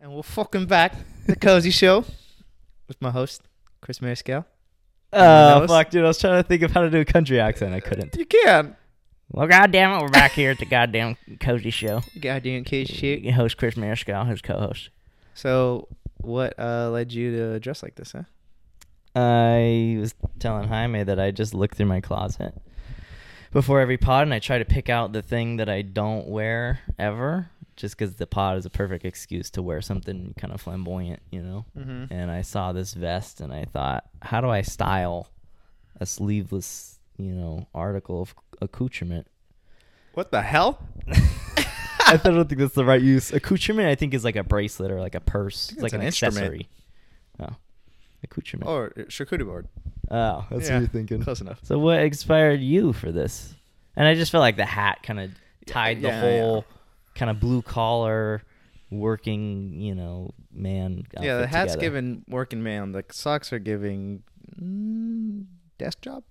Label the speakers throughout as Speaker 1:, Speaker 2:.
Speaker 1: And we're fucking back. The Cozy Show with my host, Chris Mariscal.
Speaker 2: Oh
Speaker 1: Nose?
Speaker 2: fuck, dude! I was trying to think of how to do a country accent. I couldn't.
Speaker 1: You can.
Speaker 2: Well, goddamn it, we're back here at the goddamn cozy show.
Speaker 1: Goddamn cage shit.
Speaker 2: Your host Chris Mariscal, who's co-host.
Speaker 1: So, what uh, led you to dress like this, huh?
Speaker 2: I was telling Jaime that I just look through my closet before every pod, and I try to pick out the thing that I don't wear ever, just because the pod is a perfect excuse to wear something kind of flamboyant, you know.
Speaker 1: Mm-hmm.
Speaker 2: and I saw this vest and I thought, how do I style a sleeveless, you know, article of accoutrement?
Speaker 1: What the hell?
Speaker 2: I don't think that's the right use. Accoutrement, I think, is like a bracelet or like a purse,
Speaker 1: think
Speaker 2: it's like
Speaker 1: that's
Speaker 2: an,
Speaker 1: an instrument.
Speaker 2: accessory. Oh, accoutrement. Oh,
Speaker 1: Or uh, charcuterie board.
Speaker 2: that's
Speaker 1: Yeah,
Speaker 2: what you're thinking.
Speaker 1: Close enough.
Speaker 2: So, what inspired you for this? And I just felt like the hat kind of tied the
Speaker 1: yeah,
Speaker 2: whole kind of blue collar working, you know, man.
Speaker 1: yeah, the
Speaker 2: outfit
Speaker 1: hat's
Speaker 2: together.
Speaker 1: giving working man. The socks are giving mm, desk job.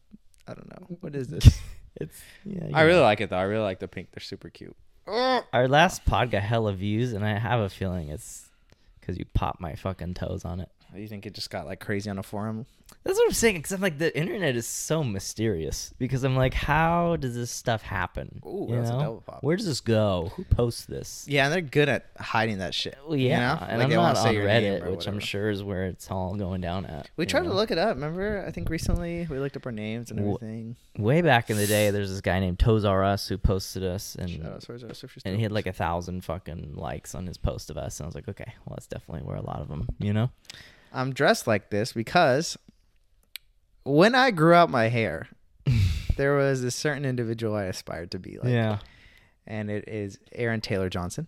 Speaker 1: I don't know. What is this?
Speaker 2: It's yeah.
Speaker 1: I
Speaker 2: you
Speaker 1: really
Speaker 2: know.
Speaker 1: like it though. I really like the pink. They're super cute. Oh,
Speaker 2: Our last pod got hella views, and I have a feeling it's because you popped my fucking toes on it.
Speaker 1: you think it just got like crazy on a forum?
Speaker 2: That's what I'm saying. Because I'm like, the internet is so mysterious. Because I'm like, how does this stuff happen?
Speaker 1: Ooh,
Speaker 2: You
Speaker 1: that was a
Speaker 2: know?
Speaker 1: double pop.
Speaker 2: Where does this go? Who posts this?
Speaker 1: Yeah, and they're good at hiding that shit.
Speaker 2: Well,
Speaker 1: you
Speaker 2: Oh, yeah,
Speaker 1: know?
Speaker 2: and
Speaker 1: Like,
Speaker 2: I'm
Speaker 1: they wanna
Speaker 2: not
Speaker 1: say
Speaker 2: on
Speaker 1: your name
Speaker 2: Reddit,
Speaker 1: or
Speaker 2: which I'm
Speaker 1: whatever.
Speaker 2: sure is where it's all going down at.
Speaker 1: We
Speaker 2: you
Speaker 1: tried to
Speaker 2: know?
Speaker 1: look it up. Remember, I think recently we looked up our names and
Speaker 2: Wh-
Speaker 1: everything.
Speaker 2: way back in the day. There's this guy named Toes R Us who posted us, and
Speaker 1: Shout out Swords Are Surfers
Speaker 2: and he had like a thousand fucking likes on his post of us. And I was like, okay, well, that's definitely where a lot of them, you know.
Speaker 1: I'm dressed like this because when I grew out my hair, there was a certain individual I aspired to be like. and it is Aaron Taylor Johnson.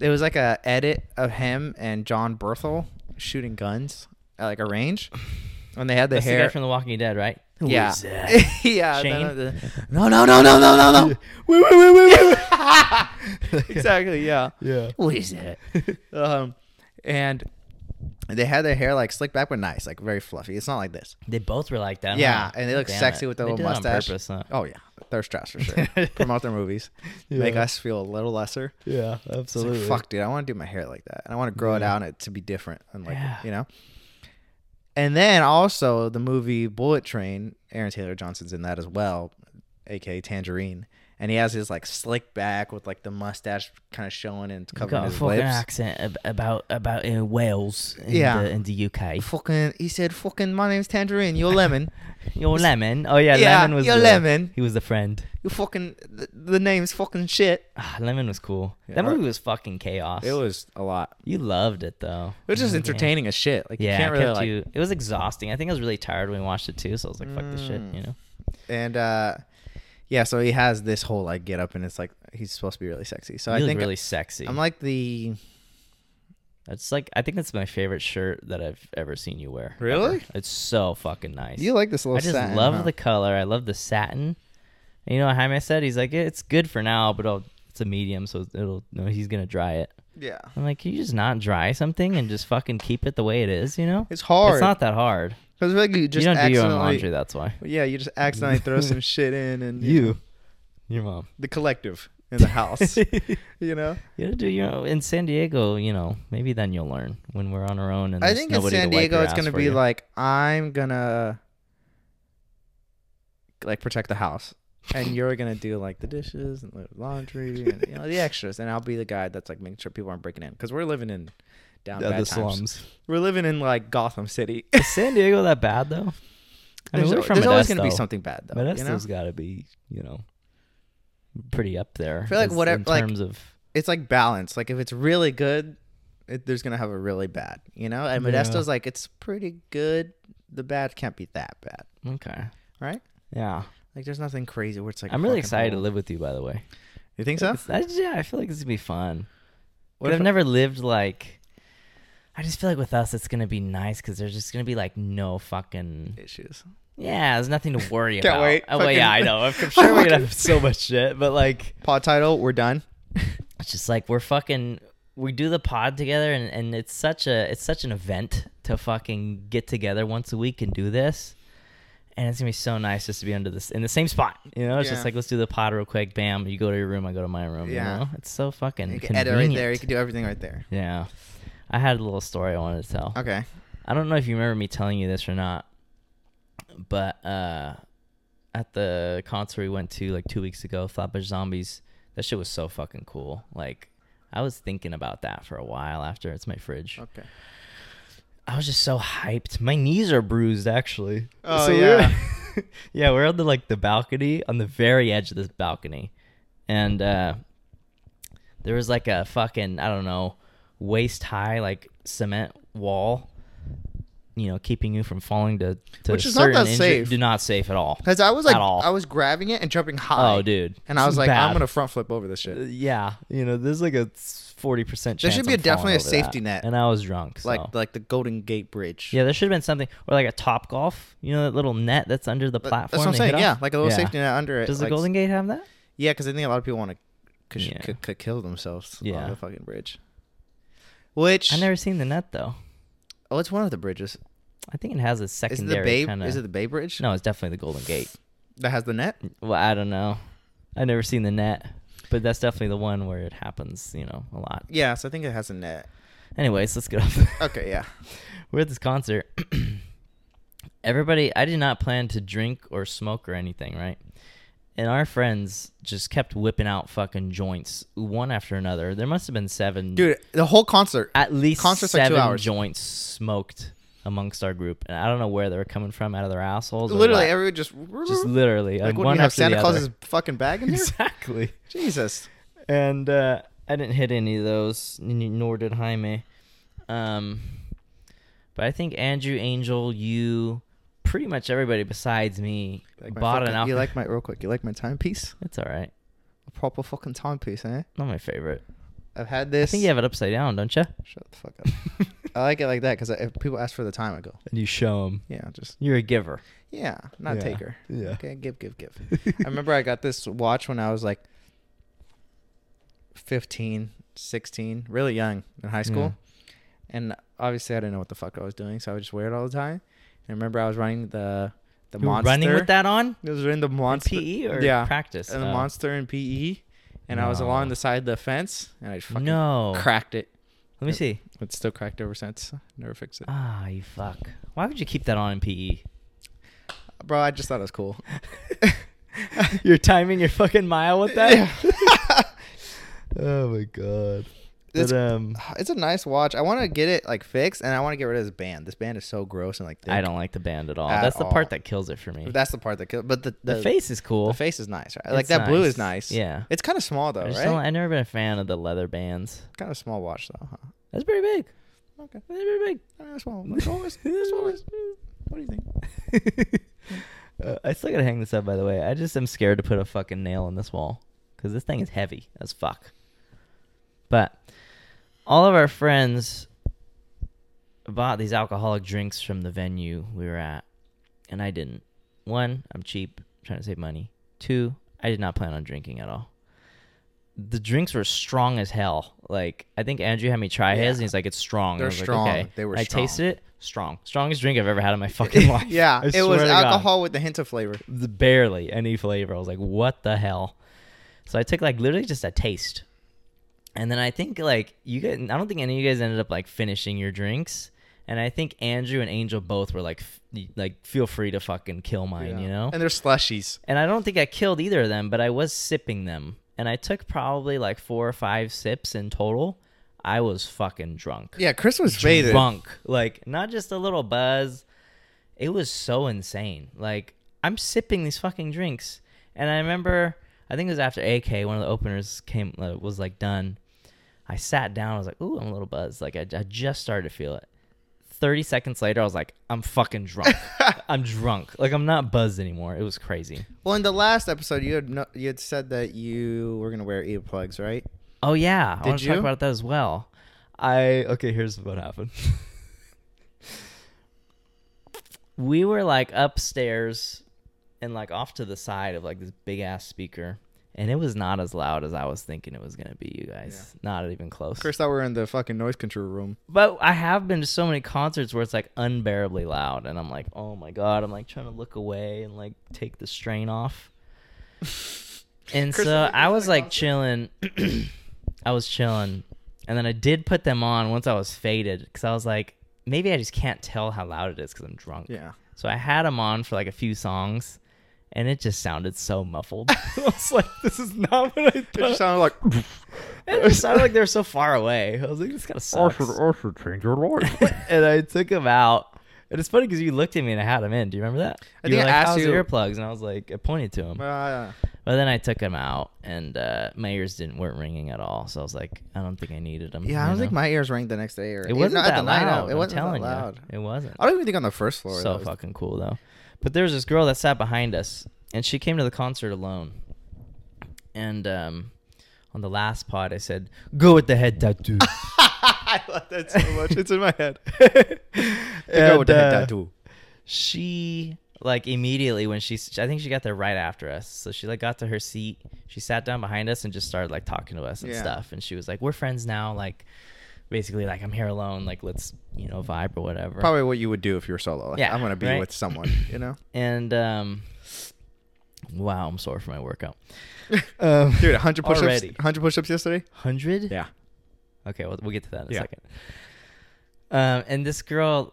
Speaker 1: It was like a edit of him and John Berthel shooting guns at like a range, and they had the
Speaker 2: That's the
Speaker 1: hair.
Speaker 2: guy from The Walking Dead, right?
Speaker 1: yeah, yeah.
Speaker 2: Shane?
Speaker 1: none of the- No, no, no, no, no, no, no. Wait, wait, wait, wait, wait. exactly. Yeah.
Speaker 2: Yeah.
Speaker 1: What is that? um, and they had their hair like slicked back but nice, like very fluffy. It's not like this.
Speaker 2: They both were like that.
Speaker 1: Yeah,
Speaker 2: huh?
Speaker 1: and they look
Speaker 2: Damn
Speaker 1: sexy
Speaker 2: it.
Speaker 1: with the
Speaker 2: They
Speaker 1: little
Speaker 2: did it
Speaker 1: mustache.
Speaker 2: On purpose, huh?
Speaker 1: Oh yeah, they're stressed for sure. Promote their movies, make
Speaker 2: Yeah.
Speaker 1: us feel a little lesser.
Speaker 2: Yeah,
Speaker 1: It's
Speaker 2: absolutely.
Speaker 1: like, fuck, dude, I want to do my hair like that. And I want to grow it out and it to be different and like,
Speaker 2: Yeah.
Speaker 1: you know? And then also the movie Bullet Train, Aaron Taylor Johnson's in that as well, aka Tangerine. And he has his like slick back with like the mustache kind of showing and
Speaker 2: You
Speaker 1: covering
Speaker 2: got a
Speaker 1: his
Speaker 2: fucking
Speaker 1: lips.
Speaker 2: accent ab- about about uh, Wales in,
Speaker 1: Yeah.
Speaker 2: the, in the UK.
Speaker 1: Fucking, he said, fucking, my name's Tangerine, you're Lemon.
Speaker 2: Your lemon. Oh yeah,
Speaker 1: Yeah,
Speaker 2: lemon was
Speaker 1: your
Speaker 2: the,
Speaker 1: Lemon.
Speaker 2: He was the friend.
Speaker 1: you fucking, the, the name's fucking shit.
Speaker 2: Ah, lemon was cool.
Speaker 1: Yeah,
Speaker 2: that
Speaker 1: right.
Speaker 2: movie was fucking chaos.
Speaker 1: It was a lot.
Speaker 2: You loved it though.
Speaker 1: It was just
Speaker 2: Yeah.
Speaker 1: entertaining as shit. Like,
Speaker 2: Yeah,
Speaker 1: you can't
Speaker 2: it
Speaker 1: really
Speaker 2: kept
Speaker 1: like,
Speaker 2: you. It was exhausting. I think I was really tired when we watched it too. So I was like, fuck this shit.
Speaker 1: Mm.
Speaker 2: You know.
Speaker 1: and uh yeah so he has this whole like get up and it's like he's supposed to be really sexy so
Speaker 2: You
Speaker 1: i
Speaker 2: look
Speaker 1: think
Speaker 2: really sexy.
Speaker 1: i'm like the
Speaker 2: That's like I think that's my favorite shirt that I've ever seen you wear. ever.
Speaker 1: Really?
Speaker 2: It's so fucking nice.
Speaker 1: you like this little
Speaker 2: I just
Speaker 1: satin,
Speaker 2: love
Speaker 1: huh?
Speaker 2: the color. I love the satin. And you know what Jaime said? He's like, it's good for now, but it'll, it's a medium, so it'll no. He's gonna dry it.
Speaker 1: yeah
Speaker 2: I'm like, can you just not dry something and just fucking keep it the way it is? You know,
Speaker 1: it's hard
Speaker 2: It's not that hard.
Speaker 1: because like you just
Speaker 2: you don't do your own
Speaker 1: accidentally-
Speaker 2: laundry. That's why.
Speaker 1: yeah you just accidentally throw some shit in and
Speaker 2: your mom.
Speaker 1: the collective in the house you know
Speaker 2: You gotta do your own. in San Diego. You know, maybe then you'll learn when we're on our own. And
Speaker 1: i
Speaker 2: there's
Speaker 1: think in
Speaker 2: nobody to
Speaker 1: san
Speaker 2: wipe
Speaker 1: diego
Speaker 2: your
Speaker 1: it's
Speaker 2: ass
Speaker 1: gonna
Speaker 2: for
Speaker 1: be
Speaker 2: you.
Speaker 1: like i'm gonna like protect the house and you're gonna do like the dishes and the laundry and you know the extras and i'll be the guy that's like making sure people aren't breaking in because we're living in down bad times. We're living in like Gotham City.
Speaker 2: Is San Diego that bad though? I mean,
Speaker 1: there's
Speaker 2: we're
Speaker 1: al-
Speaker 2: from
Speaker 1: there's always
Speaker 2: Modesto.
Speaker 1: going to be something bad though. you know?
Speaker 2: Modesto's got to be, you know, pretty up there.
Speaker 1: feel like
Speaker 2: as-
Speaker 1: whatever-
Speaker 2: in
Speaker 1: like-
Speaker 2: terms of
Speaker 1: It's like balance. Like if it's really good, it, there's going to have a really bad. You know, and
Speaker 2: Yeah.
Speaker 1: Modesto's like it's pretty good. The bad can't be that bad,
Speaker 2: okay,
Speaker 1: right?
Speaker 2: yeah.
Speaker 1: Like there's nothing crazy where it's like.
Speaker 2: I'm really
Speaker 1: fucking
Speaker 2: excited to
Speaker 1: horrible.
Speaker 2: live with you, by the way.
Speaker 1: You think so?
Speaker 2: It's- I, yeah, I feel like this is gonna be fun.
Speaker 1: What if
Speaker 2: But I've
Speaker 1: I-
Speaker 2: never lived like. I just feel like with us, it's gonna be nice because there's just gonna be like no fucking
Speaker 1: Issues.
Speaker 2: yeah. There's nothing to worry
Speaker 1: Can't
Speaker 2: about.
Speaker 1: wait.
Speaker 2: Oh, well, yeah, I
Speaker 1: Fucking-
Speaker 2: know. I'm sure we're gonna
Speaker 1: Fucking-
Speaker 2: have so much shit, but like
Speaker 1: Pod title. We're done.
Speaker 2: it's just like we're fucking we do the pod together and, and it's such a it's such an event to fucking get together once a week and do this and it's gonna be so nice just to be under this in the same spot you know it's
Speaker 1: Yeah.
Speaker 2: just like let's do the pod real quick bam you go to your room i go to my room
Speaker 1: Yeah.
Speaker 2: you know it's so fucking
Speaker 1: You can
Speaker 2: convenient.
Speaker 1: edit right there. You can do everything right there.
Speaker 2: yeah I had a little story I wanted to tell.
Speaker 1: Okay.
Speaker 2: I don't know if you remember me telling you this or not, but uh, at the concert we went to like two weeks ago, Flatbush Zombies, that shit was so fucking cool. Like, I was thinking about that for a while after it's my fridge.
Speaker 1: Okay.
Speaker 2: I was just so hyped. My knees are bruised actually.
Speaker 1: Oh,
Speaker 2: we were- yeah, we're on the like the balcony, on the very edge of this balcony. And uh there was like a fucking, I don't know, waist high like cement wall, you know, keeping you from falling to, to
Speaker 1: Which is not that
Speaker 2: certain inju-
Speaker 1: safe.
Speaker 2: Do not safe at all.
Speaker 1: Because I was like,
Speaker 2: at all.
Speaker 1: I was grabbing it and jumping high.
Speaker 2: Oh dude.
Speaker 1: And I
Speaker 2: This
Speaker 1: was
Speaker 2: is
Speaker 1: like,
Speaker 2: bad.
Speaker 1: I'm gonna front flip over this shit.
Speaker 2: Uh, yeah, you know, there's like a forty percent
Speaker 1: There
Speaker 2: chance.
Speaker 1: should be
Speaker 2: I'm
Speaker 1: a- definitely
Speaker 2: falling
Speaker 1: a
Speaker 2: over
Speaker 1: safety
Speaker 2: that.
Speaker 1: net.
Speaker 2: And I was drunk. So.
Speaker 1: like like the Golden Gate Bridge.
Speaker 2: Yeah, there should have been something, or like a top golf, you know, that little net that's under the
Speaker 1: But
Speaker 2: platform.
Speaker 1: That's what I'm
Speaker 2: they
Speaker 1: saying.
Speaker 2: hit
Speaker 1: Yeah,
Speaker 2: off?
Speaker 1: like a little
Speaker 2: Yeah.
Speaker 1: safety net under it.
Speaker 2: Does
Speaker 1: like-
Speaker 2: the Golden Gate have that?
Speaker 1: Yeah, because I think a lot of people want to c-
Speaker 2: Yeah.
Speaker 1: c- c- kill themselves
Speaker 2: Yeah.
Speaker 1: on the fucking bridge. Which
Speaker 2: I never seen the net though.
Speaker 1: Oh, it's one of the bridges.
Speaker 2: I think it has a
Speaker 1: Is it
Speaker 2: secondary
Speaker 1: the Bay?
Speaker 2: kind of.
Speaker 1: Is it the Bay Bridge?
Speaker 2: No, it's definitely the Golden Gate. Mm.
Speaker 1: that has the net.
Speaker 2: Well, I don't know. I never seen the net, but that's definitely the one where it happens, you know, a lot.
Speaker 1: Yeah, so I think it has a net.
Speaker 2: Anyways, let's get off.
Speaker 1: Okay, yeah.
Speaker 2: We're at this concert. Everybody, I did not plan to drink or smoke or anything, right? And our friends just kept whipping out fucking joints one after another. There must have been seven,
Speaker 1: Dude, the whole concert.
Speaker 2: Mm. at least
Speaker 1: concert's like two
Speaker 2: seven
Speaker 1: hours.
Speaker 2: joints smoked amongst our group, and I don't know where they were coming from out of their assholes. or
Speaker 1: literally,
Speaker 2: what.
Speaker 1: everyone just
Speaker 2: just literally
Speaker 1: like
Speaker 2: like
Speaker 1: what do
Speaker 2: one
Speaker 1: you have
Speaker 2: after
Speaker 1: Santa
Speaker 2: the
Speaker 1: Claus's
Speaker 2: other.
Speaker 1: fucking bag in there.
Speaker 2: exactly.
Speaker 1: Jesus.
Speaker 2: And uh, I didn't hit any of those, n- nor did Jaime. Um, but I think Andrew, Angel, you, pretty much everybody besides me
Speaker 1: Like my
Speaker 2: bought an
Speaker 1: fucking-
Speaker 2: alcohol.
Speaker 1: You like my real quick? You like my timepiece?
Speaker 2: It's all right.
Speaker 1: A proper fucking timepiece, eh?
Speaker 2: Not my favorite.
Speaker 1: I've had this.
Speaker 2: I think you have it upside down, don't you?
Speaker 1: Shut the fuck up. I like it like that because if people ask for the time, I go,
Speaker 2: And you show them.
Speaker 1: yeah, just
Speaker 2: You're a giver.
Speaker 1: yeah, not
Speaker 2: Yeah.
Speaker 1: taker.
Speaker 2: Yeah.
Speaker 1: Okay, give, give, give. I remember I got this watch when I was like 15, 16, really young in high school. And obviously I didn't know what the fuck I was doing, so I would just wear it all the time. And I remember I was running the the
Speaker 2: You were
Speaker 1: monster.
Speaker 2: running with that on?
Speaker 1: It was in the monster.
Speaker 2: PE E or
Speaker 1: yeah.
Speaker 2: practice?
Speaker 1: And the
Speaker 2: Oh.
Speaker 1: monster in PE. And I was
Speaker 2: No.
Speaker 1: along the side of the fence and I just fucking
Speaker 2: No.
Speaker 1: cracked it.
Speaker 2: Let me see.
Speaker 1: It's still cracked ever since. Never fixed it.
Speaker 2: Ah, you fuck. Why would you keep that on in E? PE?
Speaker 1: Bro, I just thought it was cool.
Speaker 2: You're timing your fucking mile with that?
Speaker 1: Yeah.
Speaker 2: oh my god.
Speaker 1: It's-
Speaker 2: But, um,
Speaker 1: it's a nice watch. I want to get it like fixed, and I want to get rid of this band. This band is so gross and like thick.
Speaker 2: I don't like the band at all.
Speaker 1: At
Speaker 2: That's the part
Speaker 1: all.
Speaker 2: that kills it for me.
Speaker 1: That's the part that kills. But the,
Speaker 2: the, face is cool.
Speaker 1: the face is nice. Right? Like
Speaker 2: It's
Speaker 1: that blue
Speaker 2: nice.
Speaker 1: is nice.
Speaker 2: Yeah.
Speaker 1: it's kind of small though,
Speaker 2: I just
Speaker 1: right?
Speaker 2: don't- I've never been a fan of the leather bands.
Speaker 1: kind of small watch though. Huh?
Speaker 2: That's pretty big.
Speaker 1: Okay,
Speaker 2: That's pretty big.
Speaker 1: I mean, that's small. Like, always, it's always. What do you think?
Speaker 2: Uh, I still gotta hang this up, by the way. I just am scared to put a fucking nail in this wall because this thing is heavy as fuck. But all of our friends bought these alcoholic drinks from the venue we were at, and I didn't. One, I'm cheap, trying to save money. Two, I did not plan on drinking at all. The drinks were strong as hell. Like I think Andrew had me try
Speaker 1: Yeah.
Speaker 2: his, and he's like, "It's strong."
Speaker 1: They're
Speaker 2: I was like,
Speaker 1: strong.
Speaker 2: okay.
Speaker 1: They were
Speaker 2: I
Speaker 1: strong.
Speaker 2: tasted it. Strong. Strongest drink I've ever had in my fucking life.
Speaker 1: Yeah,
Speaker 2: I
Speaker 1: it
Speaker 2: swear
Speaker 1: was
Speaker 2: to God.
Speaker 1: alcohol with a hint of flavor.
Speaker 2: Th- barely any flavor. I was like, what the hell? So I took like literally just a taste. And then I think like you guys, I don't think any of you guys ended up like finishing your drinks. And I think Andrew and Angel both were like, f- like feel free to fucking kill mine, you know?
Speaker 1: and they're slushies.
Speaker 2: And I don't think I killed either of them, but I was sipping them. And I took probably like four or five sips in total. I was fucking drunk.
Speaker 1: Yeah, Chris was faded.
Speaker 2: Drunk. Like, not just a little buzz. It was so insane. Like, I'm sipping these fucking drinks. And I remember, I think it was after AK, one of the openers came, uh, was like done. I sat down. I was like, ooh, I'm a little buzzed. Like, I, I just started to feel it. 30 seconds later, I was like, I'm fucking drunk. I'm drunk. Like, I'm not buzzed anymore. It was crazy.
Speaker 1: Well, in the last episode, you had no, you had said that you were gonna wear earplugs, right?
Speaker 2: Oh yeah, I
Speaker 1: Did
Speaker 2: want to talk
Speaker 1: you?
Speaker 2: about that as well. I okay. Here's what happened. we were like upstairs and like off to the side of like this big ass speaker, and it was not as loud as I was thinking it was gonna be. You guys, not even close.
Speaker 1: Chris thought we were in the fucking noise control room.
Speaker 2: But I have been to so many concerts where it's like unbearably loud, and I'm like, oh my god, I'm like trying to look away and like take the strain off. and
Speaker 1: Chris,
Speaker 2: so
Speaker 1: have you
Speaker 2: I
Speaker 1: been
Speaker 2: was
Speaker 1: to a
Speaker 2: like
Speaker 1: concert?
Speaker 2: chilling. I was chilling, And then I did put them on once I was faded because I was like, maybe I just can't tell how loud it is because I'm drunk.
Speaker 1: Yeah.
Speaker 2: So I had them on for like a few songs, and it just sounded so muffled. I was like, this is not what I
Speaker 1: It just
Speaker 2: thought.
Speaker 1: sounded like
Speaker 2: It just sounded like they were so far away. I was like, this kind of sucks.
Speaker 1: should change your life.
Speaker 2: and I took them out. And it's funny because you looked at me and I had them in. Do you remember that?
Speaker 1: I
Speaker 2: you
Speaker 1: think
Speaker 2: were
Speaker 1: I
Speaker 2: like,
Speaker 1: asked
Speaker 2: How's the
Speaker 1: you-
Speaker 2: earplugs? And I was like, I pointed to them.
Speaker 1: Uh,
Speaker 2: But then I took them out, and uh, my ears didn't weren't ringing at all. So I was like, I don't think I needed them.
Speaker 1: yeah, I don't think my ears rang the next day or
Speaker 2: It wasn't
Speaker 1: not at
Speaker 2: that
Speaker 1: the night out.
Speaker 2: loud.
Speaker 1: It wasn't
Speaker 2: I'm telling
Speaker 1: that loud.
Speaker 2: You, it wasn't.
Speaker 1: I don't even think on the first floor.
Speaker 2: So
Speaker 1: that was-
Speaker 2: fucking cool though. But there was this girl that sat behind us, and she came to the concert alone. And um, on the last pod, I said, "Go with the head tattoo."
Speaker 1: I love that so much. It's in my head.
Speaker 2: And,
Speaker 1: Go with the head
Speaker 2: uh,
Speaker 1: tattoo.
Speaker 2: she like immediately when she i think she got there right after us so she like got to her seat she sat down behind us and just started like talking to us and
Speaker 1: Yeah.
Speaker 2: stuff and she was like we're friends now like basically like i'm here alone like let's you know vibe or whatever
Speaker 1: Probably what you would do if you were solo. Like,
Speaker 2: Yeah,
Speaker 1: I'm gonna be
Speaker 2: right?
Speaker 1: with someone. You know,
Speaker 2: and um wow i'm sore for my workout um
Speaker 1: dude, 100 push-ups.
Speaker 2: Already.
Speaker 1: 100 push-ups yesterday.
Speaker 2: 100
Speaker 1: Yeah.
Speaker 2: Okay, we'll, we'll get to that in a
Speaker 1: Yeah.
Speaker 2: second. Um, and this girl,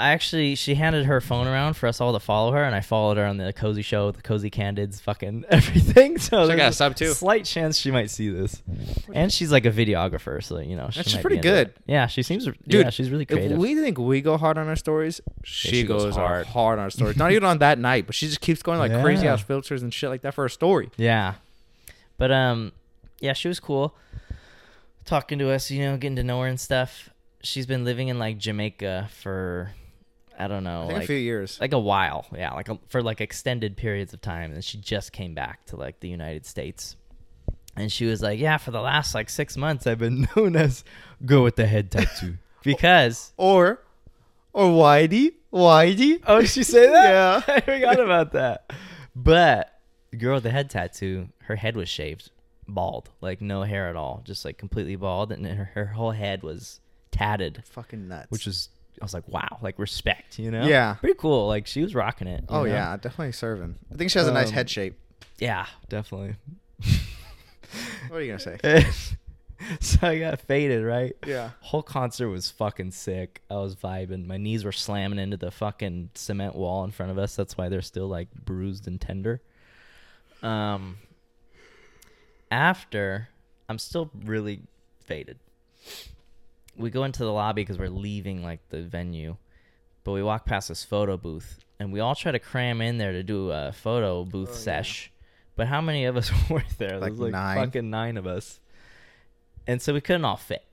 Speaker 2: I actually, she handed her phone around for us all to follow her, and I followed her on the Cozy Show, the Cozy Candids, fucking everything. So
Speaker 1: So I got
Speaker 2: there's
Speaker 1: a sub, too.
Speaker 2: Slight chance she might see this, and she's like a videographer, so you know she
Speaker 1: She's
Speaker 2: might be
Speaker 1: pretty
Speaker 2: into it.
Speaker 1: good.
Speaker 2: Yeah, she seems.
Speaker 1: Dude,
Speaker 2: yeah, she's really
Speaker 1: If
Speaker 2: creative.
Speaker 1: we think we go hard on our stories, she,
Speaker 2: she goes
Speaker 1: goes, hard.
Speaker 2: hard.
Speaker 1: hard on our stories. Not even on that night, but she just keeps going like crazy
Speaker 2: Yeah.
Speaker 1: ass filters and shit like that for a story.
Speaker 2: Yeah. But um yeah, she was cool. Talking to us, you know, getting to know her and stuff. She's been living in like Jamaica for I don't know,
Speaker 1: I think
Speaker 2: like
Speaker 1: a few years.
Speaker 2: like a while. Yeah, like a, for like extended periods of time and she just came back to like the United States. And she was like, "Yeah, for the last like 6 months I've been known as go with the head tattoo." because
Speaker 1: or, or Whitey, Whitey.
Speaker 2: Oh, did she say that?
Speaker 1: Yeah.
Speaker 2: I forgot about that. But the girl with the head tattoo, her head was shaved, bald, like no hair at all, just like completely bald, and her, her whole head was tatted,
Speaker 1: Fucking nuts.
Speaker 2: which was I was like, wow, like respect, you know?
Speaker 1: Yeah.
Speaker 2: pretty cool. Like she was rocking it. you
Speaker 1: oh
Speaker 2: know?
Speaker 1: yeah, definitely serving. I think she has a nice
Speaker 2: Um,
Speaker 1: head shape.
Speaker 2: yeah, definitely.
Speaker 1: What are you gonna say?
Speaker 2: so I got faded, right?
Speaker 1: Yeah.
Speaker 2: Whole concert was fucking sick. I was vibing. My knees were slamming into the fucking cement wall in front of us. That's why they're still like bruised and tender. Um after I'm still really faded. We go into the lobby because we're leaving like the venue, but we walk past this photo booth and we all try to cram in there to do a photo booth sesh. But how many of us were there?
Speaker 1: Oh, Like
Speaker 2: There's
Speaker 1: nine.
Speaker 2: fucking nine of us, and so we couldn't all fit.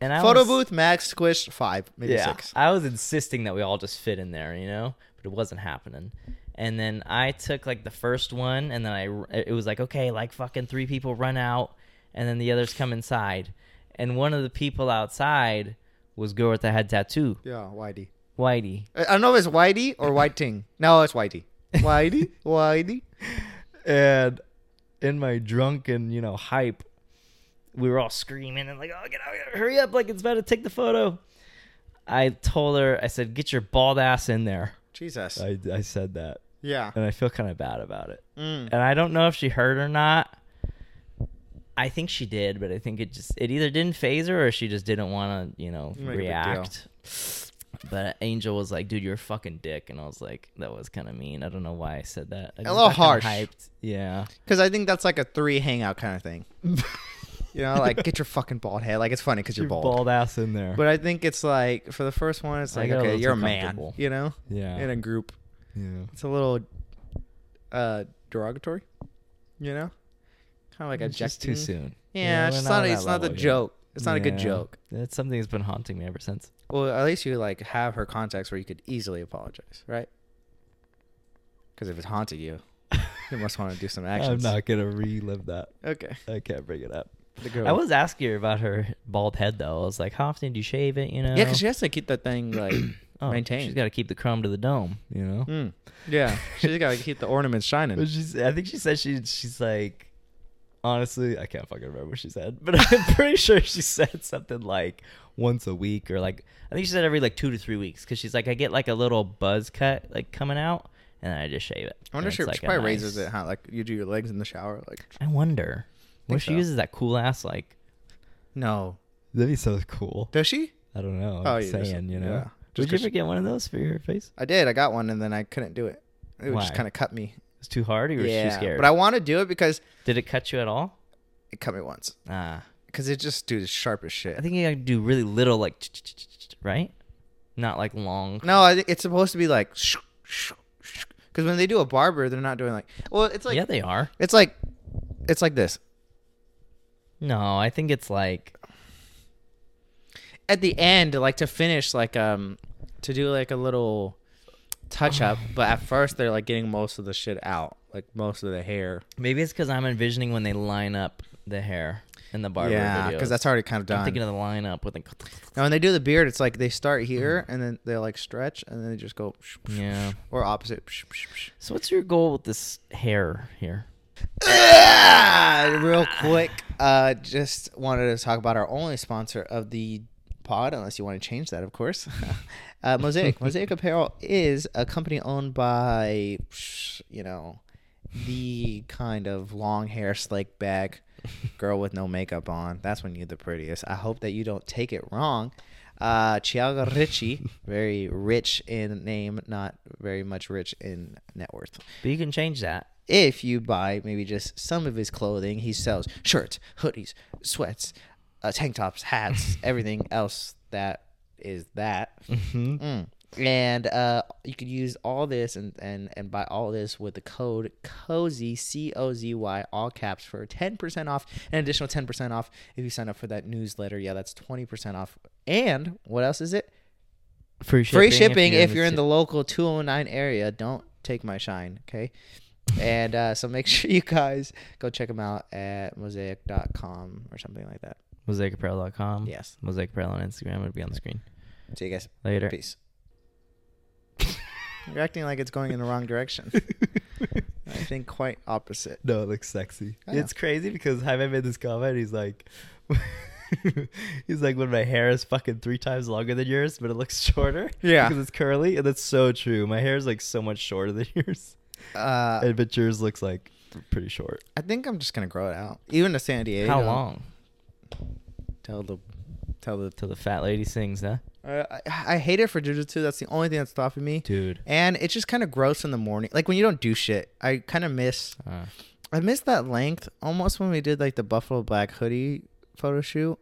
Speaker 2: And I
Speaker 1: Photo
Speaker 2: was-
Speaker 1: booth max squished five, maybe
Speaker 2: yeah,
Speaker 1: six.
Speaker 2: I was insisting that we all just fit in there, you know, but it wasn't happening. And then I took like the first one, and then I it was like okay, like fucking three people run out, and then the others come inside, and one of the people outside was girl with the head tattoo,
Speaker 1: Yeah, Whitey.
Speaker 2: Whitey,
Speaker 1: Uh, I I don't know if it's Whitey or Whiting. No, it's Whitey. Whitey, Whitey.
Speaker 2: and in my drunken you know hype, we were all screaming and like oh get out, get out, hurry up, like it's about to take the photo. I told her, I said, get your bald ass in there.
Speaker 1: Jesus.
Speaker 2: I, I said that.
Speaker 1: Yeah.
Speaker 2: and I feel kind of bad about it.
Speaker 1: Mm.
Speaker 2: And I don't know if she heard or not. I think she did, but I think it just it either didn't phase her or she just didn't want to, you know,
Speaker 1: Make a big deal.
Speaker 2: react. But Angel was like, "Dude, you're a fucking dick," and I was like, "That was kind of mean. I don't know why I said that. I just
Speaker 1: little
Speaker 2: got kinda
Speaker 1: harsh.
Speaker 2: hyped. Yeah,
Speaker 1: Because I think that's like a three hangout kind of thing. you know, like get your fucking bald head. Like it's funny because you're
Speaker 2: Your
Speaker 1: bald.
Speaker 2: ass in there.
Speaker 1: But I think it's like for the first one, it's
Speaker 2: I
Speaker 1: like
Speaker 2: got a
Speaker 1: okay,
Speaker 2: little
Speaker 1: you're a
Speaker 2: too
Speaker 1: man.
Speaker 2: comfortable.
Speaker 1: You know,
Speaker 2: yeah,
Speaker 1: in a group,
Speaker 2: yeah.
Speaker 1: it's a little uh derogatory. You know, kind of like a
Speaker 2: It's just too soon.
Speaker 1: Yeah, it's
Speaker 2: we're
Speaker 1: just not.
Speaker 2: on
Speaker 1: It's
Speaker 2: that
Speaker 1: not the
Speaker 2: level yet.
Speaker 1: joke. It's not a good
Speaker 2: Yeah.
Speaker 1: joke.
Speaker 2: That's something that's been haunting me ever since.
Speaker 1: Well, at least you like have her contacts where you could easily apologize, right? Because if it's haunting you, you must want to do some actions.
Speaker 2: gonna relive that.
Speaker 1: Okay.
Speaker 2: I can't bring it up.
Speaker 1: The girl.
Speaker 2: I was asking her about her bald head though. I was like, "How often do you shave it?" You know.
Speaker 1: Yeah, because she has to keep that thing like
Speaker 2: Oh,
Speaker 1: maintained.
Speaker 2: She's got to keep the chrome to the dome. You know.
Speaker 1: Mm. Yeah, she's got to keep the ornaments
Speaker 2: But
Speaker 1: shining.
Speaker 2: she's, I think she said she she's like, honestly, I can't fucking remember what she said, but I'm pretty sure she said something like once a week or like I think she said every like two to three weeks because she's like I get like a little buzz cut like coming out and then I just shave it.
Speaker 1: I wonder
Speaker 2: And
Speaker 1: if she,
Speaker 2: it's,
Speaker 1: she
Speaker 2: like, a
Speaker 1: probably raises
Speaker 2: nice-
Speaker 1: it, huh? Like you do your legs in the shower, like
Speaker 2: I wonder. What
Speaker 1: Think
Speaker 2: if she
Speaker 1: so.
Speaker 2: uses that cool ass like
Speaker 1: no,
Speaker 2: That'd be so cool.
Speaker 1: Does she?
Speaker 2: I don't know. I'm
Speaker 1: Oh, you're
Speaker 2: saying,
Speaker 1: just-
Speaker 2: you know.
Speaker 1: yeah. Just
Speaker 2: Did you
Speaker 1: 'cause
Speaker 2: ever
Speaker 1: she-
Speaker 2: get one of those for your face?
Speaker 1: I did. I got one, and then I couldn't do it. It would just
Speaker 2: Why?
Speaker 1: kind of cut me.
Speaker 2: It's too hard, or you were too scared.
Speaker 1: but I want to do it because
Speaker 2: Did it cut you at all?
Speaker 1: it cut me once.
Speaker 2: Ah,
Speaker 1: Because it just, dude, it's sharp as shit.
Speaker 2: I think you gotta do really little, like ch-ch-ch-ch-ch, right? Not like long.
Speaker 1: No, I think it's supposed to be like because when they do a barber, they're not doing like well, it's like
Speaker 2: yeah, they are.
Speaker 1: it's like it's like this
Speaker 2: No, I think it's like
Speaker 1: at the end, like to finish, like um to do like a little touch up, but at first they're like getting most of the shit out, like most of the hair.
Speaker 2: maybe it's because I'm envisioning when they line up the hair in the barber
Speaker 1: yeah,
Speaker 2: because
Speaker 1: because that's already kind of
Speaker 2: I'm
Speaker 1: done.
Speaker 2: thinking of the lineup with the
Speaker 1: now when they do the beard, it's like they start here and then they like stretch and then they just go
Speaker 2: yeah.
Speaker 1: or opposite.
Speaker 2: So what's your goal with this hair here?
Speaker 1: Ah, real quick, uh, just wanted to talk about our only sponsor of the pod, unless you want to change that, of course. uh, Mosaic. Mosaic Apparel is a company owned by, you know, the kind of long hair, slick back girl with no makeup on. That's when you're the prettiest. I hope that you don't take it wrong. Uh, Chiaga Ricci, very rich in name, not very much rich in net worth
Speaker 2: But you can change that.
Speaker 1: if you buy maybe just some of his clothing, he sells shirts, hoodies, sweats, uh, tank tops, hats, everything else that is that.
Speaker 2: Mm-hmm.
Speaker 1: Mm. And uh, you could use all this and, and, and buy all this with the code COZY, C O Z Y, all caps for 10% off, an additional 10% off if you sign up for that newsletter. Yeah, that's 20% off. And what else is it?
Speaker 2: Free shipping.
Speaker 1: free shipping if you're,
Speaker 2: ci-
Speaker 1: in the local 209 area don't take my shine okay and uh, so make sure you guys go check them out at mosaic.com or something like that
Speaker 2: mosaicapparel.com.
Speaker 1: yes
Speaker 2: Mosaic Apparel on Instagram. It'll be on the screen
Speaker 1: see you guys
Speaker 2: later.
Speaker 1: peace you're acting like it's going in the wrong direction i think quite opposite
Speaker 2: No, it looks sexy.
Speaker 1: I know.
Speaker 2: It's crazy because Jaime made this comment. He's like, he's like, when my hair is fucking three times longer than yours, but it looks shorter.
Speaker 1: Yeah.
Speaker 2: because it's curly, and that's so true. My hair is like so much shorter than yours,
Speaker 1: uh,
Speaker 2: and but yours looks like pretty short.
Speaker 1: i think i'm just gonna grow it out even to san diego
Speaker 2: How long
Speaker 1: tell the tell the
Speaker 2: till the fat lady sings, huh?
Speaker 1: uh, I, I hate it for jujitsu that's the only thing that's stopping me
Speaker 2: Dude,
Speaker 1: and it's just kind of gross in the morning like when you don't do shit i kind of miss
Speaker 2: uh,
Speaker 1: I missed that length almost when we did like the Buffalo Black hoodie photo shoot,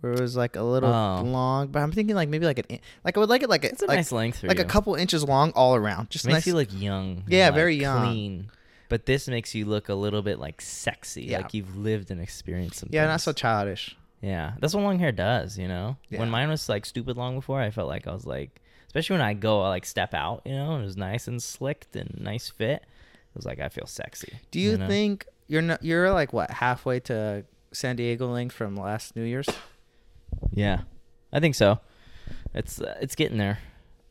Speaker 1: where it was like a little
Speaker 2: Oh.
Speaker 1: long. But I'm thinking like maybe like an in- like I would like it like a,
Speaker 2: it's a
Speaker 1: like,
Speaker 2: nice length for
Speaker 1: like
Speaker 2: you.
Speaker 1: a couple inches long all around. Just
Speaker 2: makes
Speaker 1: nice.
Speaker 2: you look young. and,
Speaker 1: Yeah,
Speaker 2: like,
Speaker 1: very young.
Speaker 2: Clean. But this makes you look a little bit like sexy,
Speaker 1: Yeah.
Speaker 2: like you've lived and experienced some.
Speaker 1: yeah, not
Speaker 2: things.
Speaker 1: so childish.
Speaker 2: Yeah, that's what long hair does, you know.
Speaker 1: Yeah.
Speaker 2: When mine was like stupid long before, I felt like I was like, especially when I go, I like step out, you know, and it was nice and slicked and nice fit. It was like I feel sexy.
Speaker 1: Do you,
Speaker 2: know?
Speaker 1: think you're not you're like what halfway to San Diego length from last New Year's?
Speaker 2: Yeah, I think so. It's uh, it's getting there.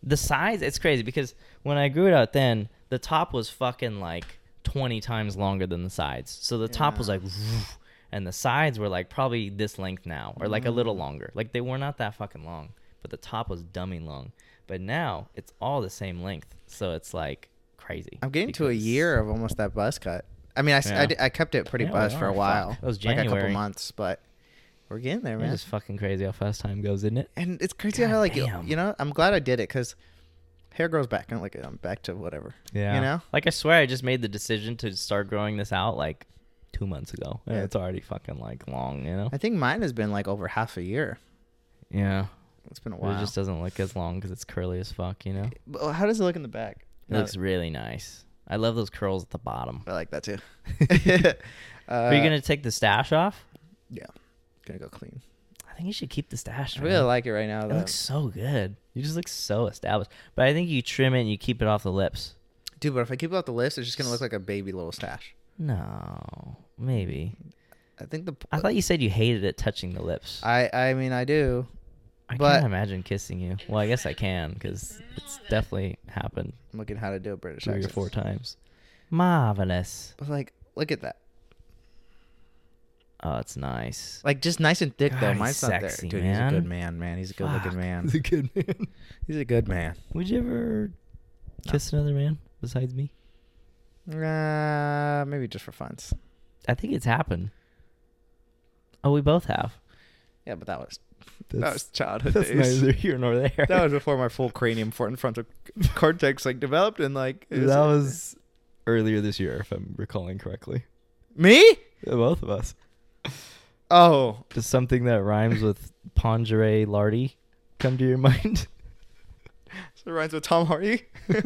Speaker 2: The size, it's crazy because when I grew it out, then the top was fucking like twenty times longer than the sides. So the top was
Speaker 1: Yeah.
Speaker 2: like, and the sides were like probably this length now, or like a little
Speaker 1: Mm.
Speaker 2: longer. Like they were not that fucking long, but the top was dummy long. But now it's all the same length, so it's like crazy.
Speaker 1: I'm getting to a
Speaker 2: because-
Speaker 1: year of almost that buzz cut. I mean, I, s- I
Speaker 2: Yeah.
Speaker 1: di- I kept it pretty
Speaker 2: Yeah, we
Speaker 1: buzzed for
Speaker 2: are.
Speaker 1: a
Speaker 2: Fuck.
Speaker 1: while.
Speaker 2: That was
Speaker 1: like a couple
Speaker 2: January.
Speaker 1: months, but we're getting there, man.
Speaker 2: It's just fucking crazy how fast time goes, isn't it?
Speaker 1: And it's crazy
Speaker 2: God
Speaker 1: how like
Speaker 2: damn.
Speaker 1: you know I'm glad I did it because hair grows back and like I'm back to whatever.
Speaker 2: Yeah.
Speaker 1: You know.
Speaker 2: Like I swear I just made the decision to start growing this out like two months ago. And
Speaker 1: Yeah.
Speaker 2: it's already fucking like long, you know?
Speaker 1: I think mine has been like over half a year.
Speaker 2: Yeah.
Speaker 1: It's been a
Speaker 2: It
Speaker 1: while.
Speaker 2: just doesn't look as long because it's curly as fuck, you know? It
Speaker 1: But how does it look in the back? No,
Speaker 2: looks really nice. I love those curls at the bottom.
Speaker 1: I like that too. uh,
Speaker 2: Are you gonna take the stash off?
Speaker 1: Yeah, gonna go clean.
Speaker 2: I think you should keep the stash.
Speaker 1: I really
Speaker 2: man.
Speaker 1: like it right now.
Speaker 2: it
Speaker 1: Though.
Speaker 2: looks so good. You just look so established. But I think you trim it and you keep it off the lips.
Speaker 1: Dude, but if I keep it off the list, it's just gonna look like a baby little stash.
Speaker 2: No, maybe.
Speaker 1: I think the
Speaker 2: I thought you said you hated it touching the lips.
Speaker 1: I I mean I do.
Speaker 2: I
Speaker 1: But-
Speaker 2: can't imagine kissing you. Well, I guess I can because it's definitely happened
Speaker 1: I'm looking how to do a British
Speaker 2: three or
Speaker 1: accent.
Speaker 2: four times. Marvelous.
Speaker 1: But like, look at that.
Speaker 2: Oh, it's nice.
Speaker 1: Like just nice and thick
Speaker 2: God,
Speaker 1: though.
Speaker 2: he's
Speaker 1: Mine's not there.
Speaker 2: sexy,
Speaker 1: Dude, he's a good man,
Speaker 2: man.
Speaker 1: man. He's a good
Speaker 2: Fuck.
Speaker 1: looking man.
Speaker 2: a good man.
Speaker 1: He's a good man.
Speaker 2: Would you ever kiss another man besides me?
Speaker 1: Uh, maybe just for funs.
Speaker 2: I think it's happened. Oh, we both have.
Speaker 1: Yeah, but that was that
Speaker 2: That's-
Speaker 1: was childhood
Speaker 2: That's
Speaker 1: days.
Speaker 2: neither here nor there.
Speaker 1: That was before my full cranium for and frontal cortex like developed and like it
Speaker 2: that was earlier this year, if I'm recalling correctly.
Speaker 1: me.
Speaker 2: Yeah, Both of us.
Speaker 1: Oh,
Speaker 2: Does something that rhymes with Pondere Lardy come to your mind?
Speaker 1: so it rhymes with Tom Hardy.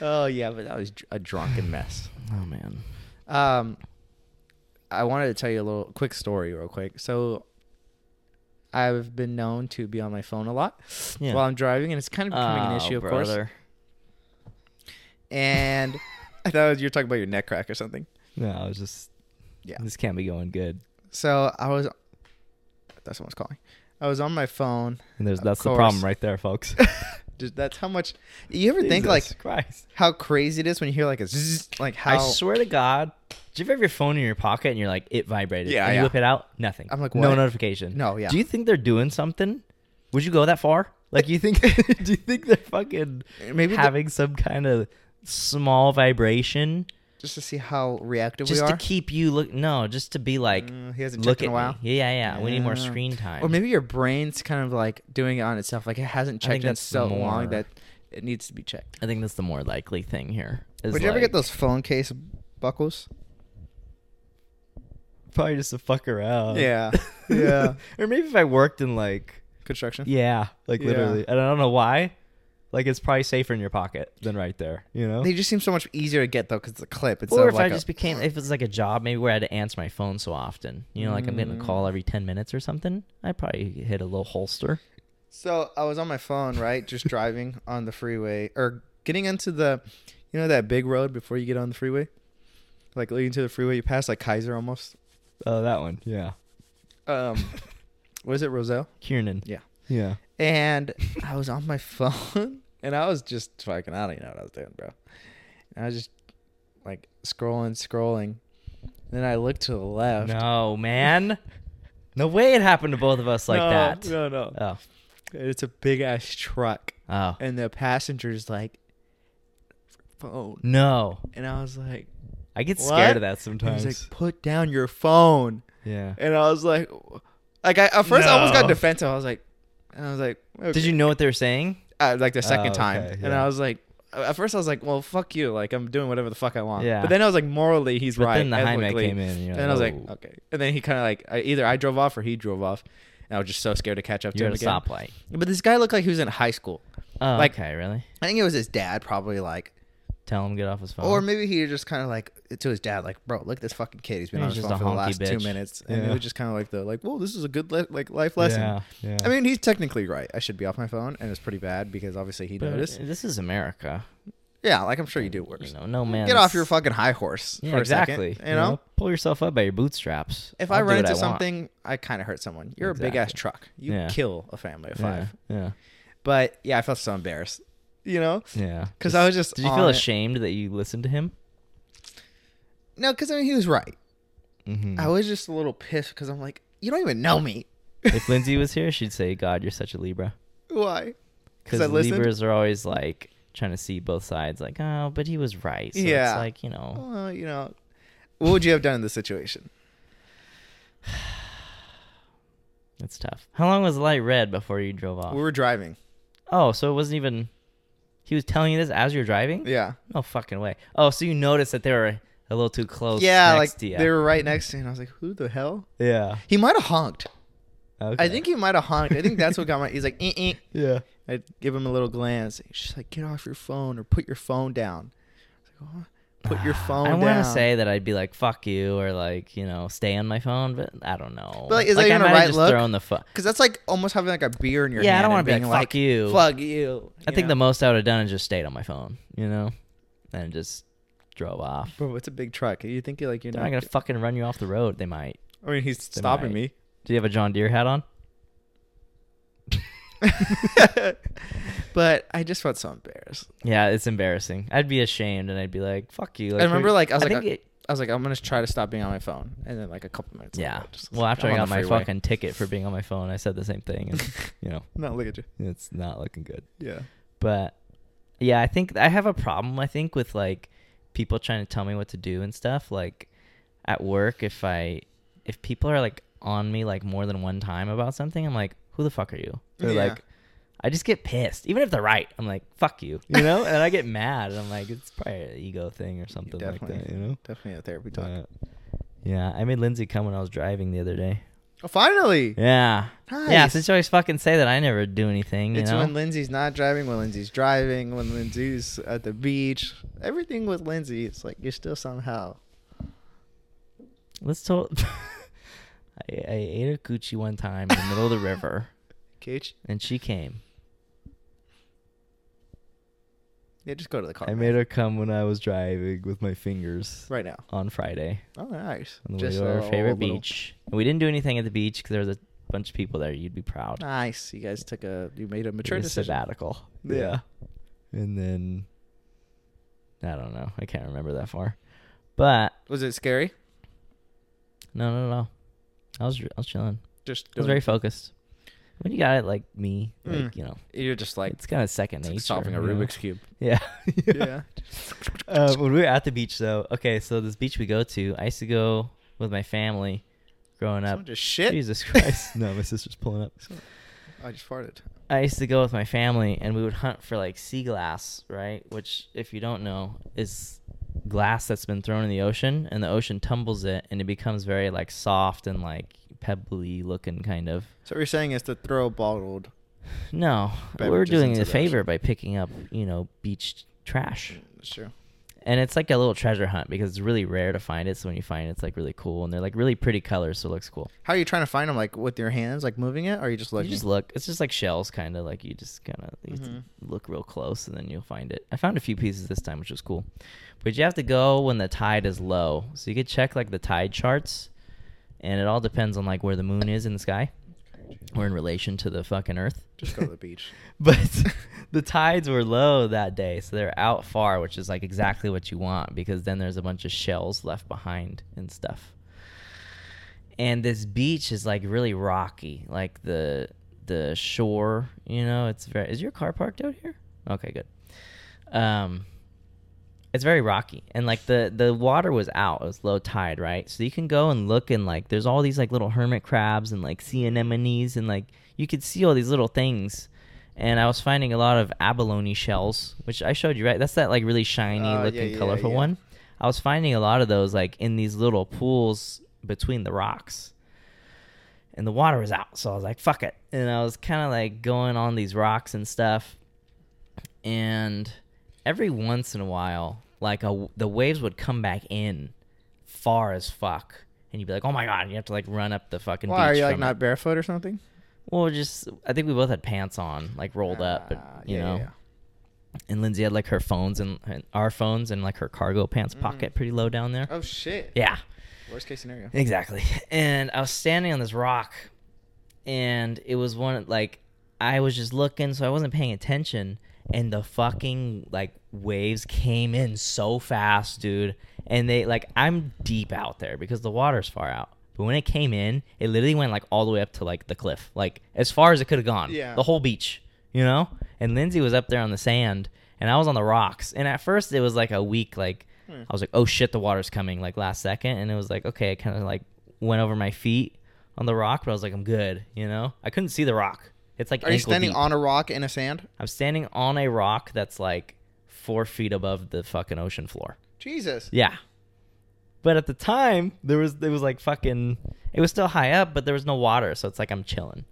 Speaker 1: oh yeah, but that was dr- a drunken mess.
Speaker 2: Oh man.
Speaker 1: Um, I wanted to tell you a little quick story, real quick. So, I've been known to be on my phone a lot
Speaker 2: Yeah.
Speaker 1: while I'm driving, and it's kind of becoming
Speaker 2: Oh,
Speaker 1: an issue, of course. And I thought you were talking about your neck crack or something.
Speaker 2: No, I was just.
Speaker 1: Yeah.
Speaker 2: This can't be going good.
Speaker 1: So I was. That's someone's calling. I was on my phone.
Speaker 2: And there's
Speaker 1: Of
Speaker 2: that's the
Speaker 1: course.
Speaker 2: problem right there, folks.
Speaker 1: Dude, that's how much. You ever think like
Speaker 2: Jesus Christ.
Speaker 1: how crazy it is when you hear like a zzz, like how?
Speaker 2: I swear to God, do you ever have your phone in your pocket and you're like, it vibrated?
Speaker 1: Yeah,
Speaker 2: And
Speaker 1: yeah.
Speaker 2: you whip it out, nothing.
Speaker 1: I'm like,
Speaker 2: no
Speaker 1: what?
Speaker 2: notification.
Speaker 1: No, yeah.
Speaker 2: Do you think they're doing something? Would you go that far? Like, you think? do you think they're fucking
Speaker 1: Maybe the-
Speaker 2: having some kind of small vibration
Speaker 1: just to see how reactive
Speaker 2: just
Speaker 1: we are.
Speaker 2: to keep you look? No, just to be like,
Speaker 1: Mm, he hasn't
Speaker 2: look
Speaker 1: checked in a
Speaker 2: at
Speaker 1: while.
Speaker 2: me. Yeah, yeah, yeah. We need more
Speaker 1: Yeah.
Speaker 2: screen time.
Speaker 1: Or maybe your brain's kind of like doing it on itself. Like it hasn't
Speaker 2: I think
Speaker 1: checked in
Speaker 2: that's
Speaker 1: so
Speaker 2: more-
Speaker 1: long that it needs to be checked.
Speaker 2: I think that's the more likely thing here. is
Speaker 1: Would you ever get
Speaker 2: like-
Speaker 1: those phone case buckles?
Speaker 2: Probably just to fuck around.
Speaker 1: Yeah. Yeah.
Speaker 2: or maybe if I worked in like
Speaker 1: Construction.
Speaker 2: Yeah, like
Speaker 1: Yeah.
Speaker 2: literally. And I don't know why. Like it's probably safer in your pocket than right there, you know?
Speaker 1: They just seem so much easier to get though because it's a clip. It's
Speaker 2: or
Speaker 1: not
Speaker 2: if
Speaker 1: like
Speaker 2: I
Speaker 1: a-
Speaker 2: just became, if it's like a job, maybe where I had to answer my phone so often, you know, like I'm getting a
Speaker 1: Mm.
Speaker 2: call every 10 minutes or something, I probably hit a little holster.
Speaker 1: So I was on my phone, right, just driving on the freeway or getting into the, you know, that big road before you get on the freeway, like leading to the freeway. You pass like Kaiser almost.
Speaker 2: Oh, that one. Yeah.
Speaker 1: Um, was it Roselle?
Speaker 2: Kiernan.
Speaker 1: Yeah.
Speaker 2: Yeah.
Speaker 1: and I was on my phone and I was just fucking I don't even know what I was doing, bro. And I was just like scrolling, scrolling. Then I looked to the left.
Speaker 2: No, man. No way it happened to both of us like
Speaker 1: No,
Speaker 2: that.
Speaker 1: No, no.
Speaker 2: Oh.
Speaker 1: It's a big ass truck
Speaker 2: Oh.
Speaker 1: and the passenger's like phone.
Speaker 2: No.
Speaker 1: And I was like
Speaker 2: I get
Speaker 1: What?
Speaker 2: scared of that
Speaker 1: and he's
Speaker 2: sometimes.
Speaker 1: like, put down your phone.
Speaker 2: yeah.
Speaker 1: And I was like like I at first I almost got
Speaker 2: No.
Speaker 1: defensive. I was like and I was like
Speaker 2: Did you know what they were saying?
Speaker 1: uh, like the second
Speaker 2: Oh,
Speaker 1: time,
Speaker 2: okay,
Speaker 1: and
Speaker 2: yeah.
Speaker 1: I was like, at first I was like, well, fuck you, like I'm doing whatever the fuck I want.
Speaker 2: Yeah.
Speaker 1: But then I was like, morally, he's
Speaker 2: But
Speaker 1: right.
Speaker 2: then the Jaime
Speaker 1: ethically.
Speaker 2: came in, and you're
Speaker 1: and
Speaker 2: like,
Speaker 1: I was like,
Speaker 2: "Oh."
Speaker 1: okay. And then he kind of like I, either I drove off or he drove off, and I was just so scared to catch up to
Speaker 2: You're
Speaker 1: him
Speaker 2: at a
Speaker 1: again.
Speaker 2: stoplight.
Speaker 1: But this guy looked like he was in high school.
Speaker 2: Oh,
Speaker 1: Like-
Speaker 2: okay, really?
Speaker 1: I think it was his dad, probably like,
Speaker 2: Tell him to get off his phone.
Speaker 1: or maybe he was just kind of like to his dad, like, bro, look at this fucking kid. He's been
Speaker 2: He's
Speaker 1: on his
Speaker 2: just
Speaker 1: phone
Speaker 2: a
Speaker 1: for the
Speaker 2: honky
Speaker 1: last two
Speaker 2: bitch.
Speaker 1: minutes, and it
Speaker 2: Yeah.
Speaker 1: was just kind of like the like, whoa, this is a good le- like life lesson.
Speaker 2: Yeah, yeah.
Speaker 1: I mean, he's technically right. I should be off my phone, and it's pretty bad because obviously he
Speaker 2: But uh,
Speaker 1: noticed.
Speaker 2: This is America.
Speaker 1: Yeah, like I'm sure you do worse.
Speaker 2: You know, no man.
Speaker 1: Get off your fucking high horse
Speaker 2: Yeah,
Speaker 1: for a
Speaker 2: exactly.
Speaker 1: second. You know,
Speaker 2: pull yourself up by your bootstraps.
Speaker 1: if
Speaker 2: I'll
Speaker 1: i
Speaker 2: do
Speaker 1: run into
Speaker 2: what want.
Speaker 1: something, I kind of hurt someone. You're a big ass
Speaker 2: Exactly.
Speaker 1: truck. You
Speaker 2: Yeah.
Speaker 1: kill a family of five.
Speaker 2: Yeah,
Speaker 1: But yeah, I felt so embarrassed. You know,
Speaker 2: yeah, yeah.
Speaker 1: 'Cause I was just
Speaker 2: Did you
Speaker 1: on
Speaker 2: feel
Speaker 1: it.
Speaker 2: ashamed that you listened to him?
Speaker 1: no, because I mean he was right.
Speaker 2: Mm-hmm.
Speaker 1: I was just a little pissed because I'm like, you don't even know me.
Speaker 2: if Lindsay was here, she'd say, "God, you're such a Libra."
Speaker 1: Why?
Speaker 2: Because
Speaker 1: I listened?
Speaker 2: Libras are always like trying to see both sides. Like, oh, but he was right. So
Speaker 1: Yeah.
Speaker 2: It's like you know,
Speaker 1: Well, you know, what would you have done in this situation?
Speaker 2: it's tough. How long was the light red before you drove off?
Speaker 1: We were driving.
Speaker 2: oh, so it wasn't even. He was telling you this as you're driving.
Speaker 1: Yeah,
Speaker 2: No fucking way. Oh, so you noticed that they were a little too close.
Speaker 1: yeah,
Speaker 2: next
Speaker 1: like
Speaker 2: to you.
Speaker 1: they were right next to me, and I was like, who the hell?
Speaker 2: Yeah.
Speaker 1: He might have honked.
Speaker 2: Okay.
Speaker 1: I think he might have honked. I think that's what got my. He's like, eh, eh.
Speaker 2: Yeah.
Speaker 1: I'd give him a little glance. He's just like, get off your phone or put your phone down. I was like, "Huh? Put your phone
Speaker 2: I
Speaker 1: down.
Speaker 2: want to say that I'd be like, "Fuck you," or like, you know, stay on my phone, but I don't know.
Speaker 1: But, like, is that
Speaker 2: I
Speaker 1: even a
Speaker 2: might have
Speaker 1: right
Speaker 2: just
Speaker 1: look?
Speaker 2: thrown the fu-
Speaker 1: Because that's like almost having like a beer in your
Speaker 2: Yeah, I
Speaker 1: hand.
Speaker 2: don't
Speaker 1: want
Speaker 2: wanna
Speaker 1: to
Speaker 2: be like, "Fuck you."
Speaker 1: Fuck you.
Speaker 2: I think the most I would have done is just stayed on my phone, you know, and just drove off.
Speaker 1: Bro, it's a big truck. You think you're like, you're
Speaker 2: They're
Speaker 1: not.
Speaker 2: not gonna fucking run you off the road. They might.
Speaker 1: I mean, he's stopping me.
Speaker 2: Do you have a John Deere hat on?
Speaker 1: But I just felt so embarrassed.
Speaker 2: Yeah, it's embarrassing. I'd be ashamed, and I'd be like, "Fuck you."
Speaker 1: I remember,
Speaker 2: we-
Speaker 1: like, I was like, uh,
Speaker 2: think
Speaker 1: I-
Speaker 2: it-
Speaker 1: I was like, I'm going to try to stop being on my phone. And then, like, a couple minutes
Speaker 2: yeah.
Speaker 1: later, just was
Speaker 2: Well,
Speaker 1: like,
Speaker 2: after
Speaker 1: "I'm
Speaker 2: I
Speaker 1: on
Speaker 2: got
Speaker 1: the
Speaker 2: my
Speaker 1: freeway."
Speaker 2: fucking ticket for being on my phone, I said the same thing, and you know,
Speaker 1: No, look at you.
Speaker 2: it's not looking good.
Speaker 1: Yeah.
Speaker 2: but yeah i think i have a problem i think with like people trying to tell me what to do and stuff like at work if i if people are like on me like more than one time about something, I'm like, who the fuck are you? They're
Speaker 1: Yeah.
Speaker 2: like, I just get pissed. Even if they're right, I'm like, fuck you, you know? and I get mad and I'm like, it's probably an ego thing or something like
Speaker 1: definitely,
Speaker 2: that, you know?
Speaker 1: definitely a therapy talk.
Speaker 2: But, yeah, I made Lindsay come when I was driving the other day.
Speaker 1: oh, finally,
Speaker 2: Yeah. Yeah,
Speaker 1: Nice.
Speaker 2: since you always fucking say that, I never do anything, you
Speaker 1: it's
Speaker 2: know?
Speaker 1: when Lindsay's not driving, when Lindsay's driving, when Lindsay's at the beach. Everything with Lindsay, it's like you're still somehow.
Speaker 2: Let's tell. I, I ate a coochie one time in the middle of the river,
Speaker 1: Cooch,
Speaker 2: and she came.
Speaker 1: yeah, just go to the car.
Speaker 2: I
Speaker 1: man.
Speaker 2: made her come when I was driving with my fingers
Speaker 1: right now.
Speaker 2: on Friday
Speaker 1: Oh, nice.
Speaker 2: on the way to our
Speaker 1: a
Speaker 2: favorite
Speaker 1: little-
Speaker 2: beach. And we didn't do anything at the beach because there was a bunch of people there. You'd be proud.
Speaker 1: Nice. You guys took a. You made a
Speaker 2: It
Speaker 1: mature
Speaker 2: was
Speaker 1: decision.
Speaker 2: sabbatical.
Speaker 1: Yeah.
Speaker 2: And then I don't know. I can't remember that far. But
Speaker 1: Was it scary?
Speaker 2: no, no, no. I was I was chilling.
Speaker 1: Just
Speaker 2: I was
Speaker 1: doing-
Speaker 2: very focused. When you got it like me, like
Speaker 1: Mm.
Speaker 2: you know,
Speaker 1: You're just like
Speaker 2: it's kind of second
Speaker 1: it's
Speaker 2: nature.
Speaker 1: like solving a
Speaker 2: you know?
Speaker 1: Rubik's cube.
Speaker 2: Yeah.
Speaker 1: Yeah.
Speaker 2: Uh, when we were at the beach, though, okay, so this beach we go to, I used to go with my family growing
Speaker 1: Someone
Speaker 2: up.
Speaker 1: just shit.
Speaker 2: Jesus Christ. no, my sister's pulling up.
Speaker 1: Someone- I just farted.
Speaker 2: I used to go with my family and we would hunt for like sea glass, right? Which, if you don't know, is glass that's been thrown in the ocean and the ocean tumbles it and it becomes very like soft and like pebbly looking kind of.
Speaker 1: So what you're saying is to throw bottled.
Speaker 2: No, we were
Speaker 1: Beverages
Speaker 2: doing
Speaker 1: into
Speaker 2: it a
Speaker 1: the
Speaker 2: favor
Speaker 1: ocean.
Speaker 2: by picking up, you know, beach trash.
Speaker 1: Sure.
Speaker 2: and it's like a little treasure hunt because it's really rare to find it. So when you find it, it's like really cool, and they're like really pretty colors, so it looks cool.
Speaker 1: How are you trying to find them? Like with your hands, like moving it, or are you just looking?
Speaker 2: You just look. It's just like shells, kind of like you just kind of
Speaker 1: Mhm.
Speaker 2: look real close, and then you'll find it. I found a few pieces this time, which was cool. But you have to go when the tide is low, so you could check like the tide charts, and it all depends on like where the moon is in the sky, or in relation to the fucking Earth.
Speaker 1: Just go to the beach.
Speaker 2: but the tides were low that day, so they're out far, which is like exactly what you want because then there's a bunch of shells left behind and stuff. And this beach is like really rocky, like the the shore. You know, it's very. Is your car parked out here? Okay, good. Um, it's very rocky and like the the water was out it was low tide right so you can go and look and like there's all these like little hermit crabs and like sea anemones and like you could see all these little things and i was finding a lot of abalone shells which i showed you right that's that like really shiny
Speaker 1: Oh, yeah,
Speaker 2: looking
Speaker 1: yeah,
Speaker 2: colorful
Speaker 1: yeah.
Speaker 2: one i was finding a lot of those like in these little pools between the rocks and the water was out so i was like fuck it and i was kind of like going on these rocks and stuff and every once in a while, like a, the waves would come back in far as fuck, and you'd be like, "Oh my god!" And you have to like run up the fucking.
Speaker 1: Why are
Speaker 2: beach
Speaker 1: you like
Speaker 2: from
Speaker 1: not
Speaker 2: it.
Speaker 1: barefoot or something?
Speaker 2: Well, just I think we both had pants on, like rolled up,
Speaker 1: Ah,
Speaker 2: but you
Speaker 1: yeah,
Speaker 2: know.
Speaker 1: yeah, yeah.
Speaker 2: And Lindsay had like her phones and, and our phones and like her cargo pants pocket pretty low down there.
Speaker 1: Mm-hmm. Oh shit.
Speaker 2: Yeah.
Speaker 1: Worst case scenario.
Speaker 2: Exactly. And I was standing on this rock, and it was one like I was just looking, so I wasn't paying attention, and the fucking like waves came in so fast, dude. And they like I'm deep out there because the water's far out. But when it came in, it literally went like all the way up to like the cliff, like as far as it could have gone.
Speaker 1: Yeah.
Speaker 2: The whole beach, you know? And Lindsay was up there on the sand and I was on the rocks. And at first it was like a week, like
Speaker 1: Hmm.
Speaker 2: I was like, oh shit, the water's coming, like last second. And it was like, okay, it kind of like went over my feet on the rock, but I was like, I'm good, you know? I couldn't see the rock. It's like
Speaker 1: Are you
Speaker 2: ankle
Speaker 1: standing
Speaker 2: deep.
Speaker 1: on a rock in a sand?
Speaker 2: I'm standing on a rock that's like four feet above the fucking ocean floor.
Speaker 1: Jesus.
Speaker 2: Yeah. But at the time, there was it was like fucking it was still high up, but there was no water, so it's like I'm chilling.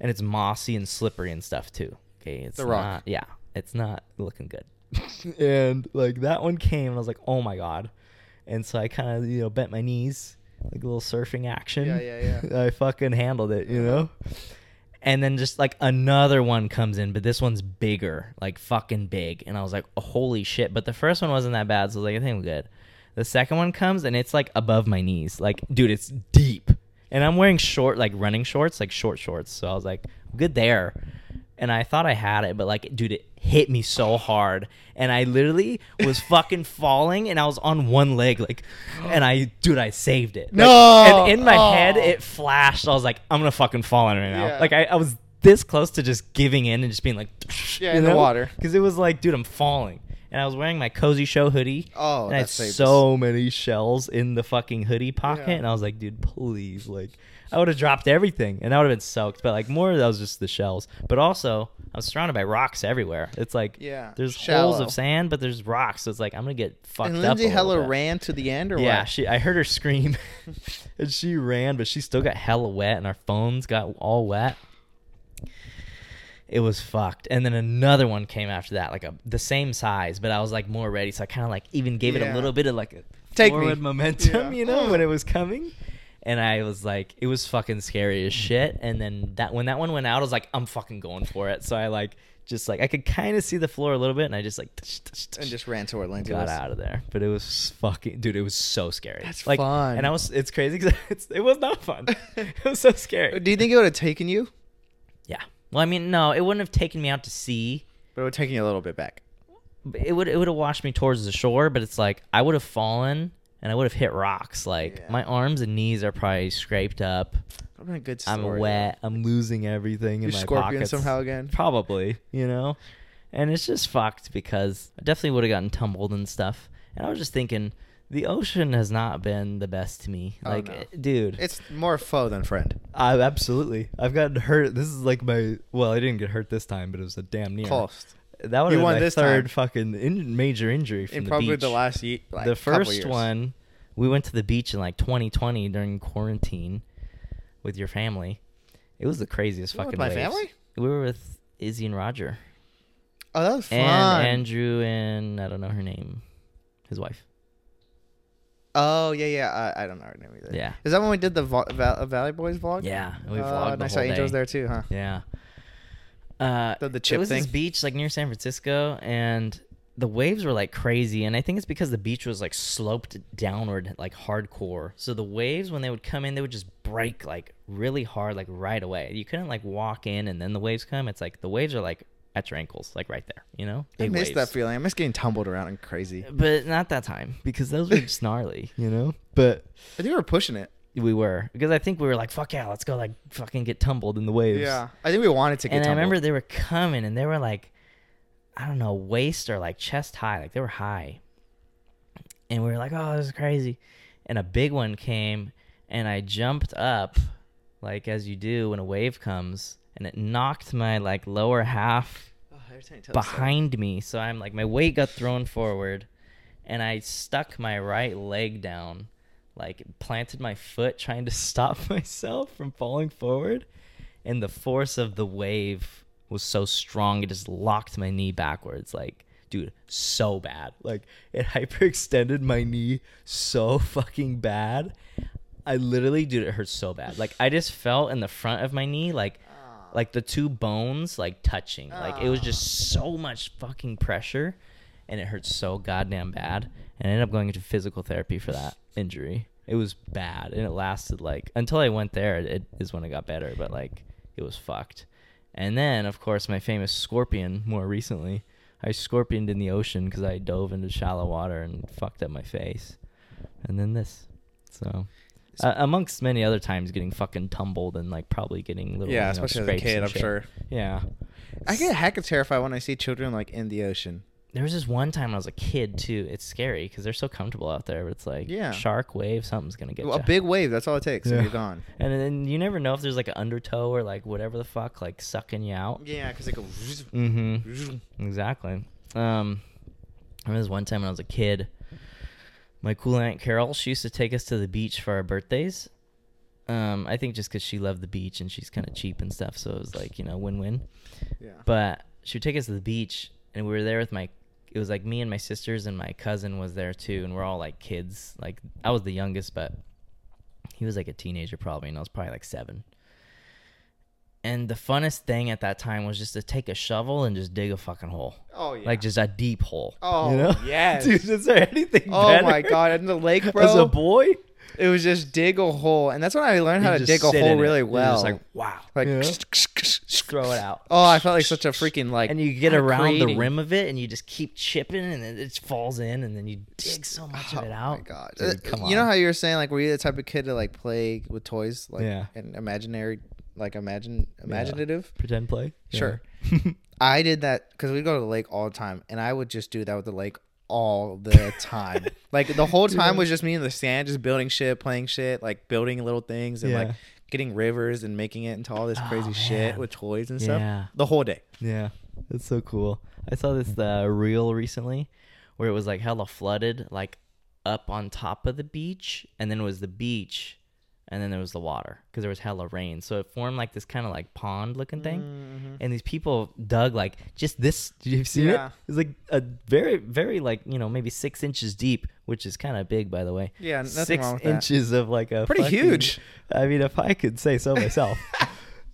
Speaker 2: And it's mossy and slippery and stuff too. Okay, it's
Speaker 1: The rock.
Speaker 2: not yeah, it's not looking good. and like that one came and I was like, "Oh my god." And so I kind of, you know, bent my knees, like a little surfing action.
Speaker 1: Yeah, yeah, yeah.
Speaker 2: I fucking handled it, you know? And then just like another one comes in, but this one's bigger, like fucking big. And I was like, holy shit. But the first one wasn't that bad. So I was like, I think I'm good. The second one comes and it's like above my knees. Like, dude, it's deep. And I'm wearing short, like running shorts, like short shorts. So I was like, I'm good there. And I thought I had it, but like, dude, it hit me so hard. And I literally was fucking falling and I was on one leg, like, and I, dude, I saved it. Like,
Speaker 1: No!
Speaker 2: and in my
Speaker 1: Oh.
Speaker 2: head, it flashed. I was like, I'm gonna fucking fall in right now.
Speaker 1: Yeah.
Speaker 2: Like I, I was this close to just giving in and just being like,
Speaker 1: Yeah, in the water.
Speaker 2: because it was like, dude, I'm falling. and I was wearing my cozy show hoodie.
Speaker 1: Oh,
Speaker 2: and I had
Speaker 1: that saves
Speaker 2: so many shells in the fucking hoodie pocket,
Speaker 1: Yeah.
Speaker 2: and I was like, dude, please, like, I would have dropped everything, and I would have been soaked. But like, more of that was just the shells. But also, I was surrounded by rocks everywhere. It's like,
Speaker 1: Yeah,
Speaker 2: there's holes
Speaker 1: shallow.
Speaker 2: of sand, but there's rocks. So it's like I'm gonna get fucked
Speaker 1: And
Speaker 2: up.
Speaker 1: Lindsay
Speaker 2: a little
Speaker 1: Heller
Speaker 2: bit.
Speaker 1: ran to the end, or
Speaker 2: Yeah,
Speaker 1: what?
Speaker 2: she. I heard her scream, and she ran, but she still got hella wet, and our phones got all wet. It was fucked. And then another one came after that, like a the same size, but I was like more ready, so I kind of like even gave it a
Speaker 1: Yeah.
Speaker 2: little bit of like a
Speaker 1: Take me.
Speaker 2: forward momentum,
Speaker 1: Yeah.
Speaker 2: you know, when it was coming. And I was like, it was fucking scary
Speaker 1: Mm-hmm.
Speaker 2: as shit. And then that when that one went out, I was like, I'm fucking going for it. So I like just like I could kind of see the floor a little bit, and I just like tsh, tsh, tsh,
Speaker 1: and just ran to where Lindsay
Speaker 2: got
Speaker 1: was.
Speaker 2: out of there. But it was fucking, dude. It was so scary.
Speaker 1: That's
Speaker 2: like,
Speaker 1: fun.
Speaker 2: And I was, it's crazy because it's, it was not fun. it was so scary.
Speaker 1: Do you think it would have taken you?
Speaker 2: yeah. Well, I mean, no, it wouldn't have taken me out to sea.
Speaker 1: But it would have taken you a little bit back.
Speaker 2: But It would, it would have washed me towards the shore. But it's like I would have fallen and I would have hit rocks. Like
Speaker 1: Yeah.
Speaker 2: my arms and knees are probably scraped up.
Speaker 1: That would have been a good story.
Speaker 2: I'm
Speaker 1: though.
Speaker 2: wet. I'm losing everything
Speaker 1: You're
Speaker 2: in my
Speaker 1: scorpion
Speaker 2: pockets.
Speaker 1: somehow again.
Speaker 2: Probably, you know? And it's just fucked because I definitely would have gotten tumbled and stuff. And I was just thinking, the ocean has not been the best to me.
Speaker 1: Oh,
Speaker 2: like,
Speaker 1: no.
Speaker 2: eh, dude.
Speaker 1: It's more foe than friend.
Speaker 2: I, absolutely. I've gotten hurt. This is like my. Well, I didn't get hurt this time, but it was a damn near.
Speaker 1: Close.
Speaker 2: That would
Speaker 1: You
Speaker 2: have
Speaker 1: won
Speaker 2: my
Speaker 1: this
Speaker 2: third
Speaker 1: time.
Speaker 2: fucking in, major injury from
Speaker 1: And
Speaker 2: the
Speaker 1: probably the
Speaker 2: beach.
Speaker 1: last ye- like,
Speaker 2: the
Speaker 1: couple
Speaker 2: first
Speaker 1: years.
Speaker 2: one, we went to the beach in like 2020 during quarantine with your family. It was the craziest
Speaker 1: You went
Speaker 2: fucking.
Speaker 1: with my
Speaker 2: waves.
Speaker 1: family?
Speaker 2: We were with Izzy and Roger
Speaker 1: Oh, that was fun.
Speaker 2: and Andrew and I don't know her name, his wife.
Speaker 1: Oh yeah, yeah. Uh, I don't know her name either.
Speaker 2: Yeah.
Speaker 1: Is that when we did the vo- Val- Valley Boys vlog?
Speaker 2: Yeah, we
Speaker 1: Uh,
Speaker 2: vlogged
Speaker 1: and
Speaker 2: the
Speaker 1: I saw
Speaker 2: whole
Speaker 1: angels
Speaker 2: day.
Speaker 1: there too, huh?
Speaker 2: Yeah. Uh,
Speaker 1: The- the chip
Speaker 2: it was this
Speaker 1: thing?
Speaker 2: beach like near San Francisco, and the waves were like crazy. And I think it's because the beach was like sloped downward, like hardcore. So the waves, when they would come in, they would just break like really hard, like right away. You couldn't like walk in and then the waves come. It's like the waves are like at your ankles, like right there. You know,
Speaker 1: I
Speaker 2: Big
Speaker 1: miss that
Speaker 2: waves.
Speaker 1: feeling. I miss getting tumbled around and crazy.
Speaker 2: But not that time because those were just gnarly, you know. But
Speaker 1: I think we were pushing it.
Speaker 2: we were because I think we were like, "Fuck yeah, let's go!" Like fucking get tumbled in the waves.
Speaker 1: Yeah. I think we wanted to get
Speaker 2: and I
Speaker 1: tumbled.
Speaker 2: remember they were coming and they were like, I don't know, waist or like chest high, like they were high. And we were like, oh, this is crazy. And a big one came and I jumped up, like as you do when a wave comes, and it knocked my like lower half
Speaker 1: Oh,
Speaker 2: behind me. So I'm like, my weight got thrown forward and I stuck my right leg down, like planted my foot trying to stop myself from falling forward. And the force of the wave was so strong, it just locked my knee backwards. Like, dude, so bad. Like, it hyperextended my knee so fucking bad. I literally, dude, it hurt so bad. Like, I just felt in the front of my knee, like,
Speaker 1: Oh. Ah.
Speaker 2: like the two bones like touching. Like it was just so much fucking pressure and it hurt so goddamn bad. And I ended up going into physical therapy for that injury. It was bad and it lasted like until I went there it, it is when it got better, but like it was fucked. And then of course my famous scorpion more recently. I scorpioned in the ocean cuz I dove into shallow water and fucked up my face. And then this. So uh, amongst many other times getting fucking tumbled and like probably getting little
Speaker 1: Yeah,
Speaker 2: you
Speaker 1: especially
Speaker 2: know,
Speaker 1: as a
Speaker 2: scrapes
Speaker 1: kid,
Speaker 2: and
Speaker 1: I'm
Speaker 2: shit.
Speaker 1: sure.
Speaker 2: Yeah.
Speaker 1: I get hecka terrified when I see children like in the ocean.
Speaker 2: There was this one time when I was a kid too. It's scary because they're so comfortable out there. But it's like
Speaker 1: Yeah.
Speaker 2: shark wave, something's gonna get
Speaker 1: a
Speaker 2: ya.
Speaker 1: big wave, that's all it takes,
Speaker 2: Yeah.
Speaker 1: and you're gone.
Speaker 2: And then you never know if there's like an undertow or like whatever the fuck like sucking you out.
Speaker 1: Yeah, because it goes.
Speaker 2: Mm-hmm. Exactly. Um, I remember this one time when I was a kid. My cool aunt Carol, she used to take us to the beach for our birthdays. Um, I think just because she loved the beach and she's kind of cheap and stuff, so it was like you know win-win.
Speaker 1: Yeah.
Speaker 2: But she would take us to the beach, and we were there with my. It was like me and my sisters and my cousin was there too, and we're all like kids. Like I was the youngest, but he was like a teenager probably, and I was probably like seven. And the funnest thing at that time was just to take a shovel and just dig a fucking hole,
Speaker 1: oh yeah.
Speaker 2: like just a deep hole.
Speaker 1: Oh, yes.
Speaker 2: dude, is there anything?
Speaker 1: Oh my
Speaker 2: better
Speaker 1: god! In the lake, bro.
Speaker 2: As a boy,
Speaker 1: It was just dig a hole, and that's when I learned how
Speaker 2: You
Speaker 1: to
Speaker 2: just
Speaker 1: dig a
Speaker 2: sit
Speaker 1: hole
Speaker 2: in it.
Speaker 1: really
Speaker 2: You're just
Speaker 1: well.
Speaker 2: like wow,
Speaker 1: Like,
Speaker 2: You know? throw it out.
Speaker 1: oh, I felt like such a freaking like.
Speaker 2: and you get
Speaker 1: I'm
Speaker 2: around the
Speaker 1: creating-
Speaker 2: rim of it and you just keep chipping and then it just falls in and then you dig so much
Speaker 1: Oh
Speaker 2: of it out.
Speaker 1: my god!
Speaker 2: Dude,
Speaker 1: Uh,
Speaker 2: come
Speaker 1: you know
Speaker 2: on.
Speaker 1: how you were saying like, were you the type of kid to like play with toys, like
Speaker 2: Yeah.
Speaker 1: and imaginary, like imagine imaginative?
Speaker 2: pretend play?
Speaker 1: Sure. I did that because we go to the lake all the time, and I would just do that with the lake all the time. like the whole time was just me in the sand, just building shit, playing shit, like building little things and
Speaker 2: Yeah.
Speaker 1: like getting rivers and making it into all this crazy
Speaker 2: Oh,
Speaker 1: shit
Speaker 2: man.
Speaker 1: with toys and stuff.
Speaker 2: Yeah.
Speaker 1: The whole day.
Speaker 2: Yeah, that's so cool. I saw this
Speaker 1: Mm-hmm.
Speaker 2: uh, reel recently where it was like hella flooded, like up on top of the beach, and then it was the beach, and then there was the water because there was hella rain. So it formed like this kind of like pond looking thing. And these people dug like just this. You've seen
Speaker 1: Mm-hmm. Yeah.
Speaker 2: it? It's like a very, very like you know maybe six inches deep, which is kind of big by the way.
Speaker 1: Yeah, nothing
Speaker 2: six
Speaker 1: wrong with that.
Speaker 2: inches of like a
Speaker 1: Pretty
Speaker 2: fucking-
Speaker 1: huge.
Speaker 2: I mean, if I could say so myself,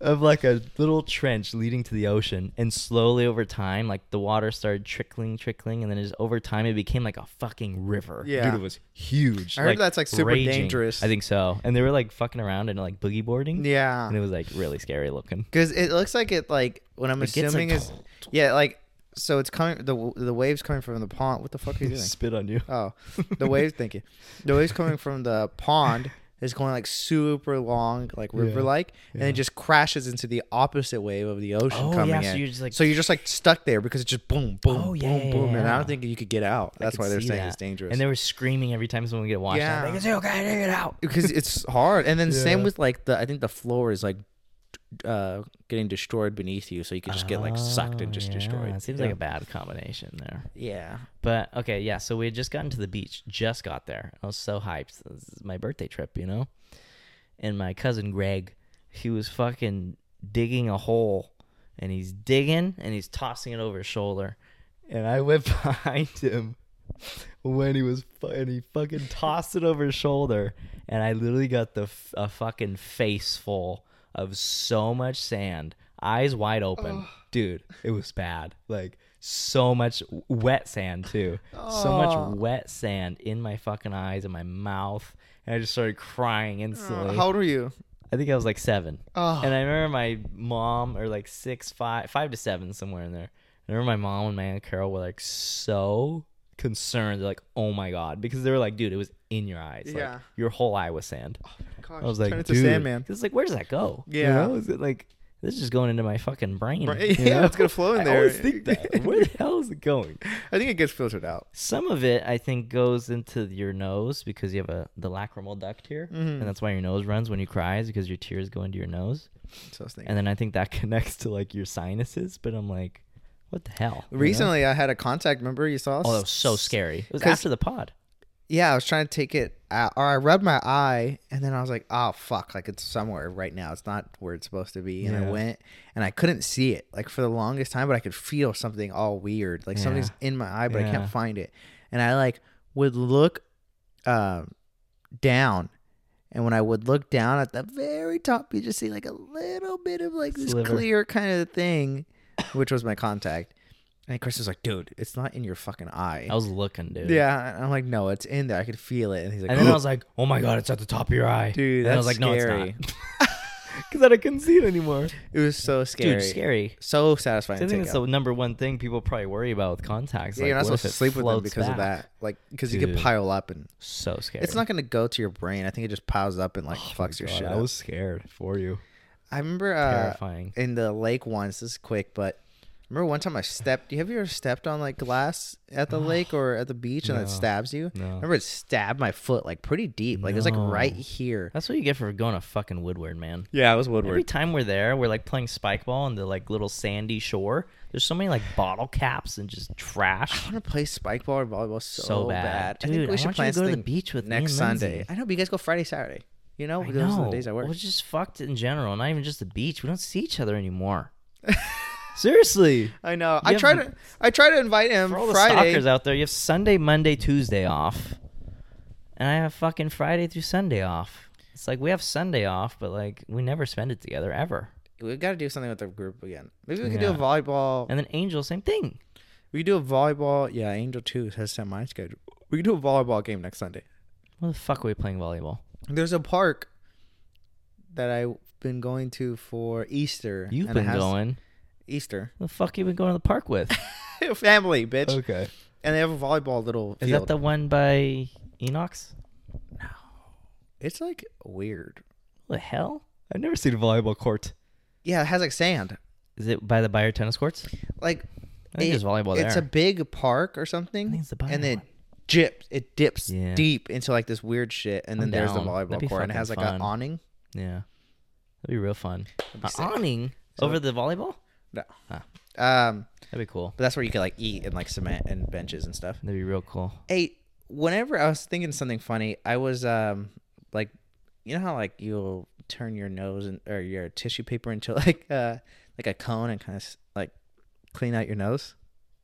Speaker 2: of like a little trench leading to the ocean, and slowly over time, like the water started trickling, trickling, and then just over time, it became like a fucking river.
Speaker 1: Yeah.
Speaker 2: dude, it was huge.
Speaker 1: I heard that's, like, super dangerous.
Speaker 2: I think so. And they were like fucking around and like boogie boarding.
Speaker 1: Yeah.
Speaker 2: and it was like really scary looking.
Speaker 1: Because it looks like it, like what I'm
Speaker 2: It gets,
Speaker 1: assuming
Speaker 2: like,
Speaker 1: is, yeah, like so it's coming. the The waves coming from the pond. What the fuck are you doing?
Speaker 2: Spit on you.
Speaker 1: Oh, the waves. thank you. The waves coming from the pond is going like super long, like river like, and it just crashes into the opposite wave of the ocean
Speaker 2: Oh,
Speaker 1: coming
Speaker 2: yeah,
Speaker 1: in.
Speaker 2: so you're just, like-
Speaker 1: So you're just, like, stuck there because it's just boom, boom,
Speaker 2: Oh, yeah,
Speaker 1: boom,
Speaker 2: yeah,
Speaker 1: boom, and I
Speaker 2: yeah.
Speaker 1: don't think you could get out. That's
Speaker 2: could
Speaker 1: why they're
Speaker 2: see
Speaker 1: saying
Speaker 2: that.
Speaker 1: it's dangerous.
Speaker 2: And they were screaming every time someone would get washed.
Speaker 1: Yeah.
Speaker 2: Yeah, like, it's okay, take "Oh, it out.
Speaker 1: because it's hard. And then same
Speaker 2: Yeah.
Speaker 1: with like the I think the floor is like uh getting destroyed beneath you, so you could just get like sucked and
Speaker 2: Oh,
Speaker 1: just
Speaker 2: yeah.
Speaker 1: destroyed.
Speaker 2: It seems
Speaker 1: yeah.
Speaker 2: like a bad combination there.
Speaker 1: yeah.
Speaker 2: But okay, yeah. So we had just gotten to the beach, just got there. I was so hyped. This is my birthday trip, you know. And my cousin Greg, he was fucking digging a hole, and he's digging and he's tossing it over his shoulder. And I went behind him when he was fu- and he fucking tossed it over his shoulder, and I literally got the f- a fucking face full of so much sand, eyes wide open, dude. It was bad. Like so much w- wet sand too, so
Speaker 1: Oh.
Speaker 2: much wet sand in my fucking eyes and my mouth, and I just started crying instantly.
Speaker 1: how old are you?
Speaker 2: I think I was like seven.
Speaker 1: Oh.
Speaker 2: And I remember my mom, or like six, five, five to seven, somewhere in there. I remember my mom and my aunt Carol were like so concerned. They're like, "Oh my god," because they were like, "Dude, it was in your
Speaker 1: Yeah.
Speaker 2: eyes.
Speaker 1: Oh,
Speaker 2: Like, your whole eye was sand."
Speaker 1: Gosh,
Speaker 2: I was like,
Speaker 1: turn into
Speaker 2: "Dude,"
Speaker 1: Sandman.
Speaker 2: 'Cause it's like, where does that go?
Speaker 1: Yeah.
Speaker 2: You know? Is it like this is just going into my fucking brain?
Speaker 1: Right.
Speaker 2: you
Speaker 1: Yeah,
Speaker 2: know?
Speaker 1: it's gonna flow in
Speaker 2: I
Speaker 1: there.
Speaker 2: always think that. Where the hell is it going?
Speaker 1: I think it gets filtered out.
Speaker 2: Some of it, I think, goes into your nose because you have a the lacrimal duct here,
Speaker 1: Mm-hmm.
Speaker 2: and that's why your nose runs when you cry, is because your tears go into your nose.
Speaker 1: So I was thinking.
Speaker 2: And then I think that connects to like your sinuses, but I'm like, what the hell? you know?
Speaker 1: Recently, I had a contact. Remember you saw?
Speaker 2: oh, that was so scary. It was
Speaker 1: 'cause-
Speaker 2: after the pod.
Speaker 1: Yeah, I was trying to take it out, or I rubbed my eye, and then I was like, "Oh fuck!" Like it's somewhere right now. It's not where it's supposed to be. And I
Speaker 2: Yeah.
Speaker 1: went, and I couldn't see it like for the longest time, but I could feel something all weird, like something's in my eye, but I
Speaker 2: Yeah.
Speaker 1: can't find it. And I like would look um down, and when I would look down at the very top, you just see like a little bit of like this
Speaker 2: Sliver.
Speaker 1: clear kind of thing, which was my contact. And Chris was like, "Dude, it's not in your fucking eye."
Speaker 2: I was looking, dude.
Speaker 1: Yeah, and I'm like, no, it's in there. I could feel it. And he's like,
Speaker 2: And then I was like, oh my god, it's at the top of your eye.
Speaker 1: dude,
Speaker 2: and
Speaker 1: that's
Speaker 2: I was like,
Speaker 1: scary.
Speaker 2: no, it's not. Because then I couldn't see it anymore.
Speaker 1: It was so scary.
Speaker 2: Dude, scary.
Speaker 1: So satisfying.
Speaker 2: So I
Speaker 1: to
Speaker 2: think
Speaker 1: take
Speaker 2: that's
Speaker 1: out.
Speaker 2: the number one thing people probably worry about with contacts.
Speaker 1: yeah,
Speaker 2: like,
Speaker 1: you're not
Speaker 2: what
Speaker 1: supposed to
Speaker 2: if it
Speaker 1: sleep with them
Speaker 2: floats
Speaker 1: because of
Speaker 2: back?
Speaker 1: that. Like, because you could
Speaker 2: Dude.
Speaker 1: pile up and
Speaker 2: So scary. Oh
Speaker 1: it's not going to go to your brain. I think it just piles up and like fucks your
Speaker 2: God,
Speaker 1: shit
Speaker 2: I
Speaker 1: up.
Speaker 2: was scared for you.
Speaker 1: I remember uh,
Speaker 2: Terrifying.
Speaker 1: in the lake once. This is quick, but remember one time I stepped. Have you ever stepped on like glass at the lake or at the beach and
Speaker 2: No.
Speaker 1: it stabs you?
Speaker 2: No.
Speaker 1: Remember it stabbed my foot like pretty deep. Like it was like
Speaker 2: No.
Speaker 1: right here.
Speaker 2: That's what you get for going to fucking Woodward, man.
Speaker 1: Yeah, it was
Speaker 2: Every time we're there, we're like playing spike ball on the like little sandy shore. There's so many like bottle caps and just trash.
Speaker 1: I want to play spike ball or volleyball so,
Speaker 2: So bad.
Speaker 1: bad. I think
Speaker 2: Dude,
Speaker 1: we
Speaker 2: I
Speaker 1: should
Speaker 2: want you
Speaker 1: plan
Speaker 2: to go to the
Speaker 1: something
Speaker 2: beach with me
Speaker 1: next
Speaker 2: and
Speaker 1: Sunday.
Speaker 2: Lindsay.
Speaker 1: I know, but you guys go Friday, Saturday. You know,
Speaker 2: I
Speaker 1: those are
Speaker 2: know.
Speaker 1: the days I work.
Speaker 2: We're just fucked in general. Not even just the beach. We don't see each other anymore. Seriously.
Speaker 1: I know.
Speaker 2: You
Speaker 1: I
Speaker 2: have
Speaker 1: try
Speaker 2: the-
Speaker 1: to. I try to invite him
Speaker 2: For all the
Speaker 1: Friday.
Speaker 2: stalkers out there, you have Sunday, Monday, Tuesday off. And I have fucking Friday through Sunday off. It's like we have Sunday off, but like we never spend it together ever.
Speaker 1: We've got to do something with the group again. Maybe we could do
Speaker 2: Yeah.
Speaker 1: a volleyball.
Speaker 2: And then Angel, same thing.
Speaker 1: we could do a volleyball. Yeah, Angel Two has sent my schedule. We could do a volleyball game next Sunday.
Speaker 2: Where the fuck are we playing volleyball?
Speaker 1: There's a park that I've been going to for Easter.
Speaker 2: You've
Speaker 1: and it
Speaker 2: been
Speaker 1: has-
Speaker 2: going.
Speaker 1: Easter
Speaker 2: The fuck you been going to the park with?
Speaker 1: family, bitch.
Speaker 2: okay.
Speaker 1: And they have a volleyball little.
Speaker 2: Is
Speaker 1: field.
Speaker 2: that the one by Enox?
Speaker 1: It's like weird.
Speaker 2: What the hell? I've never seen a volleyball court.
Speaker 1: Yeah, it has like sand.
Speaker 2: Is it by the Bayer tennis courts?
Speaker 1: Like
Speaker 2: I think there's volleyball
Speaker 1: it's
Speaker 2: there.
Speaker 1: a big park or something,
Speaker 2: I think it's the
Speaker 1: and
Speaker 2: Bayer
Speaker 1: then
Speaker 2: one.
Speaker 1: dips, it dips
Speaker 2: Yeah.
Speaker 1: deep into like this weird shit, and then
Speaker 2: I'm
Speaker 1: there's the
Speaker 2: down. That'd
Speaker 1: volleyball
Speaker 2: be
Speaker 1: court, and it
Speaker 2: fucking
Speaker 1: has like
Speaker 2: fun.
Speaker 1: an awning.
Speaker 2: Yeah, that'd be real fun.
Speaker 1: That'd be
Speaker 2: An
Speaker 1: sick.
Speaker 2: awning
Speaker 1: So-
Speaker 2: over the volleyball?
Speaker 1: No.
Speaker 2: Ah.
Speaker 1: Um,
Speaker 2: That'd be cool.
Speaker 1: but that's where you could like eat and like cement and benches and stuff.
Speaker 2: That'd be real cool.
Speaker 1: Hey, whenever I was thinking something funny, I was um like, you know how like you'll turn your nose and or your tissue paper into like uh like a cone and kind of like clean out your nose.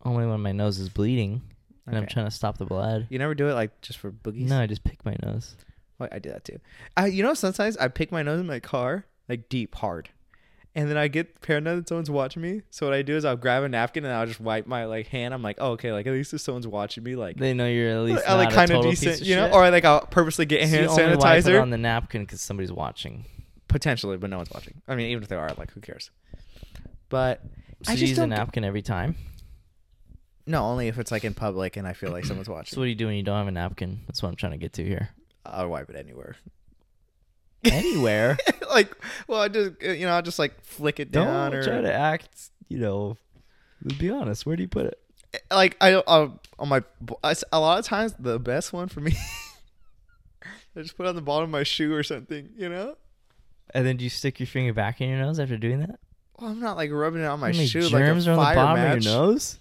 Speaker 2: Only when my nose is bleeding and I'm
Speaker 1: Okay.
Speaker 2: trying to stop the blood.
Speaker 1: You never do it like just for boogies.
Speaker 2: No, I just pick my nose.
Speaker 1: Well, I do that too. I, you know, sometimes I pick my nose in my car, like deep, hard, and then I get paranoid that someone's watching me. So what I do is I'll grab a napkin and I'll just wipe my like hand. I'm like, oh, okay, like at least if someone's watching me, like,
Speaker 2: They know you're at least
Speaker 1: I, like
Speaker 2: kind
Speaker 1: kind
Speaker 2: of
Speaker 1: decent, you know, or like I'll purposely get hand sanitizer
Speaker 2: on the napkin because somebody's watching.
Speaker 1: potentially, but no one's watching. I mean, even if they are, like, who cares? But
Speaker 2: So
Speaker 1: I
Speaker 2: you
Speaker 1: just
Speaker 2: use a
Speaker 1: don't. get-
Speaker 2: napkin every time.
Speaker 1: no, only if it's like in public and I feel like someone's watching.
Speaker 2: So what do you do when you don't have a napkin? That's what I'm trying to get to here.
Speaker 1: I'll wipe it anywhere.
Speaker 2: Anywhere.
Speaker 1: like, well, I just you know, I'll just like flick it down
Speaker 2: don't
Speaker 1: or
Speaker 2: try to act. You know, let's be honest. Where do you put it?
Speaker 1: like I I'll, on my I s- a lot of times the best one for me. I just put it on the bottom of my shoe or something, you know.
Speaker 2: And then do you stick your finger back in your nose after doing that?
Speaker 1: Well, I'm not like rubbing it on my
Speaker 2: How many
Speaker 1: shoe like a
Speaker 2: germs
Speaker 1: fire
Speaker 2: are on the bottom
Speaker 1: match
Speaker 2: of your nose?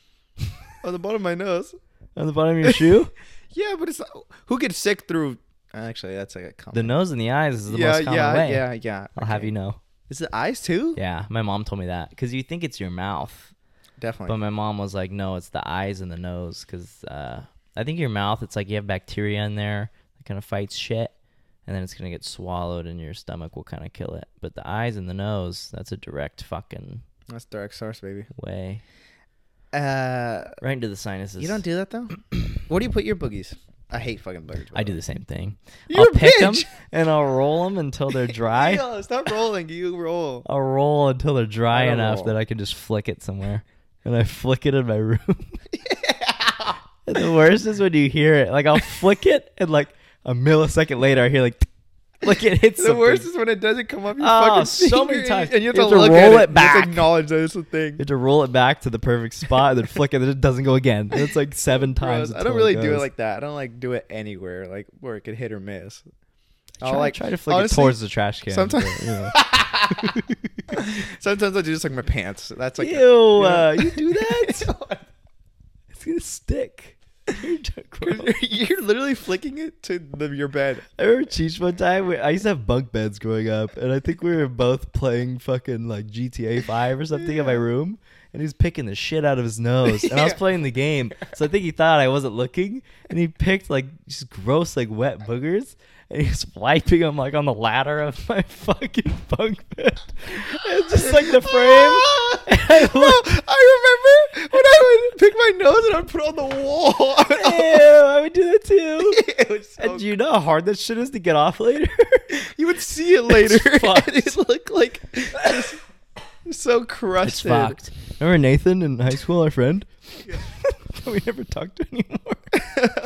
Speaker 1: on the bottom of my nose.
Speaker 2: On the bottom of your shoe?
Speaker 1: Yeah, but it's not, who gets sick through? Actually, that's like a
Speaker 2: the
Speaker 1: common.
Speaker 2: nose and the eyes is the
Speaker 1: yeah,
Speaker 2: most common
Speaker 1: yeah,
Speaker 2: way.
Speaker 1: yeah, yeah.
Speaker 2: I'll have you know.
Speaker 1: Is it eyes too?
Speaker 2: Yeah, my mom told me that because you think it's your mouth,
Speaker 1: Definitely.
Speaker 2: but my mom was like, no, it's the eyes and the nose because uh, I think your mouth, it's like you have bacteria in there that kind of fights shit, and then it's gonna get swallowed, and your stomach will kind of kill it. But the eyes and the nose, that's a direct fucking
Speaker 1: That's direct source, baby.
Speaker 2: way
Speaker 1: Uh,
Speaker 2: right into the sinuses.
Speaker 1: you don't do that though. Where do you put your boogies? I hate fucking boogies. by
Speaker 2: I
Speaker 1: the
Speaker 2: do
Speaker 1: way.
Speaker 2: the same thing.
Speaker 1: You're
Speaker 2: I'll
Speaker 1: a
Speaker 2: pick them
Speaker 1: bitch.
Speaker 2: and I'll roll them until they're dry.
Speaker 1: Yo, stop rolling. You roll.
Speaker 2: I'll roll until they're dry
Speaker 1: I don't
Speaker 2: enough
Speaker 1: roll.
Speaker 2: that I can just flick it somewhere. And I flick it in my room. And the worst is when you hear it. Like I'll flick it and like a millisecond later I hear like like it hits
Speaker 1: The
Speaker 2: something.
Speaker 1: worst is when it doesn't come up your
Speaker 2: Oh,
Speaker 1: fucking
Speaker 2: so many
Speaker 1: finger,
Speaker 2: times.
Speaker 1: and you have to,
Speaker 2: You have to
Speaker 1: look
Speaker 2: roll
Speaker 1: at it,
Speaker 2: it
Speaker 1: and just
Speaker 2: back.
Speaker 1: acknowledge that it's a
Speaker 2: you
Speaker 1: thing.
Speaker 2: have to roll it back to the perfect spot and then flick it and it doesn't go again. And it's like seven times.
Speaker 1: Gross. I
Speaker 2: until
Speaker 1: don't really do it
Speaker 2: goes.
Speaker 1: like that. I don't like do it anywhere, like where it could hit or miss.
Speaker 2: try,
Speaker 1: I'll, like
Speaker 2: try to flick
Speaker 1: honestly,
Speaker 2: it towards the trash can.
Speaker 1: sometimes-
Speaker 2: but, you know.
Speaker 1: Sometimes I do just like my pants. That's like
Speaker 2: Ew,
Speaker 1: know?
Speaker 2: uh, you do that? it's gonna stick. You're gross.
Speaker 1: You're, you're literally flicking it to the, your bed.
Speaker 2: I remember Cheech one time. We, I used to have bunk beds growing up, and I think we were both playing fucking like GTA Five or something in my room, and he was picking the shit out of his nose, and I was
Speaker 1: Yeah.
Speaker 2: playing the game, so I think he thought I wasn't looking, and he picked like just gross like wet boogers, and he was wiping them like on the ladder of my fucking bunk bed, and just like the frame. And I
Speaker 1: No,
Speaker 2: looked-
Speaker 1: I remember when I would pick my nose and I'd put it on the wall.
Speaker 2: Ew, I would do that too.
Speaker 1: It was so
Speaker 2: and do you know how hard that shit is to get off later?
Speaker 1: You would see it later.
Speaker 2: It's fucked.
Speaker 1: and it looked like just so crusted.
Speaker 2: It's fucked. Remember Nathan in high school, our friend?
Speaker 1: Yeah.
Speaker 2: we never talked to anymore.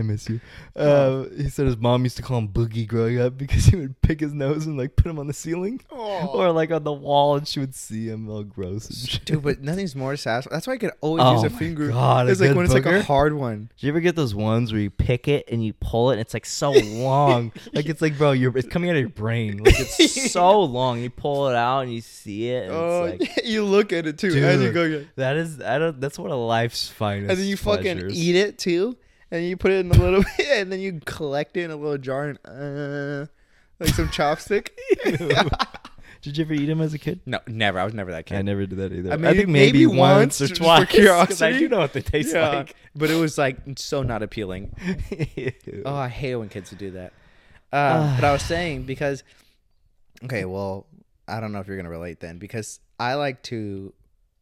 Speaker 2: I miss you. Uh, he said his mom used to call him Boogie growing up because he would pick his nose and like put him on the ceiling
Speaker 1: Aw.
Speaker 2: or like on the wall, and she would see him all gross. And shit.
Speaker 1: Dude, but nothing's more satisfying. That's why I could always
Speaker 2: Oh
Speaker 1: use a
Speaker 2: my
Speaker 1: finger.
Speaker 2: God, a
Speaker 1: it's like
Speaker 2: good
Speaker 1: when it's like a
Speaker 2: booger?
Speaker 1: hard one.
Speaker 2: Do you ever get those ones where you pick it and you pull it and it's like so long? like it's like, bro, you're it's coming out of your brain. Like it's so long. You pull it out and you see it. And
Speaker 1: Oh,
Speaker 2: it's like,
Speaker 1: you look at it too as you
Speaker 2: dude,
Speaker 1: go, and
Speaker 2: that is I don't. That's one of life's finest.
Speaker 1: then you fucking
Speaker 2: pleasures.
Speaker 1: eat it too, and you put it in a little bit, and then you collect it in a little jar and uh, like some chopstick.
Speaker 2: Did you ever eat them as a kid?
Speaker 1: no, never. I was never that
Speaker 2: I never did that either.
Speaker 1: I
Speaker 2: I,
Speaker 1: mean,
Speaker 2: think
Speaker 1: maybe
Speaker 2: maybe,
Speaker 1: once,
Speaker 2: once, or
Speaker 1: just for
Speaker 2: twice. 'cause I
Speaker 1: curiosity.
Speaker 2: do know what they taste
Speaker 1: yeah,
Speaker 2: like.
Speaker 1: but it was like so not appealing. Oh, I hate it when kids do that. Uh, but I was saying because, okay, well, I don't know if you're gonna relate then because I like to,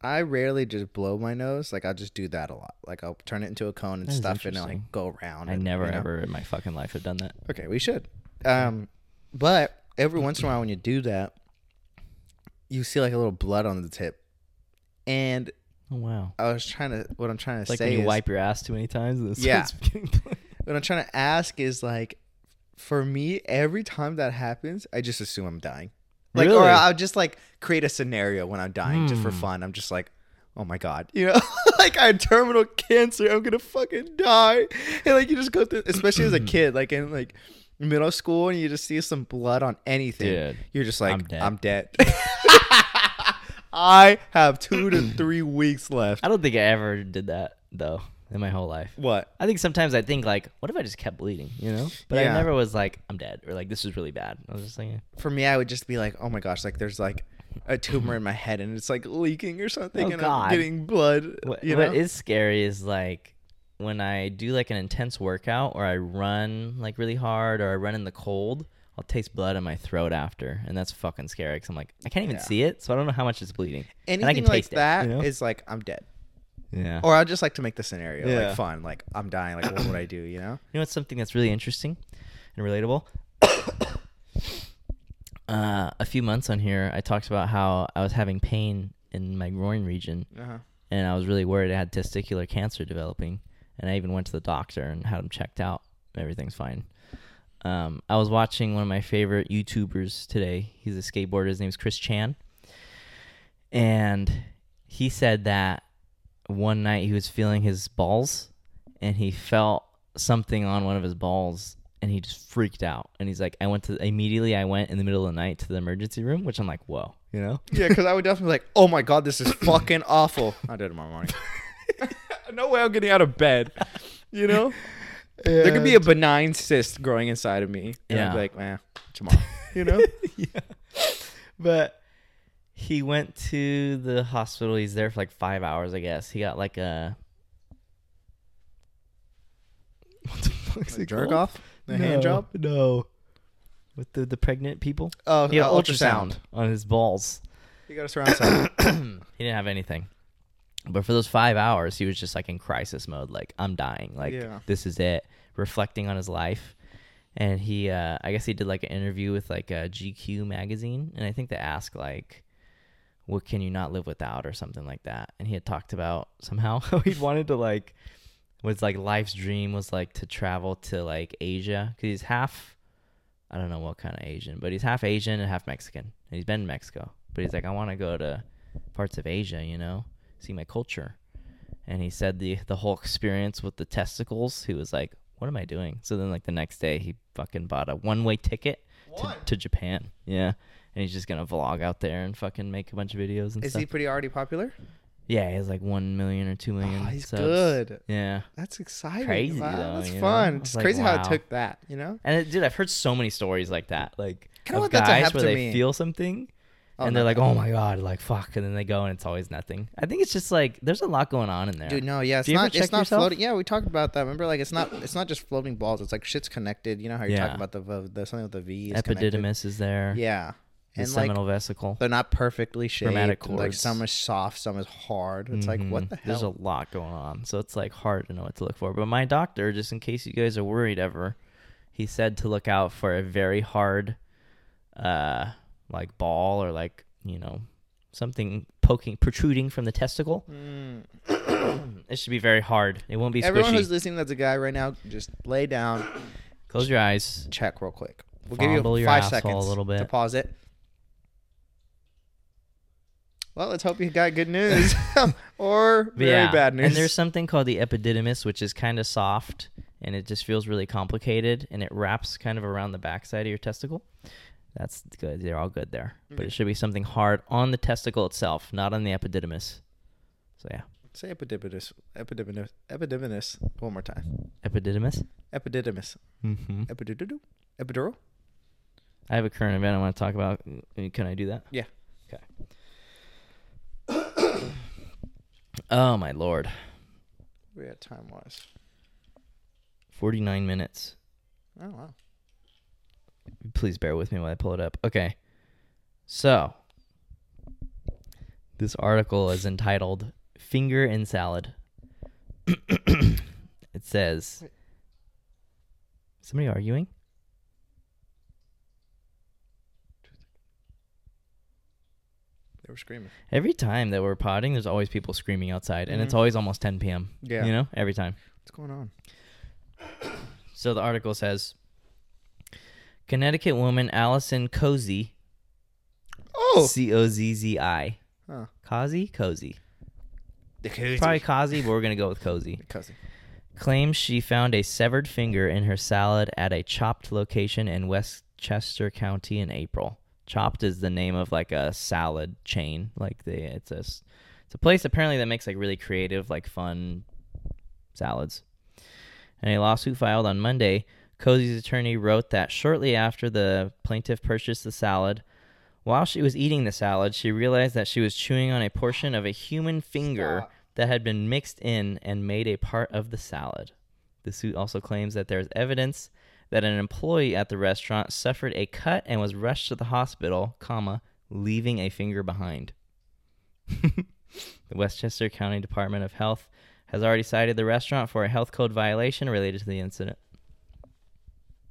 Speaker 1: I rarely just blow my nose. Like I'll just do that a lot. Like I'll turn it into a cone and
Speaker 2: That is
Speaker 1: stuff it and like
Speaker 2: interesting.
Speaker 1: go around.
Speaker 2: I
Speaker 1: and,
Speaker 2: never
Speaker 1: you know?
Speaker 2: ever in my fucking life have done that.
Speaker 1: Okay, we should. Um, but every once in a while when you do that, you see like a little blood on the tip, and
Speaker 2: Oh wow!
Speaker 1: I was trying to. What I'm trying to
Speaker 2: Like
Speaker 1: say
Speaker 2: when you
Speaker 1: is,
Speaker 2: wipe your ass too many times. And it
Speaker 1: Yeah.
Speaker 2: starts getting blood.
Speaker 1: what I'm trying to ask is like, for me, every time that happens, I just assume I'm dying. Like, or
Speaker 2: Really? Hmm.
Speaker 1: I'll just like create a scenario when I'm dying just for fun. I'm just like, oh my god, you know, like I had terminal cancer. I'm gonna fucking die. And like you just go through, especially as a kid, like in like middle school, and you just see some blood on anything.
Speaker 2: Dude,
Speaker 1: you're just like,
Speaker 2: I'm dead.
Speaker 1: I'm dead. I have two to three weeks left.
Speaker 2: I don't think I ever did that though in my whole life.
Speaker 1: What?
Speaker 2: I think sometimes I think like, what if I just kept bleeding, you know? But
Speaker 1: Yeah.
Speaker 2: I never was like, I'm dead or like this is really bad. I was just like, eh.
Speaker 1: for me, I would just be like, oh my gosh, like there's like a tumor in my head and it's like leaking or something,
Speaker 2: Oh,
Speaker 1: and I'm
Speaker 2: God.
Speaker 1: getting blood.
Speaker 2: what,
Speaker 1: you know,
Speaker 2: what is scary is like when I do like an intense workout or I run like really hard or I run in the cold, I'll taste blood in my throat after, and that's fucking scary because I'm like, I can't even
Speaker 1: Yeah.
Speaker 2: see it, so I don't know how much it's bleeding.
Speaker 1: anything
Speaker 2: and I can
Speaker 1: like
Speaker 2: taste
Speaker 1: that
Speaker 2: it,
Speaker 1: is
Speaker 2: you know?
Speaker 1: like I'm dead,
Speaker 2: yeah.
Speaker 1: or I just like to make the scenario
Speaker 2: Yeah.
Speaker 1: like fun, like I'm dying, like what would I do? You know,
Speaker 2: You know what's something that's really interesting and relatable? uh, a few months on here, I talked about how I was having pain in my groin region,
Speaker 1: uh-huh.
Speaker 2: and I was really worried I had testicular cancer developing. And I even went to the doctor and had him checked out. Everything's fine. Um, I was watching one of my favorite YouTubers today. He's a skateboarder. His name's Chris Chan, and he said that one night he was feeling his balls, and he felt something on one of his balls, and he just freaked out. And he's like, I went to immediately. I went in the middle of the night to the emergency room, which I'm like, whoa, you know.
Speaker 1: yeah, because I would definitely be like, oh my god, this is fucking awful. I'll do it tomorrow morning. no way I'm getting out of bed. You know, there could be a benign cyst growing inside of me, and I'd
Speaker 2: Yeah.
Speaker 1: be like, man, tomorrow. You know,
Speaker 2: yeah. But he went to the hospital. He's there for like five hours, I guess. He got like a. What the fuck's
Speaker 1: a jerk off, a hand job.
Speaker 2: No. With the, the pregnant people?
Speaker 1: Oh,
Speaker 2: He had
Speaker 1: uh,
Speaker 2: ultrasound, on his balls.
Speaker 1: You got a surround sound.
Speaker 2: He didn't have anything. But for those five hours, he was just like in crisis mode. Like, I'm dying. Like,
Speaker 1: Yeah.
Speaker 2: this is it. Reflecting on his life. And he, uh, I guess he did like an interview with like a GQ magazine. And I think they asked, like, what can you not live without or something like that. And he had talked about somehow how he wanted to like, was like life's dream was like to travel to like Asia. Cause he's half, I don't know what kind of Asian, but he's half Asian and half Mexican. And he's been in Mexico. But he's like, I want to go to parts of Asia, you know, see my culture. And he said the the whole experience with the testicles, he was like, What am I doing? So then like the next day he fucking bought a one way ticket to, to Japan. Yeah. And he's just gonna vlog out there and fucking make a bunch of videos and
Speaker 1: Is
Speaker 2: stuff.
Speaker 1: he pretty already popular?
Speaker 2: yeah, he has like one million or two million.
Speaker 1: Oh, he's
Speaker 2: subs.
Speaker 1: good.
Speaker 2: Yeah.
Speaker 1: That's exciting.
Speaker 2: Crazy,
Speaker 1: Wow,
Speaker 2: though,
Speaker 1: that's
Speaker 2: you know?
Speaker 1: fun.
Speaker 2: I
Speaker 1: It's
Speaker 2: was like,
Speaker 1: crazy how
Speaker 2: wow.
Speaker 1: it took that, you know?
Speaker 2: And it, dude, I've heard so many stories like that, like
Speaker 1: Kinda
Speaker 2: of
Speaker 1: want that to
Speaker 2: guys
Speaker 1: happen
Speaker 2: where
Speaker 1: to
Speaker 2: they
Speaker 1: me.
Speaker 2: feel something,
Speaker 1: Oh,
Speaker 2: and they're
Speaker 1: no.
Speaker 2: like, "Oh my god," like fuck, and then they go and it's always nothing. I think it's just like there's a lot going on in there.
Speaker 1: Dude, no, yeah, it's
Speaker 2: Do you ever
Speaker 1: not it's
Speaker 2: check
Speaker 1: not
Speaker 2: yourself?
Speaker 1: floating. Yeah, we talked about that. Remember like it's not it's not just floating balls. It's like shit's connected. You know how you're
Speaker 2: Yeah.
Speaker 1: talking about the, vo- the something with the V is connected.
Speaker 2: Epididymis is there.
Speaker 1: Yeah.
Speaker 2: The
Speaker 1: And like
Speaker 2: seminal vesicle.
Speaker 1: they're not perfectly shaped.
Speaker 2: Chromatic
Speaker 1: and, Like
Speaker 2: cords.
Speaker 1: some is soft, some is hard. It's like what
Speaker 2: Mhm.
Speaker 1: the
Speaker 2: There's a
Speaker 1: hell?
Speaker 2: lot going on, so it's like hard to know what to look for. But my doctor, just in case you guys are worried ever, he said to look out for a very hard, uh, like ball or like you know something poking protruding from the testicle.
Speaker 1: Mm.
Speaker 2: It should be very hard. It won't be squishy.
Speaker 1: Everyone who's listening that's a guy right now, just lay down,
Speaker 2: Close your eyes.
Speaker 1: check real quick. We'll
Speaker 2: Fondle
Speaker 1: give you
Speaker 2: your
Speaker 1: five
Speaker 2: asshole
Speaker 1: seconds
Speaker 2: a little
Speaker 1: to
Speaker 2: bit.
Speaker 1: pause it. Well, let's hope you got good news or
Speaker 2: But
Speaker 1: very
Speaker 2: yeah,
Speaker 1: bad news.
Speaker 2: And there's something called the epididymis, which is kind of soft, and it just feels really complicated, and it wraps kind of around the backside of your testicle. That's good. They're all good there, but
Speaker 1: Mm-hmm.
Speaker 2: it should be something hard on the testicle itself, not on the epididymis. So yeah,
Speaker 1: Say epididymis, epididymis, epididymis one more time.
Speaker 2: epididymis.
Speaker 1: Epididymis,
Speaker 2: Mm-hmm.
Speaker 1: epididydu, epidural.
Speaker 2: I have a current event I want to talk about. Uh, Can I do that?
Speaker 1: Yeah.
Speaker 2: Okay. oh my lord,
Speaker 1: Where at time wise?
Speaker 2: forty-nine minutes.
Speaker 1: Oh wow.
Speaker 2: please bear with me while I pull it up. Okay. So, this article is entitled Finger in Salad. it says Somebody arguing?
Speaker 1: They were screaming.
Speaker 2: Every time that we're potting, there's always people screaming outside, and it's
Speaker 1: Mhm.
Speaker 2: always almost 10 p.m.
Speaker 1: Yeah.
Speaker 2: You know, every time.
Speaker 1: What's going on?
Speaker 2: So the article says Connecticut woman Allison Cozy
Speaker 1: Oh.
Speaker 2: C O Z Z I.
Speaker 1: Huh.
Speaker 2: Cozy? Cozy.
Speaker 1: The cozy.
Speaker 2: Probably Cozy, but we're going to go with Cozy.
Speaker 1: cozy.
Speaker 2: Claims she found a severed finger in her salad at a chopped location in Westchester County in April. Chopped is the name of like a salad chain. Like they, it's a, s- it's a place apparently that makes like really creative, like fun salads. In a lawsuit filed on Monday, Cozy's attorney wrote that shortly after the plaintiff purchased the salad, while she was eating the salad, she realized that she was chewing on a portion of a human finger
Speaker 1: Stop.
Speaker 2: that had been mixed in and made a part of the salad. The suit also claims that there is evidence that an employee at the restaurant suffered a cut and was rushed to the hospital, comma, leaving a finger behind. The Westchester County Department of Health has already cited the restaurant for a health code violation related to the incident.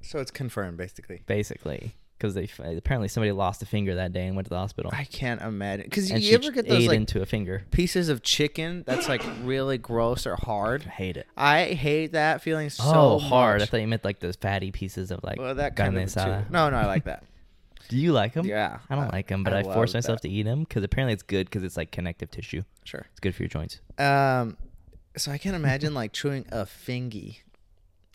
Speaker 1: So it's confirmed, basically.
Speaker 2: Basically, because they f- apparently somebody lost a finger that day and went to the hospital,
Speaker 1: I can't imagine. Because
Speaker 2: and
Speaker 1: you ever
Speaker 2: ch-
Speaker 1: get
Speaker 2: ate
Speaker 1: those like
Speaker 2: into a finger.
Speaker 1: pieces of chicken that's like really gross or
Speaker 2: I
Speaker 1: hard?
Speaker 2: hate it.
Speaker 1: I hate that feeling so
Speaker 2: oh, hard! I
Speaker 1: much.
Speaker 2: thought you meant like those fatty pieces of like.
Speaker 1: well, that kind
Speaker 2: carne
Speaker 1: of too.
Speaker 2: asada.
Speaker 1: No, no, I like that.
Speaker 2: Do you like them?
Speaker 1: yeah, uh,
Speaker 2: I don't like them, but I,
Speaker 1: love
Speaker 2: force myself to eat them because apparently it's good because it's like connective tissue.
Speaker 1: that. Sure.
Speaker 2: It's good for your joints.
Speaker 1: Um, so I can't imagine like chewing a fingy.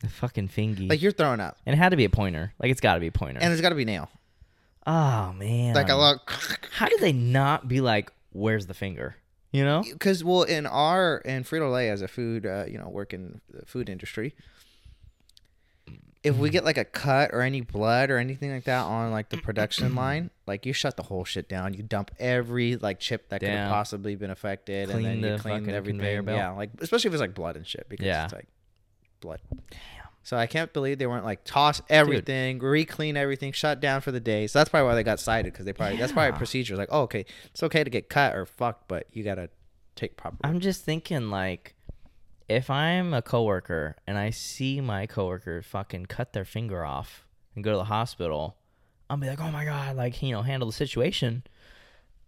Speaker 2: The fucking fingy.
Speaker 1: Like you're throwing up,
Speaker 2: and it had to be a pointer. Like it's got to be a pointer.
Speaker 1: and there's got to be nail.
Speaker 2: oh man.
Speaker 1: Like a lot.
Speaker 2: How did they not be like, "Where's the finger?" You know?
Speaker 1: Because well, in our in Frito Lay as a food, uh, you know, work in the food industry, if we get like a cut or any blood or anything like that on like the production line, like you shut the whole shit down. You dump every like chip that could
Speaker 2: Damn.
Speaker 1: have possibly been affected,
Speaker 2: Clean
Speaker 1: and then you
Speaker 2: the
Speaker 1: clean
Speaker 2: fucking
Speaker 1: everything.
Speaker 2: conveyor belt.
Speaker 1: Yeah, like especially if it's like blood and shit because
Speaker 2: Yeah.
Speaker 1: it's like blood. So I can't believe they weren't like toss everything, re-clean everything, shut down for the day. So that's probably why they got cited because they probably that's probably
Speaker 2: Yeah.
Speaker 1: procedures like, oh, okay, it's okay to get cut or fucked, but you gotta take proper.
Speaker 2: I'm just thinking like, if I'm a coworker and I see my coworker fucking cut their finger off and go to the hospital, I'll be like, "Oh my god!" Like you know, handle the situation.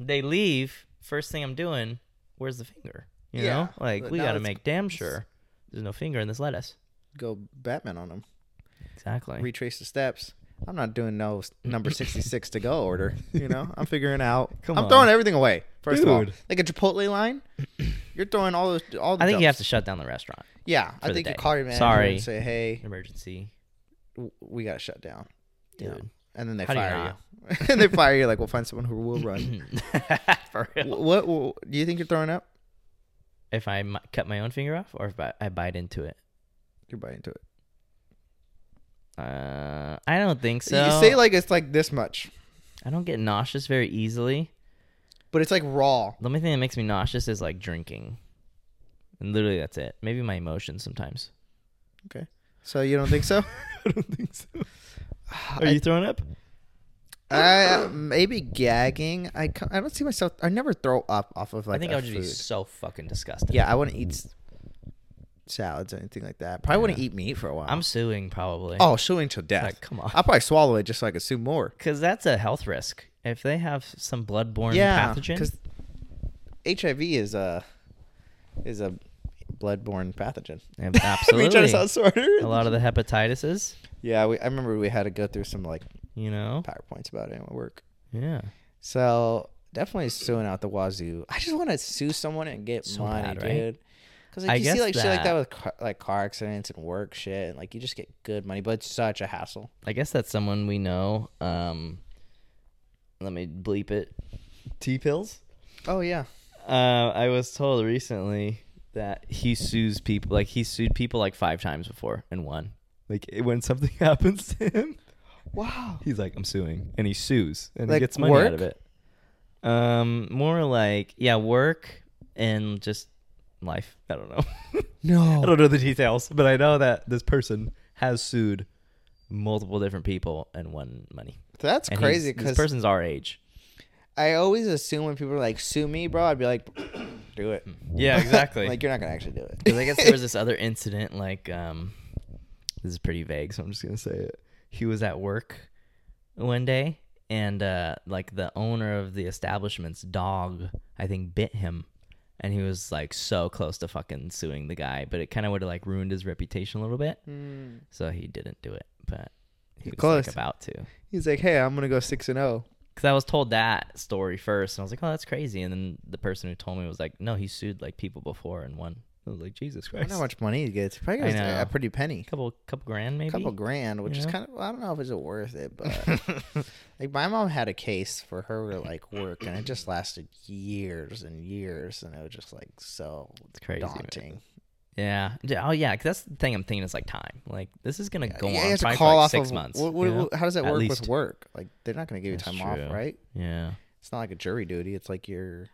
Speaker 2: they leave. First thing I'm doing, where's the finger? You
Speaker 1: Yeah,
Speaker 2: know, like
Speaker 1: but
Speaker 2: we
Speaker 1: now
Speaker 2: got to
Speaker 1: it's-
Speaker 2: make damn sure there's no finger in this lettuce.
Speaker 1: Go Batman on them.
Speaker 2: Exactly.
Speaker 1: Retrace the steps. I'm not doing no s- number 66 to go order. You know, I'm figuring out.
Speaker 2: Come
Speaker 1: I'm
Speaker 2: on.
Speaker 1: throwing everything away. First of all,
Speaker 2: Dude.
Speaker 1: like a Chipotle line, you're throwing all those. All the
Speaker 2: I think you have
Speaker 1: dumps.
Speaker 2: to shut down the restaurant.
Speaker 1: Yeah,
Speaker 2: for
Speaker 1: I
Speaker 2: the
Speaker 1: think you
Speaker 2: day.
Speaker 1: call your manager
Speaker 2: Sorry.
Speaker 1: and say, "Hey,
Speaker 2: Emergency,
Speaker 1: w- we gotta shut down."
Speaker 2: dude.
Speaker 1: Yeah. And then they
Speaker 2: How do you
Speaker 1: fire you. and they fire you. Like, we'll find someone who will run.
Speaker 2: For
Speaker 1: Wh-
Speaker 2: real.
Speaker 1: what, what do you think you're throwing up?
Speaker 2: If I mi- cut my own finger off, or if I, I bite into it,
Speaker 1: You're biting to it.
Speaker 2: uh, I don't think so.
Speaker 1: you say like it's like this much,
Speaker 2: I don't get nauseous very easily.
Speaker 1: but it's like raw.
Speaker 2: The only thing that makes me nauseous is like drinking, and literally that's it. Maybe my emotions sometimes.
Speaker 1: So you don't think so?
Speaker 2: I don't think so. Are
Speaker 1: I-
Speaker 2: you throwing up?
Speaker 1: I uh, maybe gagging. I c- I don't see myself. I never throw up off of like.
Speaker 2: I think
Speaker 1: a
Speaker 2: I would just be
Speaker 1: food.
Speaker 2: so fucking disgusted.
Speaker 1: Yeah, I wouldn't eat s- salads or anything like that. Probably wouldn't
Speaker 2: Yeah.
Speaker 1: eat meat for a while.
Speaker 2: I'm suing probably.
Speaker 1: oh suing till death.
Speaker 2: Like, come on.
Speaker 1: I'll probably swallow it just so I could sue more.
Speaker 2: because that's a health risk. If they have some bloodborne
Speaker 1: yeah,
Speaker 2: pathogen,
Speaker 1: HIV is a is a bloodborne pathogen. we try
Speaker 2: ab-
Speaker 1: to
Speaker 2: absolutely.
Speaker 1: sound smarter.
Speaker 2: a lot of the hepatitises,
Speaker 1: yeah, we, I remember we had to go through some like
Speaker 2: you know.
Speaker 1: powerpoints about it at work.
Speaker 2: Yeah.
Speaker 1: So definitely suing out the wazoo. I just want to sue someone and get
Speaker 2: So
Speaker 1: money,
Speaker 2: bad, right?
Speaker 1: dude. Because
Speaker 2: I
Speaker 1: like, you see
Speaker 2: guess
Speaker 1: like shit like that
Speaker 2: that-
Speaker 1: with car, like car accidents and work shit, and like you just get good money, but it's such a hassle.
Speaker 2: I guess that's someone we know. Um, let me bleep it. T pills.
Speaker 1: Oh yeah,
Speaker 2: Uh, I was told recently that he sues people. Like he sued people like five times before and won. Like it- when something happens to him,
Speaker 1: wow.
Speaker 2: he's like, "I'm suing," and he sues and
Speaker 1: Like
Speaker 2: he gets money out of
Speaker 1: work?
Speaker 2: it. Um, more like yeah, work and just life. I don't know. I
Speaker 1: No,
Speaker 2: don't know the details, but I know that this person has sued multiple different people and won money.
Speaker 1: that's
Speaker 2: And
Speaker 1: crazy.
Speaker 2: he's- This
Speaker 1: Because
Speaker 2: person's our age.
Speaker 1: I always assume when people are like sue me, bro, I'd be like, do it.
Speaker 2: Yeah, exactly.
Speaker 1: like you're not gonna actually do it.
Speaker 2: 'Cause I guess there was this other incident. Like, um, this is pretty vague, so I'm just gonna say it. He was at work one day, and uh, like the owner of the establishment's dog, I think, bit him, and he was like so close to fucking suing the guy, but it kind of would have like ruined his reputation a little bit,
Speaker 1: Mm.
Speaker 2: so he didn't do it, but he was
Speaker 1: Close.
Speaker 2: like about to.
Speaker 1: He's like, hey, I'm gonna go six and oh." zero.
Speaker 2: because I was told that story first, and I was like, "Oh, that's crazy." And then the person who told me was like, "No, he sued like people before and won." I was like, "Jesus
Speaker 1: I don't
Speaker 2: Christ!"
Speaker 1: know how much money he gets. Probably
Speaker 2: I
Speaker 1: gets a,
Speaker 2: know.
Speaker 1: a pretty penny.
Speaker 2: couple, couple grand maybe.
Speaker 1: A couple grand, which
Speaker 2: You
Speaker 1: is
Speaker 2: know?
Speaker 1: kind of, I don't know if it's worth it, but like my mom had a case for her like work and it just lasted years and years and it was just like so
Speaker 2: It's crazy. man.
Speaker 1: daunting.
Speaker 2: Yeah. Yeah, Oh yeah, 'cause that's the thing I'm thinking is like time. Like this is gonna go
Speaker 1: Yeah,
Speaker 2: on
Speaker 1: it's a
Speaker 2: probably for,
Speaker 1: call
Speaker 2: like,
Speaker 1: off
Speaker 2: six
Speaker 1: of-
Speaker 2: months.
Speaker 1: what- what-
Speaker 2: you know?
Speaker 1: what- how does that
Speaker 2: At
Speaker 1: work
Speaker 2: least.
Speaker 1: with work? Like they're not going to give you
Speaker 2: That's
Speaker 1: time
Speaker 2: true.
Speaker 1: off, right?
Speaker 2: Yeah.
Speaker 1: It's not like a jury duty. It's like you're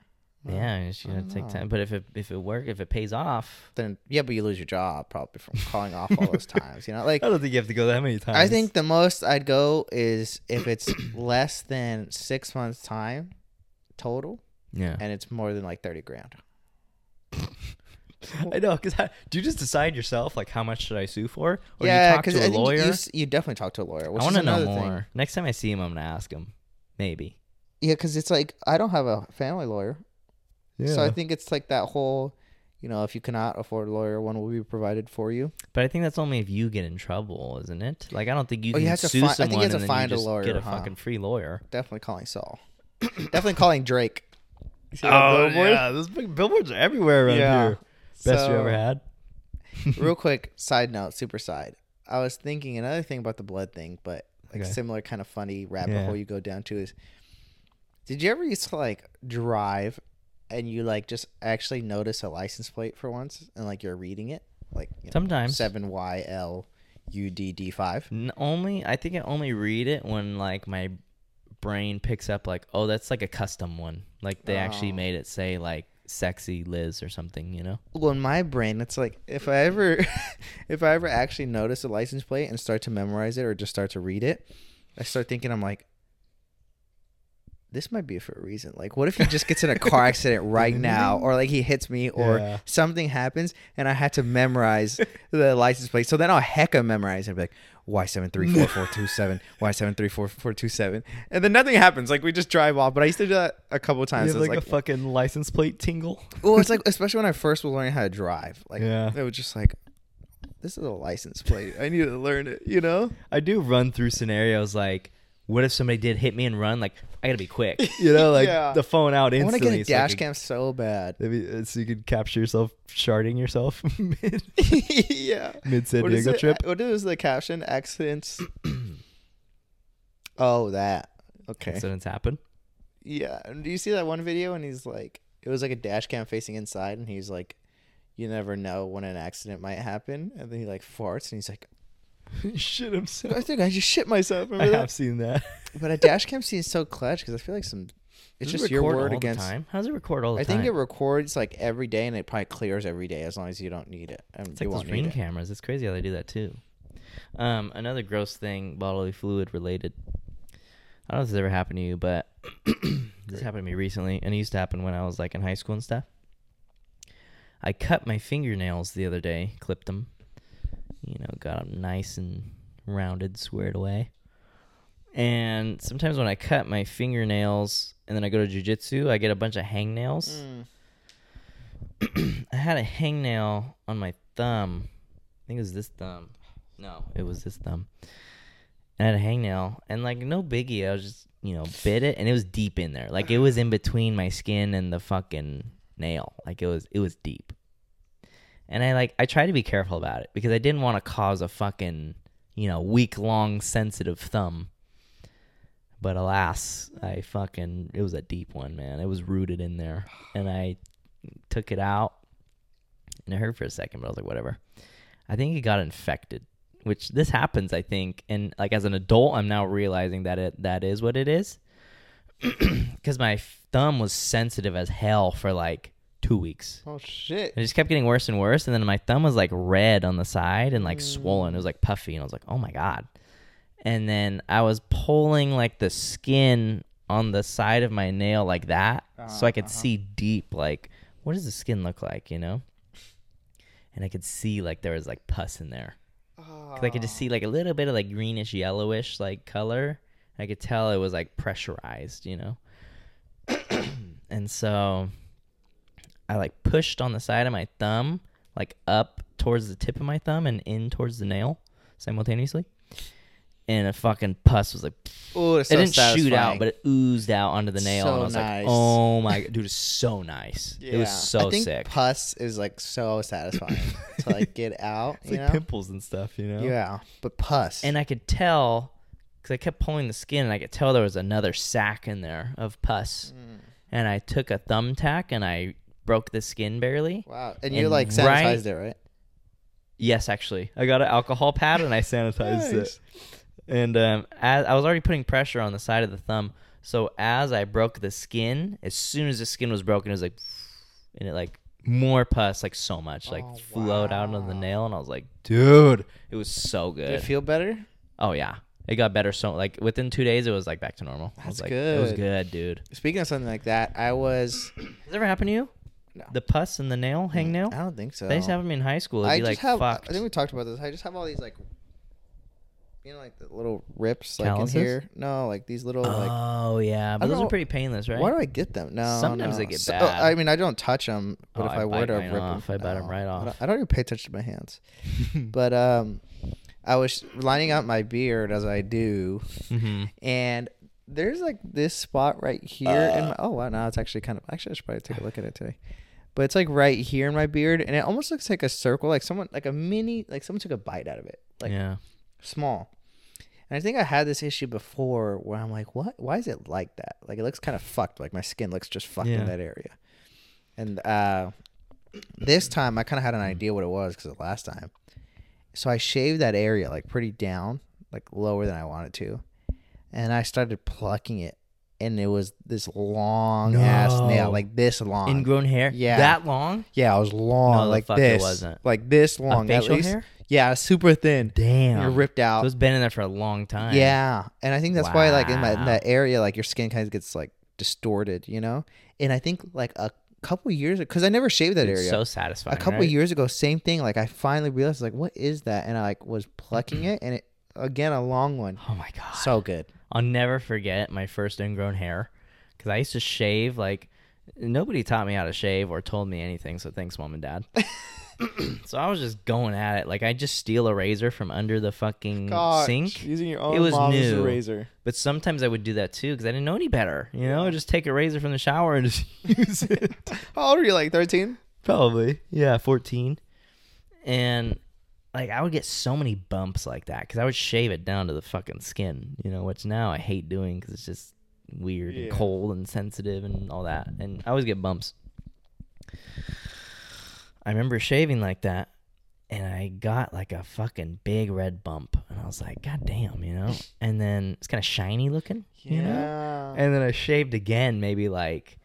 Speaker 1: Well,
Speaker 2: Yeah, it's
Speaker 1: I
Speaker 2: gonna
Speaker 1: don't
Speaker 2: take
Speaker 1: know.
Speaker 2: time. But if it if it work if it pays off,
Speaker 1: then yeah, but you lose your job probably from calling off all those times. You know, like
Speaker 2: I don't think you have to go that many times.
Speaker 1: I think the most I'd go is if it's less than six months time total,
Speaker 2: Yeah.
Speaker 1: and it's more than like thirty grand.
Speaker 2: I know. Cause I, do you just decide yourself like how much should I sue for, or you
Speaker 1: yeah,
Speaker 2: talk
Speaker 1: because
Speaker 2: to a lawyer?
Speaker 1: You, s- you definitely talk to a lawyer. Which
Speaker 2: I
Speaker 1: want to
Speaker 2: know more. Next time I see him, I'm gonna ask him. Maybe.
Speaker 1: Yeah, because it's like I don't have a family lawyer, so I think it's like that whole, you know, if you cannot afford a lawyer, one will be provided for you.
Speaker 2: but I think that's only if you get in trouble, isn't it? Like I don't think you
Speaker 1: Oh,
Speaker 2: can
Speaker 1: you have to
Speaker 2: sue
Speaker 1: fi- I think you
Speaker 2: someone
Speaker 1: have to
Speaker 2: and then
Speaker 1: find a
Speaker 2: you just
Speaker 1: lawyer,
Speaker 2: get a
Speaker 1: huh?
Speaker 2: fucking free lawyer.
Speaker 1: Definitely calling Saul. definitely calling Drake. You see that
Speaker 2: Oh
Speaker 1: billboard?
Speaker 2: yeah, those big billboards are everywhere around
Speaker 1: Yeah.
Speaker 2: here. Best you
Speaker 1: So-
Speaker 2: ever had.
Speaker 1: Real quick side note, super side. I was thinking another thing about the blood thing, but like
Speaker 2: Okay.
Speaker 1: similar kind of funny rabbit
Speaker 2: Yeah.
Speaker 1: hole you go down to is did you ever used to like drive and you like just actually notice a license plate for once and like you're reading it? Like you know,
Speaker 2: Sometimes.
Speaker 1: seven Y L U D D five.
Speaker 2: N- only I think I only read it when like my brain picks up like, oh, that's like a custom one. Like they actually
Speaker 1: Oh.
Speaker 2: made it say like sexy Liz or something, you know?
Speaker 1: Well in my brain it's like if I ever if I ever actually notice a license plate and start to memorize it or just start to read it, I start thinking I'm like this might be for a reason. Like, what if he just gets in a car accident right now, or like he hits me, or
Speaker 2: Yeah.
Speaker 1: something happens, and I had to memorize the license plate. So then I'll hecka memorize and be like, Y seven three four four two seven, Y seven three four four two seven, and then nothing happens. Like we just drive off. But I used to do that a couple times. It's like,
Speaker 2: fucking license plate tingle.
Speaker 1: well, it's like especially when I first was learning how to drive. Like,
Speaker 2: Yeah.
Speaker 1: it was just like, this is a license plate. I need to learn it. You know?
Speaker 2: I do run through scenarios like what if somebody did hit me and run? Like I gotta be quick, you know, Oh, like
Speaker 1: Yeah.
Speaker 2: the phone out
Speaker 1: I want to
Speaker 2: instantly.
Speaker 1: get a
Speaker 2: so I
Speaker 1: dash
Speaker 2: could-
Speaker 1: cam so bad.
Speaker 2: maybe- uh, so you could capture yourself sharding yourself mid
Speaker 1: yeah.
Speaker 2: mid San
Speaker 1: What is
Speaker 2: Diego
Speaker 1: it-
Speaker 2: trip.
Speaker 1: What is the caption? Accidents. oh, that. Okay.
Speaker 2: Accidents happen.
Speaker 1: Yeah. And Do you see that one video? And he's like, it was like a dash cam facing inside, and he's like, you never know when an accident might happen. And then he like farts, and he's like,
Speaker 2: Shit himself.
Speaker 1: I think I just shit myself.
Speaker 2: I
Speaker 1: Remember
Speaker 2: have
Speaker 1: that?
Speaker 2: seen that.
Speaker 1: But a dash cam scene is so clutch because I feel like some. It's
Speaker 2: Does it
Speaker 1: just your
Speaker 2: record
Speaker 1: word
Speaker 2: all
Speaker 1: against.
Speaker 2: The time? How does it record all the
Speaker 1: I
Speaker 2: time?
Speaker 1: think it records like every day, and it probably clears every day as long as you don't need it. And
Speaker 2: It's
Speaker 1: you
Speaker 2: like those
Speaker 1: won't need
Speaker 2: ring
Speaker 1: it.
Speaker 2: cameras. It's crazy how they do that too. Um, another gross thing, bodily fluid related. I don't know if this ever happened to you, but this happened to me recently, and it used to happen when I was like in high school and stuff. I cut my fingernails the other day, clipped them, you know, got them nice and rounded, squared away. And sometimes when I cut my fingernails and then I go to jujitsu, I get a bunch of hangnails.
Speaker 1: Mm.
Speaker 2: I had a hangnail on my thumb. I think it was this thumb. No, it was this thumb. And I had a hangnail, and like no biggie. I was just you know bit it, and it was deep in there. Like it was in between my skin and the fucking nail. Like it was it was deep. And I like I tried to be careful about it because I didn't want to cause a fucking you know week long sensitive thumb. But alas, I fucking it was a deep one, man. It was rooted in there, and I took it out and it hurt for a second, but I was like, whatever. I think it got infected, which this happens, I think. And like as an adult, I'm now realizing that it that is what it is. Because my thumb was sensitive as hell for like two weeks.
Speaker 1: Oh shit!
Speaker 2: It just kept getting worse and worse, and then my thumb was like red on the side and like
Speaker 1: Mm.
Speaker 2: swollen. It was like puffy, and I was like, "Oh my god!" And then I was pulling like the skin on the side of my nail like that, so I could
Speaker 1: Uh-huh.
Speaker 2: see deep. Like, what does the skin look like? You know. And I could see like there was like pus in there.
Speaker 1: Ah.
Speaker 2: 'Cause I could just see like a little bit of like greenish yellowish like color. I could tell it was like pressurized, you know. and so I like pushed on the side of my thumb, like up towards the tip of my thumb and in towards the nail simultaneously. and a fucking pus was like.
Speaker 1: Oh, it's
Speaker 2: it
Speaker 1: so
Speaker 2: didn't shoot
Speaker 1: satisfying.
Speaker 2: out, but it oozed out onto the nail,
Speaker 1: So
Speaker 2: and I was
Speaker 1: nice.
Speaker 2: like, "Oh my god, dude, it's so nice. It was so
Speaker 1: I think
Speaker 2: sick.
Speaker 1: Pus is like so satisfying to like get out.
Speaker 2: It's
Speaker 1: you
Speaker 2: like
Speaker 1: know?
Speaker 2: pimples and stuff, you know.
Speaker 1: Yeah, but pus.
Speaker 2: And I could tell because I kept pulling the skin, and I could tell there was another sack in there of pus.
Speaker 1: Mm.
Speaker 2: And I took a thumbtack and I broke the skin barely.
Speaker 1: wow, and you
Speaker 2: and
Speaker 1: like
Speaker 2: right-
Speaker 1: sanitized it, right?
Speaker 2: Yes, actually, I got an alcohol pad and I sanitized it. And um, as, I was already putting pressure on the side of the thumb, so as I broke the skin, as soon as the skin was broken, it was like, and it like more pus, like so much, like
Speaker 1: Oh,
Speaker 2: flowed out on the
Speaker 1: wow.
Speaker 2: nail, and I was like, dude, it was so good.
Speaker 1: Did it feel better?
Speaker 2: Oh yeah, it got better. So like within two days, it was like back to normal. I was
Speaker 1: That's
Speaker 2: like, It was
Speaker 1: good.
Speaker 2: good, dude.
Speaker 1: Speaking of something like that, I was.
Speaker 2: Has that ever happened to you?
Speaker 1: No.
Speaker 2: The pus and the nail, hangnail.
Speaker 1: I don't think so.
Speaker 2: They used to have them in high school. It'd
Speaker 1: I
Speaker 2: be
Speaker 1: just
Speaker 2: like
Speaker 1: have.
Speaker 2: fucked.
Speaker 1: I think we talked about this. I just have all these like, you know, like the little rips like
Speaker 2: Calluses?
Speaker 1: in here. No, like these little like.
Speaker 2: oh yeah, but
Speaker 1: don't
Speaker 2: those
Speaker 1: know-
Speaker 2: are pretty painless, right?
Speaker 1: Why do I get them? No,
Speaker 2: Sometimes
Speaker 1: no.
Speaker 2: they get
Speaker 1: So- oh,
Speaker 2: bad.
Speaker 1: I mean, I don't touch them, but
Speaker 2: Oh,
Speaker 1: if
Speaker 2: I
Speaker 1: I, were
Speaker 2: bite
Speaker 1: to
Speaker 2: mine
Speaker 1: rip
Speaker 2: off. I
Speaker 1: them,
Speaker 2: bite 'em right
Speaker 1: I
Speaker 2: off.
Speaker 1: don't, I don't even pay attention to my hands. but um, I was lining up my beard as I do,
Speaker 2: Mhm.
Speaker 1: and there's like this spot right here.
Speaker 2: Uh.
Speaker 1: in my, oh wow, no, it's actually kind of. Actually, I should probably take a look at it today. But it's like right here in my beard, and it almost looks like a circle, like someone, like a mini, like someone took a bite out of it, like
Speaker 2: yeah.
Speaker 1: small. And I think I had this issue before where I'm like, what? Why is it like that? Like it looks kind of fucked. Like my skin looks just fucked
Speaker 2: Yeah.
Speaker 1: in that area. And uh, this time I kind of had an
Speaker 2: Hmm.
Speaker 1: idea what it was because last time. So I shaved that area like pretty down, like lower than I wanted to, and I started plucking it, and it was this long ass
Speaker 2: No.
Speaker 1: nail, like this long.
Speaker 2: Ingrown hair.
Speaker 1: Yeah.
Speaker 2: That long.
Speaker 1: yeah, it was long,
Speaker 2: No, the
Speaker 1: like
Speaker 2: fuck it
Speaker 1: this,
Speaker 2: wasn't.
Speaker 1: like this long. at
Speaker 2: facial
Speaker 1: least.
Speaker 2: hair?
Speaker 1: Yeah, super thin.
Speaker 2: Damn.
Speaker 1: You're ripped out.
Speaker 2: So it's been in there for a long time.
Speaker 1: Yeah, and I think that's why, like in, my, in
Speaker 2: Wow.
Speaker 1: that area, like your skin kind of gets like distorted, you know. And I think like a couple years, because I never shaved that
Speaker 2: It's
Speaker 1: area.
Speaker 2: so satisfying.
Speaker 1: a couple
Speaker 2: right?
Speaker 1: years ago, same thing. Like I finally realized, like, what is that? And I like was plucking it, and it again a long one.
Speaker 2: Oh my god.
Speaker 1: So good.
Speaker 2: I'll never forget my first ingrown hair because I used to shave like nobody taught me how to shave or told me anything. So thanks, mom and dad. so I was just going at it. Like I just steal a razor from under the fucking Mm, sink.
Speaker 1: using your
Speaker 2: own was mom's new.
Speaker 1: razor.
Speaker 2: But sometimes I would do that too because I didn't know any better. You know, I'd just take a razor from the shower and just use it.
Speaker 1: How old are you? Like thirteen?
Speaker 2: Probably. Yeah, 14. And like I would get so many bumps like that cuz I would shave it down to the fucking skin, you know, which now I hate doing cuz it's just weird and
Speaker 1: Yeah.
Speaker 2: cold and sensitive and all that. And I always get bumps. I remember shaving like that and I got like a fucking big red bump and I was like, god damn, you know? And then it's kind of shiny looking, you know? and then I shaved again maybe like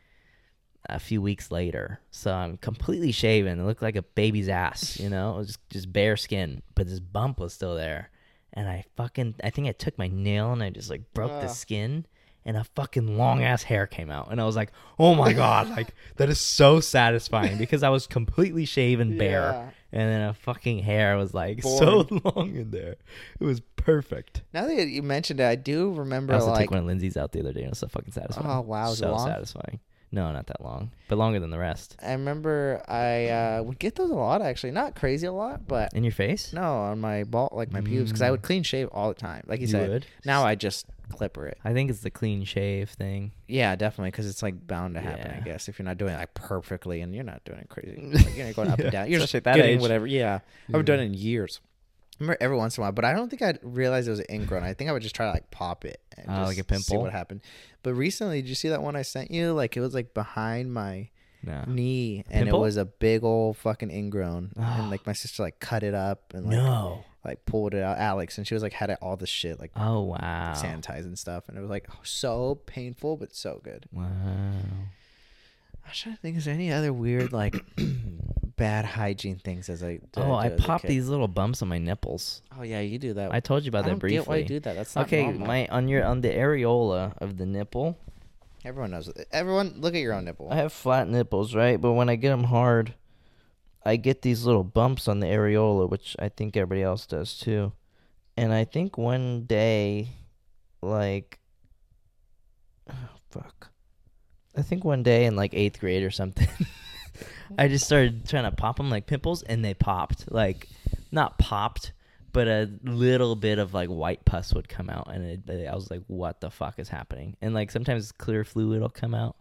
Speaker 2: a few weeks later. So I'm completely shaven. It looked like a baby's ass, you know? It was just, just bare skin, but this bump was still there. And I fucking I think I took my nail and I just like broke the
Speaker 1: Ugh.
Speaker 2: skin and a fucking long ass hair came out. And I was like, "Oh my god, like that is so satisfying because I was completely shaven bare." And then a fucking hair was like so long in there. It was perfect.
Speaker 1: Now that you mentioned it, I do remember
Speaker 2: I also
Speaker 1: like
Speaker 2: took one of Lindsay's out the other day and it was so fucking satisfying.
Speaker 1: Oh, wow, is it
Speaker 2: So
Speaker 1: long?
Speaker 2: satisfying. No, not that long. But longer than the rest.
Speaker 1: I remember I uh, would get those a lot actually, not crazy a lot, but
Speaker 2: In your face?
Speaker 1: No, on my ball, like my pubes, because I would clean shave all the time. Like you,
Speaker 2: You
Speaker 1: said,
Speaker 2: would?
Speaker 1: now I just clipper it.
Speaker 2: I think it's the clean shave thing.
Speaker 1: Yeah, definitely, because it's like bound to happen. I
Speaker 2: Yeah.
Speaker 1: guess if you're not doing it like perfectly, and you're not doing it crazy, like, you're not going up
Speaker 2: Yeah,
Speaker 1: and down. You're just
Speaker 2: especially at that
Speaker 1: getting
Speaker 2: age. Mm.
Speaker 1: whatever. Yeah, I haven't done it in years. I remember every once in a while, but I don't think I'd realize it was ingrown. I think I would just try to like pop it and
Speaker 2: Ah,
Speaker 1: just
Speaker 2: like a
Speaker 1: see
Speaker 2: pimple?
Speaker 1: what happened. But recently, did you see that one I sent you? Like it was like behind my
Speaker 2: No.
Speaker 1: knee, and
Speaker 2: Pimple?
Speaker 1: it was a big old fucking ingrown. and like my sister like cut it up and like
Speaker 2: No.
Speaker 1: like pulled it out alex and she was like had it all the shit like
Speaker 2: Oh wow.
Speaker 1: sanitized and stuff and it was like so painful but so good
Speaker 2: Wow.
Speaker 1: i was trying to think is there any other weird like bad hygiene things as i did
Speaker 2: oh, I
Speaker 1: do as a
Speaker 2: popped
Speaker 1: kid?
Speaker 2: these little bumps on my nipples.
Speaker 1: oh yeah you do that
Speaker 2: I told you about
Speaker 1: I
Speaker 2: that
Speaker 1: don't
Speaker 2: briefly.
Speaker 1: get why you do that that's not
Speaker 2: okay,
Speaker 1: normal.
Speaker 2: my on your on the areola of the nipple.
Speaker 1: everyone knows it. everyone look at your own nipple
Speaker 2: I have flat nipples, right? But when I get them hard, I get these little bumps on the areola, which I think everybody else does too. And I think one day, like, oh, fuck. I think one day in like eighth grade or something, I just started trying to pop them like pimples and they popped. Like, not popped,
Speaker 3: but a little bit of like white pus would come out, and it, I was like, "What the fuck is happening?" And like sometimes clear fluid will come out,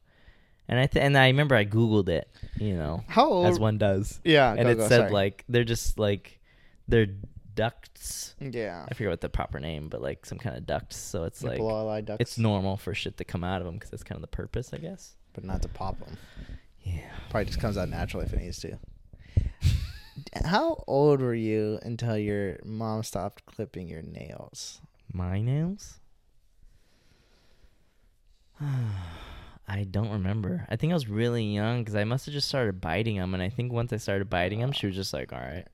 Speaker 3: and I th- and I remember I googled it, you know,
Speaker 1: How old?
Speaker 3: as one does,
Speaker 1: yeah,
Speaker 3: and
Speaker 1: go,
Speaker 3: it
Speaker 1: go,
Speaker 3: said
Speaker 1: sorry.
Speaker 3: like they're just like they're ducts.
Speaker 1: yeah,
Speaker 3: I forget what the proper name, but like some kind of ducts. So it's like
Speaker 1: Epiloli ducts,
Speaker 3: it's normal for shit to come out of them because that's kind of the purpose, I guess.
Speaker 1: but not to pop them.
Speaker 3: Yeah.
Speaker 1: Probably just comes out naturally if it needs to. How old were you until your mom stopped clipping your nails?
Speaker 3: My nails? I don't remember. I think I was really young because I must have just started biting them, and I think once I started biting them, she was just like, "All right."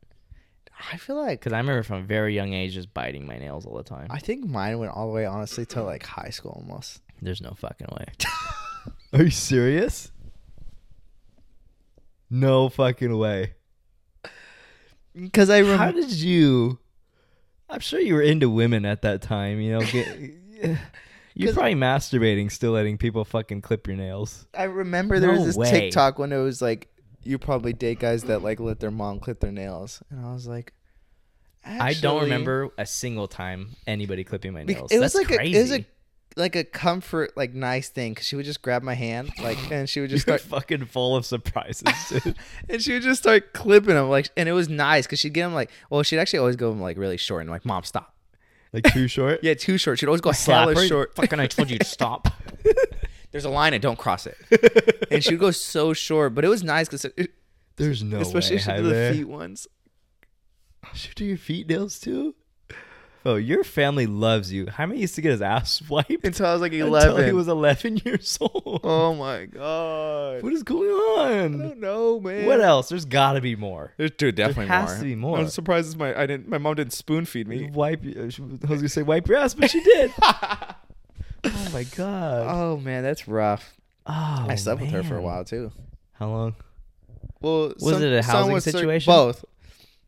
Speaker 1: I feel like
Speaker 3: Because I remember from a very young age just biting my nails all the time.
Speaker 1: I think mine went all the way honestly to like high school almost.
Speaker 3: There's no fucking way. Are you serious? No fucking way.
Speaker 1: Because I
Speaker 3: How
Speaker 1: remember
Speaker 3: did you? I'm sure you were into women at that time. You know, get, you're
Speaker 1: 'Cause-
Speaker 3: probably masturbating, still letting people fucking clip your nails.
Speaker 1: I remember there
Speaker 3: No
Speaker 1: was this
Speaker 3: way.
Speaker 1: TikTok when it was like you probably date guys that like let their mom clip their nails, and I was like,
Speaker 3: I don't
Speaker 1: actually-
Speaker 3: remember a single time anybody clipping my
Speaker 1: Bec-
Speaker 3: nails.
Speaker 1: it was
Speaker 3: That's
Speaker 1: like a
Speaker 3: crazy.
Speaker 1: it was a like a comfort like nice thing because she would just grab my hand like and she would just
Speaker 3: You're
Speaker 1: start
Speaker 3: fucking full of surprises, dude.
Speaker 1: and she would just start clipping them like and it was nice because she'd get them like well she'd actually always go 'em, like really short and like mom stop
Speaker 3: like too short.
Speaker 1: yeah too short she'd always go
Speaker 3: Slap
Speaker 1: hella
Speaker 3: her.
Speaker 1: short
Speaker 3: Fucking, I told you to stop.
Speaker 1: there's a line and don't cross it and she'd go so short but it was nice because
Speaker 3: There's no
Speaker 1: especially
Speaker 3: way.
Speaker 1: if she did
Speaker 3: Jaime.
Speaker 1: the feet ones
Speaker 3: She do your feet nails too. Oh, your family loves you. Jaime used to get his ass wiped
Speaker 1: until I was like
Speaker 3: until he
Speaker 1: 11
Speaker 3: was 11 years old.
Speaker 1: oh my god
Speaker 3: What is going
Speaker 1: I
Speaker 3: on?
Speaker 1: don't know man
Speaker 3: What else? There's got to be more.
Speaker 1: there's dude definitely
Speaker 3: has
Speaker 1: more.
Speaker 3: to be more.
Speaker 1: I'm surprised it's my I didn't my mom didn't spoon feed me
Speaker 3: Wipe. uh, she- I was gonna say wipe your ass, but she did. oh my god.
Speaker 1: oh man that's rough
Speaker 3: Oh,
Speaker 1: I slept with her for a
Speaker 3: man.
Speaker 1: while too.
Speaker 3: How long?
Speaker 1: Well,
Speaker 3: Was it a housing
Speaker 1: was cer-
Speaker 3: situation?
Speaker 1: both.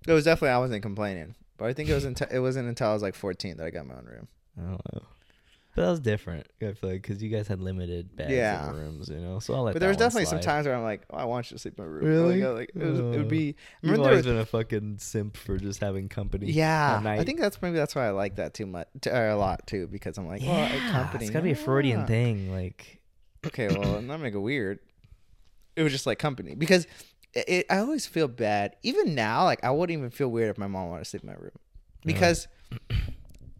Speaker 1: It was definitely I wasn't complaining, but I think it was until it wasn't until I was like 14 that I got my own room.
Speaker 3: I don't know. But that was different. I feel like because you guys had limited beds
Speaker 1: Yeah.
Speaker 3: and rooms, you know. So I'll let
Speaker 1: But there was
Speaker 3: that one
Speaker 1: definitely some
Speaker 3: slide.
Speaker 1: times where I'm like, oh, I want you to sleep in my room.
Speaker 3: Really?
Speaker 1: Like, I- like, it, was, it
Speaker 3: Uh,
Speaker 1: would be. I
Speaker 3: You've
Speaker 1: remember there was,
Speaker 3: always been a fucking simp for just having company.
Speaker 1: yeah,
Speaker 3: at night.
Speaker 1: I think that's maybe that's why I like that too much t- or a lot too because I'm like, well, I- company.
Speaker 3: It's gotta be a Freudian
Speaker 1: yeah.
Speaker 3: thing. Like,
Speaker 1: Okay, well, I'm not make it weird. It was just like company because it, it, I always feel bad. Even now, like I wouldn't even feel weird if my mom wanted to sleep in my room because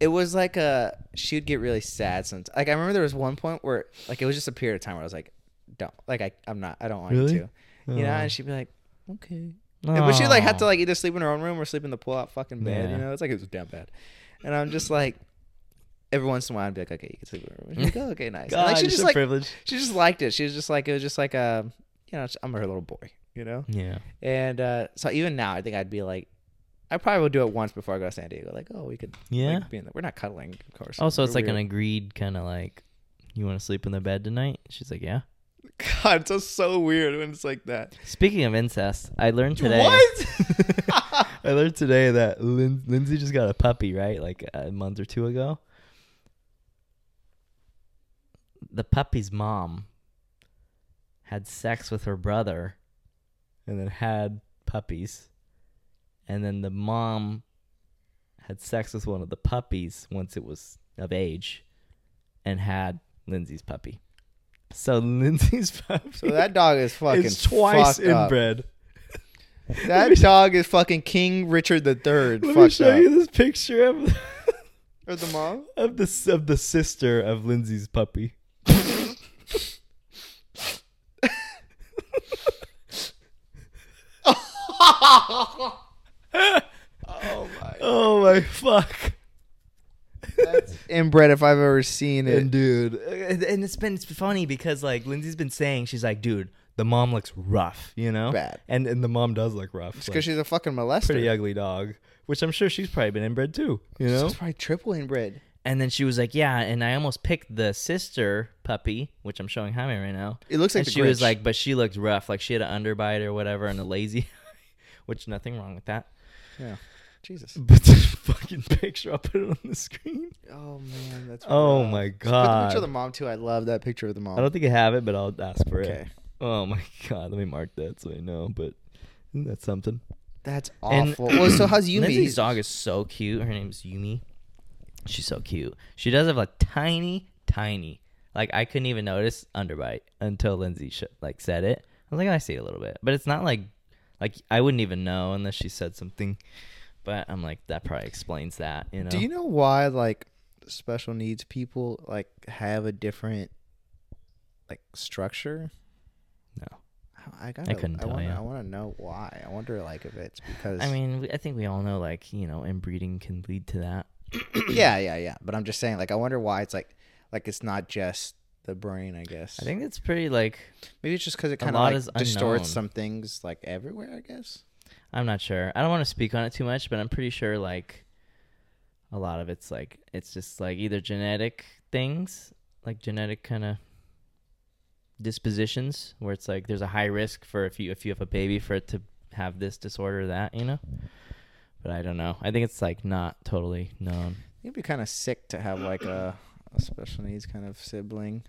Speaker 1: it was like a she'd get really sad sometimes. Like I remember there was one point where like it was just a period of time where I was like, don't like I I'm not I don't want
Speaker 3: Really? Oh.
Speaker 1: you to, you know.
Speaker 3: Aw.
Speaker 1: And she'd be like, okay, And- but she like had to like either sleep in her own room or sleep in the pull out fucking bed. You
Speaker 3: Yeah.
Speaker 1: know, it's like it was damn bad. And I'm just like. Every once in a while, I'd be like, "Okay, you can sleep in your room." And she'd be like, "Oh, okay, nice." And,
Speaker 3: God,
Speaker 1: like she
Speaker 3: you're
Speaker 1: just
Speaker 3: so
Speaker 1: like
Speaker 3: privileged.
Speaker 1: she just liked it. She was just like it was just like a you know I'm her little boy, you know.
Speaker 3: Yeah.
Speaker 1: And uh, so even now, I think I'd be like, I probably would do it once before I go to San Diego. Like, oh, we could
Speaker 3: Yeah.
Speaker 1: like, be in the, we're not cuddling, of course.
Speaker 3: Also, it's
Speaker 1: We're
Speaker 3: like an
Speaker 1: weird.
Speaker 3: agreed kind of like, you want to sleep in the bed tonight? She's like, yeah.
Speaker 1: God, it's just so weird when it's like that.
Speaker 3: Speaking of incest, I learned today.
Speaker 1: What?
Speaker 3: I learned today that Lin- Lindsay just got a puppy, right? Like a month or two ago. The puppy's mom had sex with her brother and then had puppies. And then the mom had sex with one of the puppies once it was of age and had Lindsay's puppy. So Lindsay's puppy
Speaker 1: so that dog is fucking
Speaker 3: is twice
Speaker 1: fucked up.
Speaker 3: inbred.
Speaker 1: That dog is fucking King Richard the Third.
Speaker 3: Let
Speaker 1: Fucked
Speaker 3: me show
Speaker 1: up.
Speaker 3: you this picture of
Speaker 1: Or the mom.
Speaker 3: of the s- of the sister of Lindsay's puppy.
Speaker 1: Oh my!
Speaker 3: Oh my fuck!
Speaker 1: That's inbred if I've ever seen it.
Speaker 3: And dude, and and it's been it's been funny because like Lindsay's been saying she's like, dude, the mom looks rough, you know,
Speaker 1: Bad.
Speaker 3: and and the mom does look rough,
Speaker 1: Because
Speaker 3: like,
Speaker 1: she's a fucking molester.
Speaker 3: pretty ugly dog, which I'm sure she's probably been inbred too, you know.
Speaker 1: She's probably triple inbred.
Speaker 3: And then she was like, yeah, and I almost picked the sister puppy, which I'm showing Jaime right now.
Speaker 1: It looks like
Speaker 3: and
Speaker 1: the
Speaker 3: she was
Speaker 1: Grinch.
Speaker 3: like, but she looked rough, like she had an underbite or whatever, and a lazy, which nothing wrong with that.
Speaker 1: Yeah. Jesus.
Speaker 3: But this fucking picture, I'll put it on the screen.
Speaker 1: Oh man, that's.
Speaker 3: Oh
Speaker 1: rough. Put
Speaker 3: my
Speaker 1: the picture of
Speaker 3: god!
Speaker 1: the mom too. I love that picture of the mom.
Speaker 3: I don't think I have it, but I'll ask for
Speaker 1: Okay.
Speaker 3: it. Oh my god! Let me mark that so I know. But isn't that something?
Speaker 1: That's
Speaker 2: And-
Speaker 1: awful. well, so how's Yumi?
Speaker 2: Lindsay's dog is so cute. Her name's Yumi. She's so cute. She does have a tiny, tiny, like I couldn't even notice underbite until Lindsay sh- like said it. I was like, I see it a little bit, but it's not like, like I wouldn't even know unless she said something. But I'm like, that probably explains that, you know.
Speaker 1: Do you know why like special needs people like have a different like structure?
Speaker 2: No.
Speaker 1: I got. I couldn't
Speaker 2: couldn't tell
Speaker 1: I wanna,
Speaker 2: you.
Speaker 1: I want to know why. I wonder like if it's because.
Speaker 2: I mean, we- I think we all know, like you know, inbreeding can lead to that.
Speaker 1: yeah, yeah, yeah. But I'm just saying, like, I wonder why it's like, like it's not just the brain. I guess.
Speaker 2: I think it's pretty like
Speaker 1: maybe it's just because it kind
Speaker 2: lot
Speaker 1: of
Speaker 2: is
Speaker 1: like, distorts
Speaker 2: unknown.
Speaker 1: some things like everywhere. I guess.
Speaker 2: I'm not sure. I don't want to speak on it too much, but I'm pretty sure like a lot of it's like it's just like either genetic things, like genetic kind of dispositions where it's like there's a high risk for if you if you have a baby for it to have this disorder or that, you know? But I don't know. I think it's like not totally known.
Speaker 1: It'd be kind of sick to have like a, a special needs kind of sibling.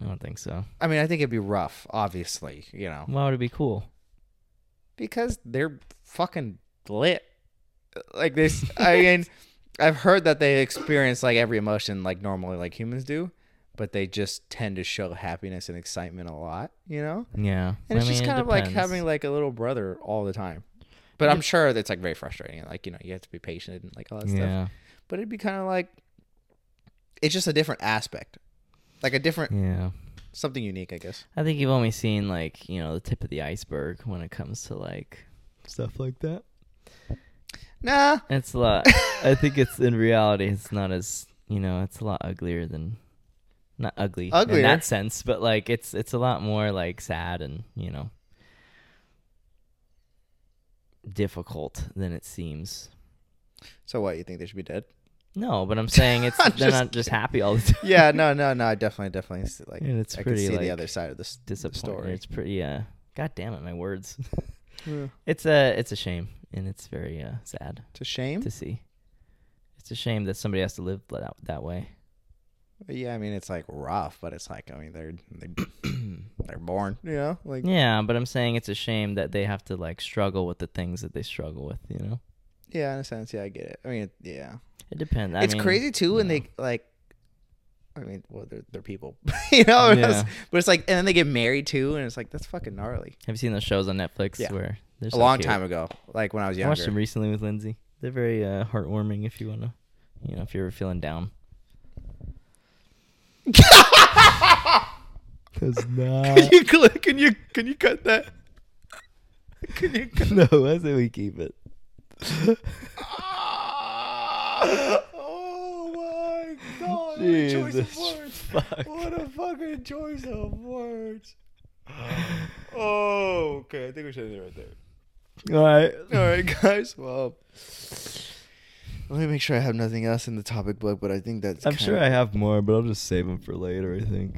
Speaker 2: I don't think so.
Speaker 1: I mean, I think it'd be rough, obviously, you know,
Speaker 2: Why would it be cool?
Speaker 1: because they're fucking lit. Like this, I mean, I've heard that they experience like every emotion like normally like humans do, but they just tend to show happiness and excitement a lot, you know.
Speaker 2: Yeah.
Speaker 1: And
Speaker 2: I
Speaker 1: it's just
Speaker 2: mean, it
Speaker 1: kind of like
Speaker 2: depends.
Speaker 1: having like a little brother all the time. But I'm sure that's like very frustrating. Like, you know, you have to be patient and like all that stuff.
Speaker 2: Yeah.
Speaker 1: But it'd be kind of like it's just a different aspect. Like a different
Speaker 2: Yeah.
Speaker 1: something unique, I guess.
Speaker 2: I think you've only seen like, you know, the tip of the iceberg when it comes to like stuff like that.
Speaker 1: Nah.
Speaker 2: It's a lot. I think it's in reality, it's not as you know, it's a lot uglier than not ugly in
Speaker 1: Uglier.
Speaker 2: that sense, but like it's it's a lot more like sad and you know difficult than it seems.
Speaker 1: So what, you think they should be dead?
Speaker 2: No, but I'm saying it's
Speaker 1: I'm
Speaker 2: they're
Speaker 1: just
Speaker 2: not just happy all the time.
Speaker 1: yeah, no, no, no. I definitely definitely see, like
Speaker 2: And it's
Speaker 1: I
Speaker 2: pretty,
Speaker 1: can see
Speaker 2: like,
Speaker 1: the other side of this the
Speaker 2: Disappointing.
Speaker 1: story.
Speaker 2: It's pretty. Uh, God damn it, my words.
Speaker 1: Yeah.
Speaker 2: it's a it's a shame, and it's very uh, sad
Speaker 1: It's a shame.
Speaker 2: to see. It's a shame that somebody has to live that that way.
Speaker 1: Yeah, I mean it's like rough, but it's like I mean they're they, they're born, you know? Like
Speaker 2: Yeah, but I'm saying it's a shame that they have to like struggle with the things that they struggle with. You know,
Speaker 1: yeah, in a sense, yeah, I get it. I mean, it- yeah.
Speaker 2: it depends. I
Speaker 1: it's
Speaker 2: mean,
Speaker 1: crazy too when
Speaker 2: yeah.
Speaker 1: they like i mean well they're, they're people you know but it's-
Speaker 2: Yeah.
Speaker 1: but it's like and then they get married too and it's like that's fucking gnarly
Speaker 2: Have you seen those shows on Netflix
Speaker 1: Yeah.
Speaker 2: where there's
Speaker 1: a long time ago like when i was
Speaker 2: I watched
Speaker 1: younger
Speaker 2: them recently with Lindsay. They're very uh, heartwarming. If you wanna, you know, if you're ever feeling down. That's not.
Speaker 1: you click can you can you cut that can you cut
Speaker 2: no, I say we keep it.
Speaker 1: oh my god what a choice of
Speaker 2: Jesus
Speaker 1: words
Speaker 2: fuck.
Speaker 1: what a fucking choice of words oh okay i think we should end it right there
Speaker 2: All right.
Speaker 1: All right, guys. Well, let me make sure I have nothing else in the topic book, but I think that's.
Speaker 2: I'm
Speaker 1: kinda-
Speaker 2: sure I have more, but I'll just save them for later. I think.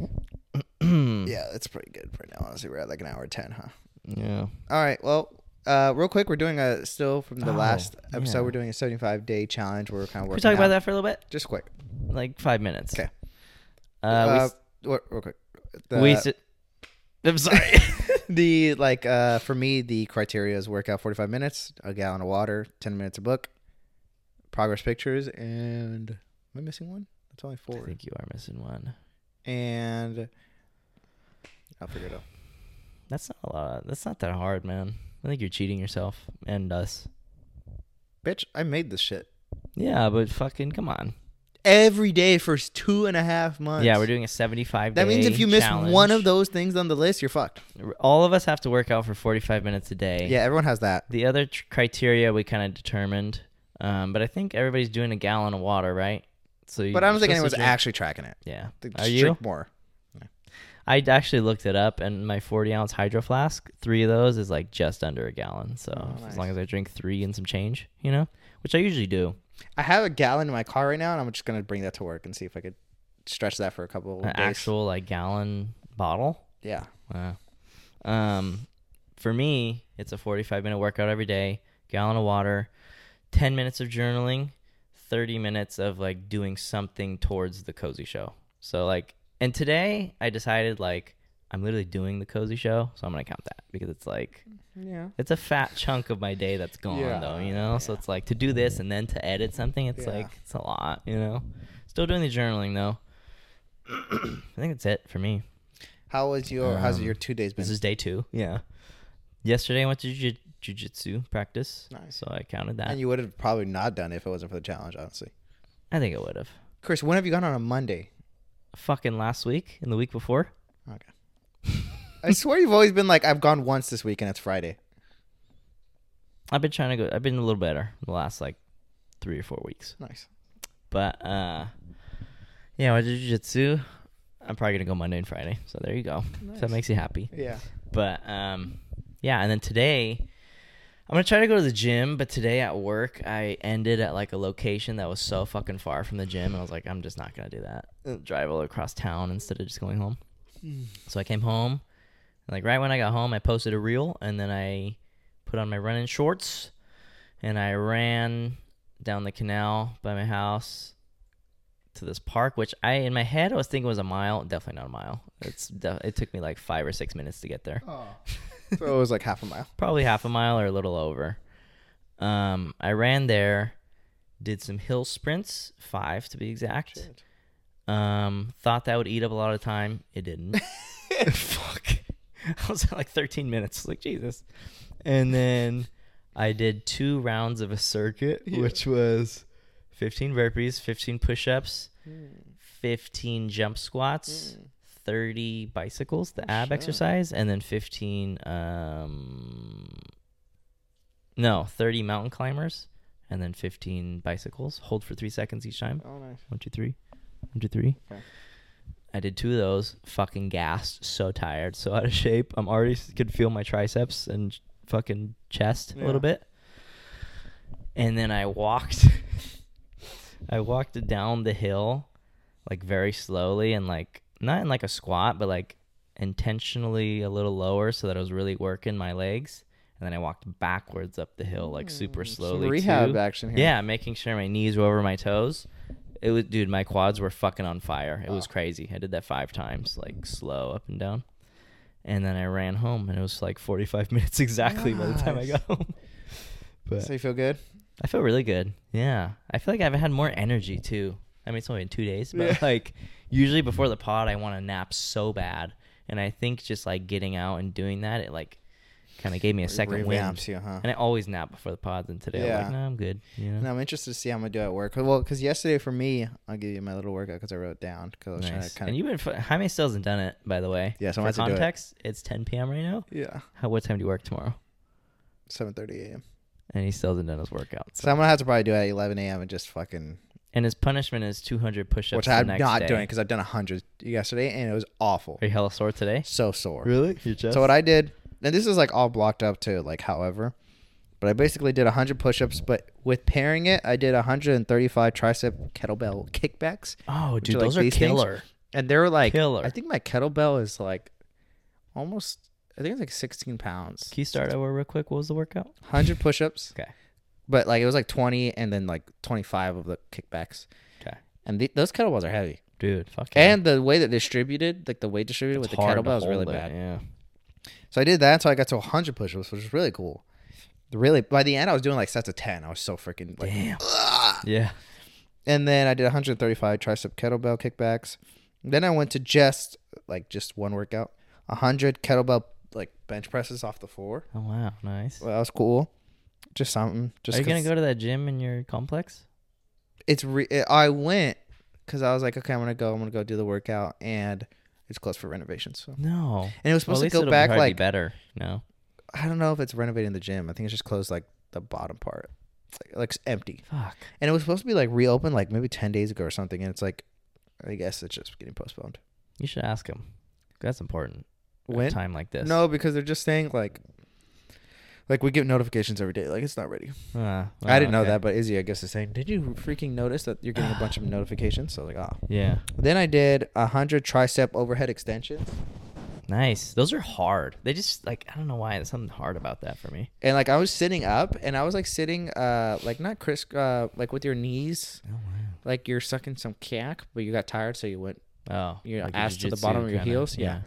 Speaker 2: yeah.
Speaker 1: Yeah, that's pretty good right now. Honestly, we're at like an hour ten, huh?
Speaker 2: Yeah.
Speaker 1: All right. Well, uh, real quick, we're doing a still from the
Speaker 2: Oh,
Speaker 1: last episode.
Speaker 2: yeah.
Speaker 1: We're doing a seventy-five day challenge where we're kind of
Speaker 2: Can we
Speaker 1: working.
Speaker 2: talk about
Speaker 1: out-
Speaker 2: that for a little bit?
Speaker 1: Just quick.
Speaker 2: Like five minutes.
Speaker 1: Okay.
Speaker 2: Uh,
Speaker 1: Uh, wha- real quick.
Speaker 2: we,
Speaker 1: The,
Speaker 2: we s- I'm sorry.
Speaker 1: the like uh for me the criteria is workout 45 minutes a gallon of water 10 minutes a book progress pictures and am i missing one that's only
Speaker 2: I
Speaker 1: four
Speaker 2: think you are missing one.
Speaker 1: and I'll figure it out.
Speaker 2: That's not a lot. That's not that hard, man. I think you're cheating yourself and us.
Speaker 1: Bitch, I made this shit
Speaker 2: Yeah, but fucking come on.
Speaker 1: every day for s- two and a half months.
Speaker 2: Yeah, we're doing a 75
Speaker 1: That means if you miss one of those
Speaker 2: those,
Speaker 1: things on the list, you're fucked.
Speaker 2: all of us have to work out for 45 minutes a day.
Speaker 1: Yeah, everyone has that.
Speaker 2: The other tr- criteria we kind of determined, um, but I think everybody's doing a gallon of water, right? So you
Speaker 1: But I don't think
Speaker 2: supposed
Speaker 1: anyone's
Speaker 2: to drink-
Speaker 1: actually tracking it.
Speaker 2: Yeah.
Speaker 1: They
Speaker 2: Are
Speaker 1: just
Speaker 2: you?
Speaker 1: drink more.
Speaker 2: I actually looked it up, and my 40 ounce hydro flask, three of those is like just under a gallon. So
Speaker 1: Oh,
Speaker 2: as
Speaker 1: nice.
Speaker 2: long as I drink three and some change, you know, which I usually do.
Speaker 1: I have a gallon in my car right now, and I'm just gonna bring that to work and see if I could stretch that for a couple.
Speaker 2: An
Speaker 1: days.
Speaker 2: actual like gallon bottle.
Speaker 1: Yeah.
Speaker 2: Wow. Um, for me, it's a 45 minute workout every day, gallon of water, 10 minutes of journaling, 30 minutes of like doing something towards the cozy show. So like, and today I decided like I'm literally doing the cozy show, so I'm gonna count that because it's like
Speaker 1: Yeah.
Speaker 2: it's a fat chunk of my day that's gone
Speaker 1: Yeah,
Speaker 2: though, you know? So
Speaker 1: yeah.
Speaker 2: it's like to do this and then to edit something, it's
Speaker 1: Yeah.
Speaker 2: like it's a lot, you know. Still doing the journaling though. I think that's it for me.
Speaker 1: How was your how's
Speaker 2: Um,
Speaker 1: your two days been?
Speaker 2: This is day two. Yeah. Yesterday I went to jiu- jujitsu practice.
Speaker 1: Nice.
Speaker 2: So I counted that.
Speaker 1: and you would have probably not done it if it wasn't for the challenge, honestly.
Speaker 2: I think I would have.
Speaker 1: Chris, when have you gone on a Monday?
Speaker 2: Fucking last week and the week before.
Speaker 1: Okay. I swear you've always been like, I've gone once this week and it's Friday.
Speaker 2: I've been trying to go I've been a little better the last like three or four weeks.
Speaker 1: Nice.
Speaker 2: But uh yeah, I did jujitsu. I'm probably gonna go Monday and Friday. So there you go. If that
Speaker 1: Nice.
Speaker 2: makes you happy.
Speaker 1: Yeah.
Speaker 2: But um yeah, and then today I'm gonna try to go to the gym, but today at work I ended at like a location that was so fucking far from the gym and I was like, I'm just not gonna do that. Uh, Drive all across town instead of just going home. So I came home and like right when I got home I posted a reel and then I put on my running shorts and I ran down the canal by my house to this park, which I in my head I was thinking was a mile. Definitely not a mile. It's de- it took me like five or six minutes to get there.
Speaker 1: Oh. so it was like half a mile.
Speaker 2: Probably half a mile or a little over. Um, I ran there, did some hill sprints, five to be exact. Um, thought that would eat up a lot of time. It didn't. Fuck. I was at like 13 minutes. Like Jesus. And then I did two rounds of a circuit, which was 15 burpees, 15 push-ups,
Speaker 1: Mm,
Speaker 2: 15 jump squats, 30 bicycles, the ab
Speaker 1: shit.
Speaker 2: exercise, and then 15 um no, 30 mountain climbers and then 15 bicycles. Hold for 3 seconds each time.
Speaker 1: Oh, nice.
Speaker 2: One, two, three. One, two, three.
Speaker 1: Okay.
Speaker 2: I did two of those. Fucking gassed. So tired. So out of shape. I'm already s- could feel my triceps and j- fucking chest a
Speaker 1: Yeah.
Speaker 2: little bit. And then I walked. I walked down the hill, like very slowly and like not in like a squat, but like intentionally a little lower so that I was really working my legs. And then I walked backwards up the hill like super slowly.
Speaker 1: Mm. Some rehab
Speaker 2: too.
Speaker 1: action here.
Speaker 2: Yeah, making sure my knees were over my toes. It was, dude, my quads were fucking on fire. It was
Speaker 1: Wow.
Speaker 2: crazy. I did that five times, like slow up and down. And then I ran home, and it was like 45 minutes exactly by the time I
Speaker 1: Nice.
Speaker 2: got home. But
Speaker 1: So you feel good?
Speaker 2: I feel really good. Yeah. I feel like I've had more energy too. I mean, it's only been two days, but
Speaker 1: Yeah.
Speaker 2: like usually before the pod, I want to nap so bad. And I think just like getting out and doing that, it like kind of gave me a second wind.
Speaker 1: Revamps you, huh?
Speaker 2: And I always nap before the pods, and today I'm
Speaker 1: Yeah.
Speaker 2: like, no, I'm good. You know?
Speaker 1: And I'm interested to see how I'm gonna do at work. Well, because yesterday for me, I'll give you my little workout because I wrote it down because I was
Speaker 2: Nice.
Speaker 1: trying to
Speaker 2: and
Speaker 1: kind
Speaker 2: you've been fu- Jaime still hasn't done it, by the way.
Speaker 1: Yeah, so I
Speaker 2: For
Speaker 1: might have to do it.
Speaker 2: context, it's 10 p.m. right now.
Speaker 1: of yeah,
Speaker 2: How what time do you work tomorrow?
Speaker 1: 7:30 a.m.
Speaker 2: And he still hasn't done his workout.
Speaker 1: So I'm gonna have to probably do it at 11 a.m. and just fucking
Speaker 2: And his punishment is 200 push-ups.
Speaker 1: which
Speaker 2: the
Speaker 1: I'm
Speaker 2: next
Speaker 1: not
Speaker 2: day.
Speaker 1: doing because I've done 100 yesterday and it was awful,
Speaker 2: Are you hella sore today?
Speaker 1: so sore.
Speaker 2: Really? Your chest?
Speaker 1: So what I did, and this is like all blocked up to like however, but I basically did 100 push-ups, but with pairing it, I did 135 tricep kettlebell kickbacks,
Speaker 2: oh, dude,
Speaker 1: are like
Speaker 2: those are
Speaker 1: these things.
Speaker 2: killer.
Speaker 1: and they were like
Speaker 2: Killer.
Speaker 1: I think my kettlebell is like almost I think it's like 16 pounds.
Speaker 2: Can you start over real quick? What was the workout?
Speaker 1: 100 push-ups.
Speaker 2: Okay.
Speaker 1: But like it was like 20 and then like 25 of the kickbacks.
Speaker 2: Okay.
Speaker 1: And the, those kettlebells are heavy.
Speaker 2: Dude, fuck
Speaker 1: And the way that distributed, like the weight distributed with the kettlebell is really bad.
Speaker 2: Yeah.
Speaker 1: So I did that so I got to 100 push-ups, which was really cool. Really by the end I was doing like sets of 10. I was so freaking like
Speaker 2: Damn.
Speaker 1: "Ugh."
Speaker 2: Yeah.
Speaker 1: And then I did 135 tricep kettlebell kickbacks. Then I went to just like just one workout. 100 kettlebell like bench presses off the floor.
Speaker 2: Oh, wow. Nice.
Speaker 1: Well, that was cool. Just something. Just
Speaker 2: are you going
Speaker 1: 'cause-
Speaker 2: to go to that gym in your complex?
Speaker 1: it's re- I went because I was like, okay, I'm gonna go. I'm gonna go do the workout, and it's closed for renovation. So
Speaker 2: No.
Speaker 1: and it was
Speaker 2: Well, at
Speaker 1: supposed
Speaker 2: least
Speaker 1: to
Speaker 2: it'll
Speaker 1: go back
Speaker 2: probably
Speaker 1: like
Speaker 2: be better. No.
Speaker 1: I don't know if it's renovating the gym. I think it's just closed like the bottom part, like, like it's empty.
Speaker 2: Fuck.
Speaker 1: And it was supposed to be like reopened like maybe ten days ago or something. And it's like, I guess it's just getting postponed.
Speaker 2: You should ask him. That's important. At
Speaker 1: When?
Speaker 2: a time like this.
Speaker 1: No, because they're just saying like, like we get notifications every day. Like it's not ready.
Speaker 2: Ah,
Speaker 1: I
Speaker 2: well,
Speaker 1: didn't know
Speaker 2: okay.
Speaker 1: that, but Izzy, I guess, is saying, did you freaking notice that you're getting a bunch of notifications? So I was like, ah.
Speaker 2: Yeah.
Speaker 1: Then I did a hundred tricep overhead extensions.
Speaker 2: Nice. Those are hard. They just like I don't know why there's something hard about that for me.
Speaker 1: and like I was sitting up, and I was like sitting, uh, like not Chris, uh, like with your knees,
Speaker 2: Oh wow.
Speaker 1: like you're sucking some cack, but you got tired, so you went
Speaker 2: Oh.
Speaker 1: your
Speaker 2: like a
Speaker 1: ass to the
Speaker 2: jujitsu
Speaker 1: bottom of your
Speaker 2: kinda-
Speaker 1: heels, yeah.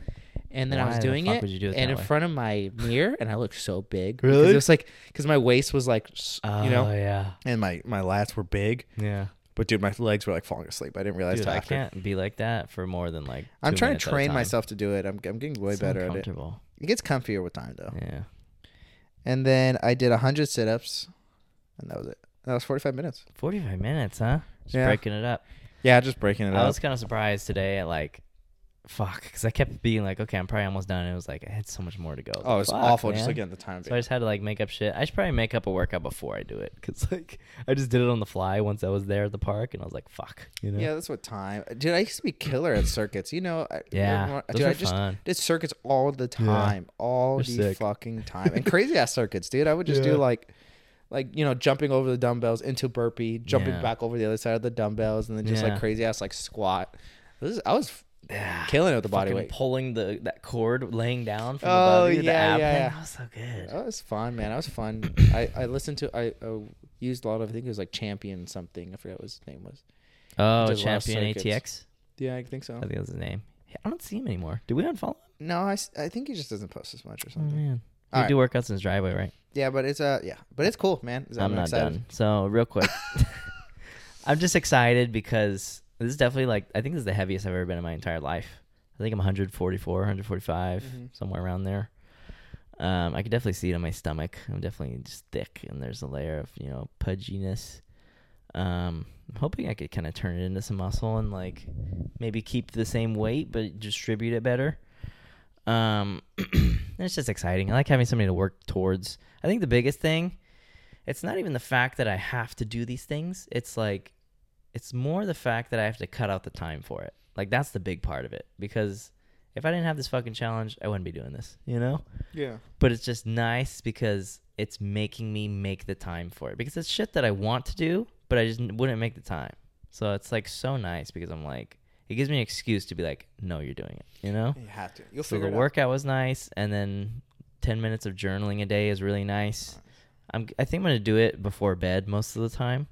Speaker 1: And then I
Speaker 2: Why
Speaker 1: was
Speaker 2: the
Speaker 1: doing
Speaker 2: fuck
Speaker 1: it,
Speaker 2: would you do it
Speaker 1: and
Speaker 2: that
Speaker 1: in
Speaker 2: way?
Speaker 1: front of my mirror, and I looked so big. Because
Speaker 2: Really? Oh,
Speaker 1: it was like because my waist was like, s- you know,
Speaker 2: yeah,
Speaker 1: and my my lats were big.
Speaker 2: yeah.
Speaker 1: But dude, my legs were like falling asleep. I didn't realize
Speaker 2: Dude,
Speaker 1: till
Speaker 2: I
Speaker 1: after.
Speaker 2: can't be like that for more than like.
Speaker 1: I'm
Speaker 2: two
Speaker 1: trying to
Speaker 2: minutes at a
Speaker 1: train
Speaker 2: time.
Speaker 1: myself to do it. I'm I'm getting way
Speaker 2: It's
Speaker 1: better at it.
Speaker 2: uncomfortable.
Speaker 1: It gets comfier with time though.
Speaker 2: Yeah.
Speaker 1: And then I did 100 sit-ups, and that was it. That was 45 minutes.
Speaker 2: 45 minutes, huh? Just
Speaker 1: Yeah.
Speaker 2: breaking it up.
Speaker 1: Yeah, just breaking it
Speaker 2: I was kind of surprised today at like, fuck, because I kept being like, okay, I'm probably almost done. And it was like, I had so much more to go. I was
Speaker 1: oh,
Speaker 2: like,
Speaker 1: it's
Speaker 2: fuck,
Speaker 1: awful just
Speaker 2: man.
Speaker 1: looking at the time.
Speaker 2: So I just had to like make up shit. I should probably make up a workout before I do it because like I just did it on the fly once I was there at the park and I was like, fuck, you know?
Speaker 1: yeah, that's what time. Dude, I used to be killer at circuits. You know, I,
Speaker 2: Yeah,
Speaker 1: everyone-
Speaker 2: those
Speaker 1: dude,
Speaker 2: were
Speaker 1: I just
Speaker 2: fun.
Speaker 1: did circuits all the time, all
Speaker 2: They're
Speaker 1: the
Speaker 2: sick.
Speaker 1: fucking time, and crazy ass circuits, dude. I would just
Speaker 2: Yeah.
Speaker 1: do like, like you know, jumping over the dumbbells into burpee, jumping
Speaker 2: Yeah.
Speaker 1: back over the other side of the dumbbells, and then just
Speaker 2: Yeah.
Speaker 1: like crazy ass like squat. This is, I was f-
Speaker 2: Yeah.
Speaker 1: killing it with the body
Speaker 2: Fucking
Speaker 1: weight.
Speaker 2: pulling the that cord, laying down from
Speaker 1: Oh,
Speaker 2: above you, the
Speaker 1: yeah,
Speaker 2: ab
Speaker 1: yeah, Oh, yeah.
Speaker 2: thing. That was so good. Oh,
Speaker 1: That was fun, man. That was fun. I, I listened to I uh, used a lot of I think it was like Champion something. I forgot what his name was.
Speaker 2: Oh,
Speaker 1: Did a lot of
Speaker 2: champion
Speaker 1: circuits.
Speaker 2: ATX.
Speaker 1: Yeah, I think so.
Speaker 2: I think that was his name. I don't see him anymore. Did we unfollow? him?
Speaker 1: No, I, s- I think he just doesn't post as much or
Speaker 2: Oh
Speaker 1: something.
Speaker 2: man,
Speaker 1: All
Speaker 2: we do workouts in his driveway, right?
Speaker 1: Yeah, but it's uh yeah, but it's cool, man. I'm,
Speaker 2: I'm, not
Speaker 1: excited.
Speaker 2: done. So real quick, I'm just excited because this is definitely like I think this is the heaviest I've ever been in my entire life. I think I'm 144, 145,
Speaker 1: Mhm.
Speaker 2: somewhere around there. Um, I could definitely see it on my stomach. I'm definitely just thick, and there's a layer of you know pudginess. Um, I'm hoping I could kind of turn it into some muscle and like maybe keep the same weight but distribute it better. Um, it's just exciting. I like having somebody to work towards. I think the biggest thing, it's not even the fact that I have to do these things. It's like, it's more the fact that I have to cut out the time for it. Like that's the big part of it because if I didn't have this fucking challenge, I wouldn't be doing this, you know?
Speaker 1: Yeah.
Speaker 2: but it's just nice because it's making me make the time for it because it's shit that I want to do, but I just n- wouldn't make the time. So it's like so nice because I'm like, it gives me an excuse to be like, no, you're doing it, you know?
Speaker 1: You have to. You'll
Speaker 2: so
Speaker 1: figure
Speaker 2: the
Speaker 1: it
Speaker 2: workout was nice, and then 10 minutes of journaling a day is really nice. I'm, I think I'm going to do it before bed most of the time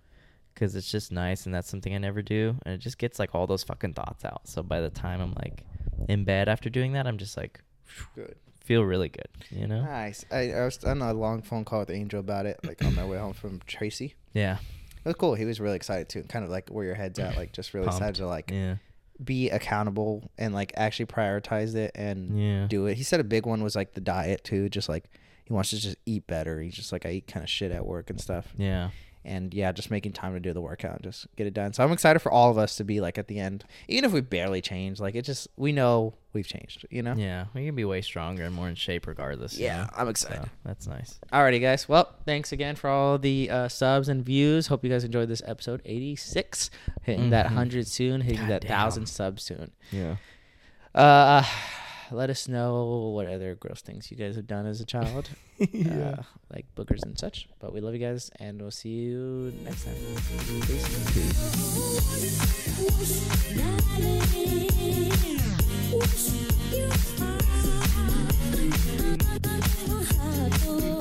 Speaker 2: because it's just nice, and that's something I never do. And it just gets like all those fucking thoughts out. So by the time I'm like in bed after doing that, I'm just like,
Speaker 1: out. Good.
Speaker 2: feel really good, you know?
Speaker 1: Nice. I, I was on a long phone call with Angel about it, like on my way home from Tracy.
Speaker 2: Yeah.
Speaker 1: It was cool. He was really excited too, and kind of like where your head's at, like just really
Speaker 2: Pumped.
Speaker 1: excited to like
Speaker 2: Yeah.
Speaker 1: be accountable and like actually prioritize it and
Speaker 2: Yeah.
Speaker 1: do it. He said a big one was like the diet too, just like he wants to just eat better. He's just like I eat kind of shit at work and stuff.
Speaker 2: Yeah.
Speaker 1: and yeah, just making time to do the workout, and just get it done. So I'm excited for all of us to be like at the end, even if we barely change. Like it just we know we've changed, you know.
Speaker 2: Yeah. We can be way stronger and more in shape regardless. you
Speaker 1: Yeah,
Speaker 2: know?
Speaker 1: I'm excited.
Speaker 2: So, that's nice.
Speaker 1: Alrighty, guys. Well, thanks again for all the uh, subs and views. Hope you guys enjoyed this episode 86. Hitting that
Speaker 2: Mhm.
Speaker 1: 100 soon. Hitting that
Speaker 2: Goddamn.
Speaker 1: 1,000 subs soon.
Speaker 2: Yeah.
Speaker 1: Uh, let us know what other gross things you guys have done as a child, uh, like boogers and such. But we love you guys, and we'll see you next time. Peace.
Speaker 4: Wish you are.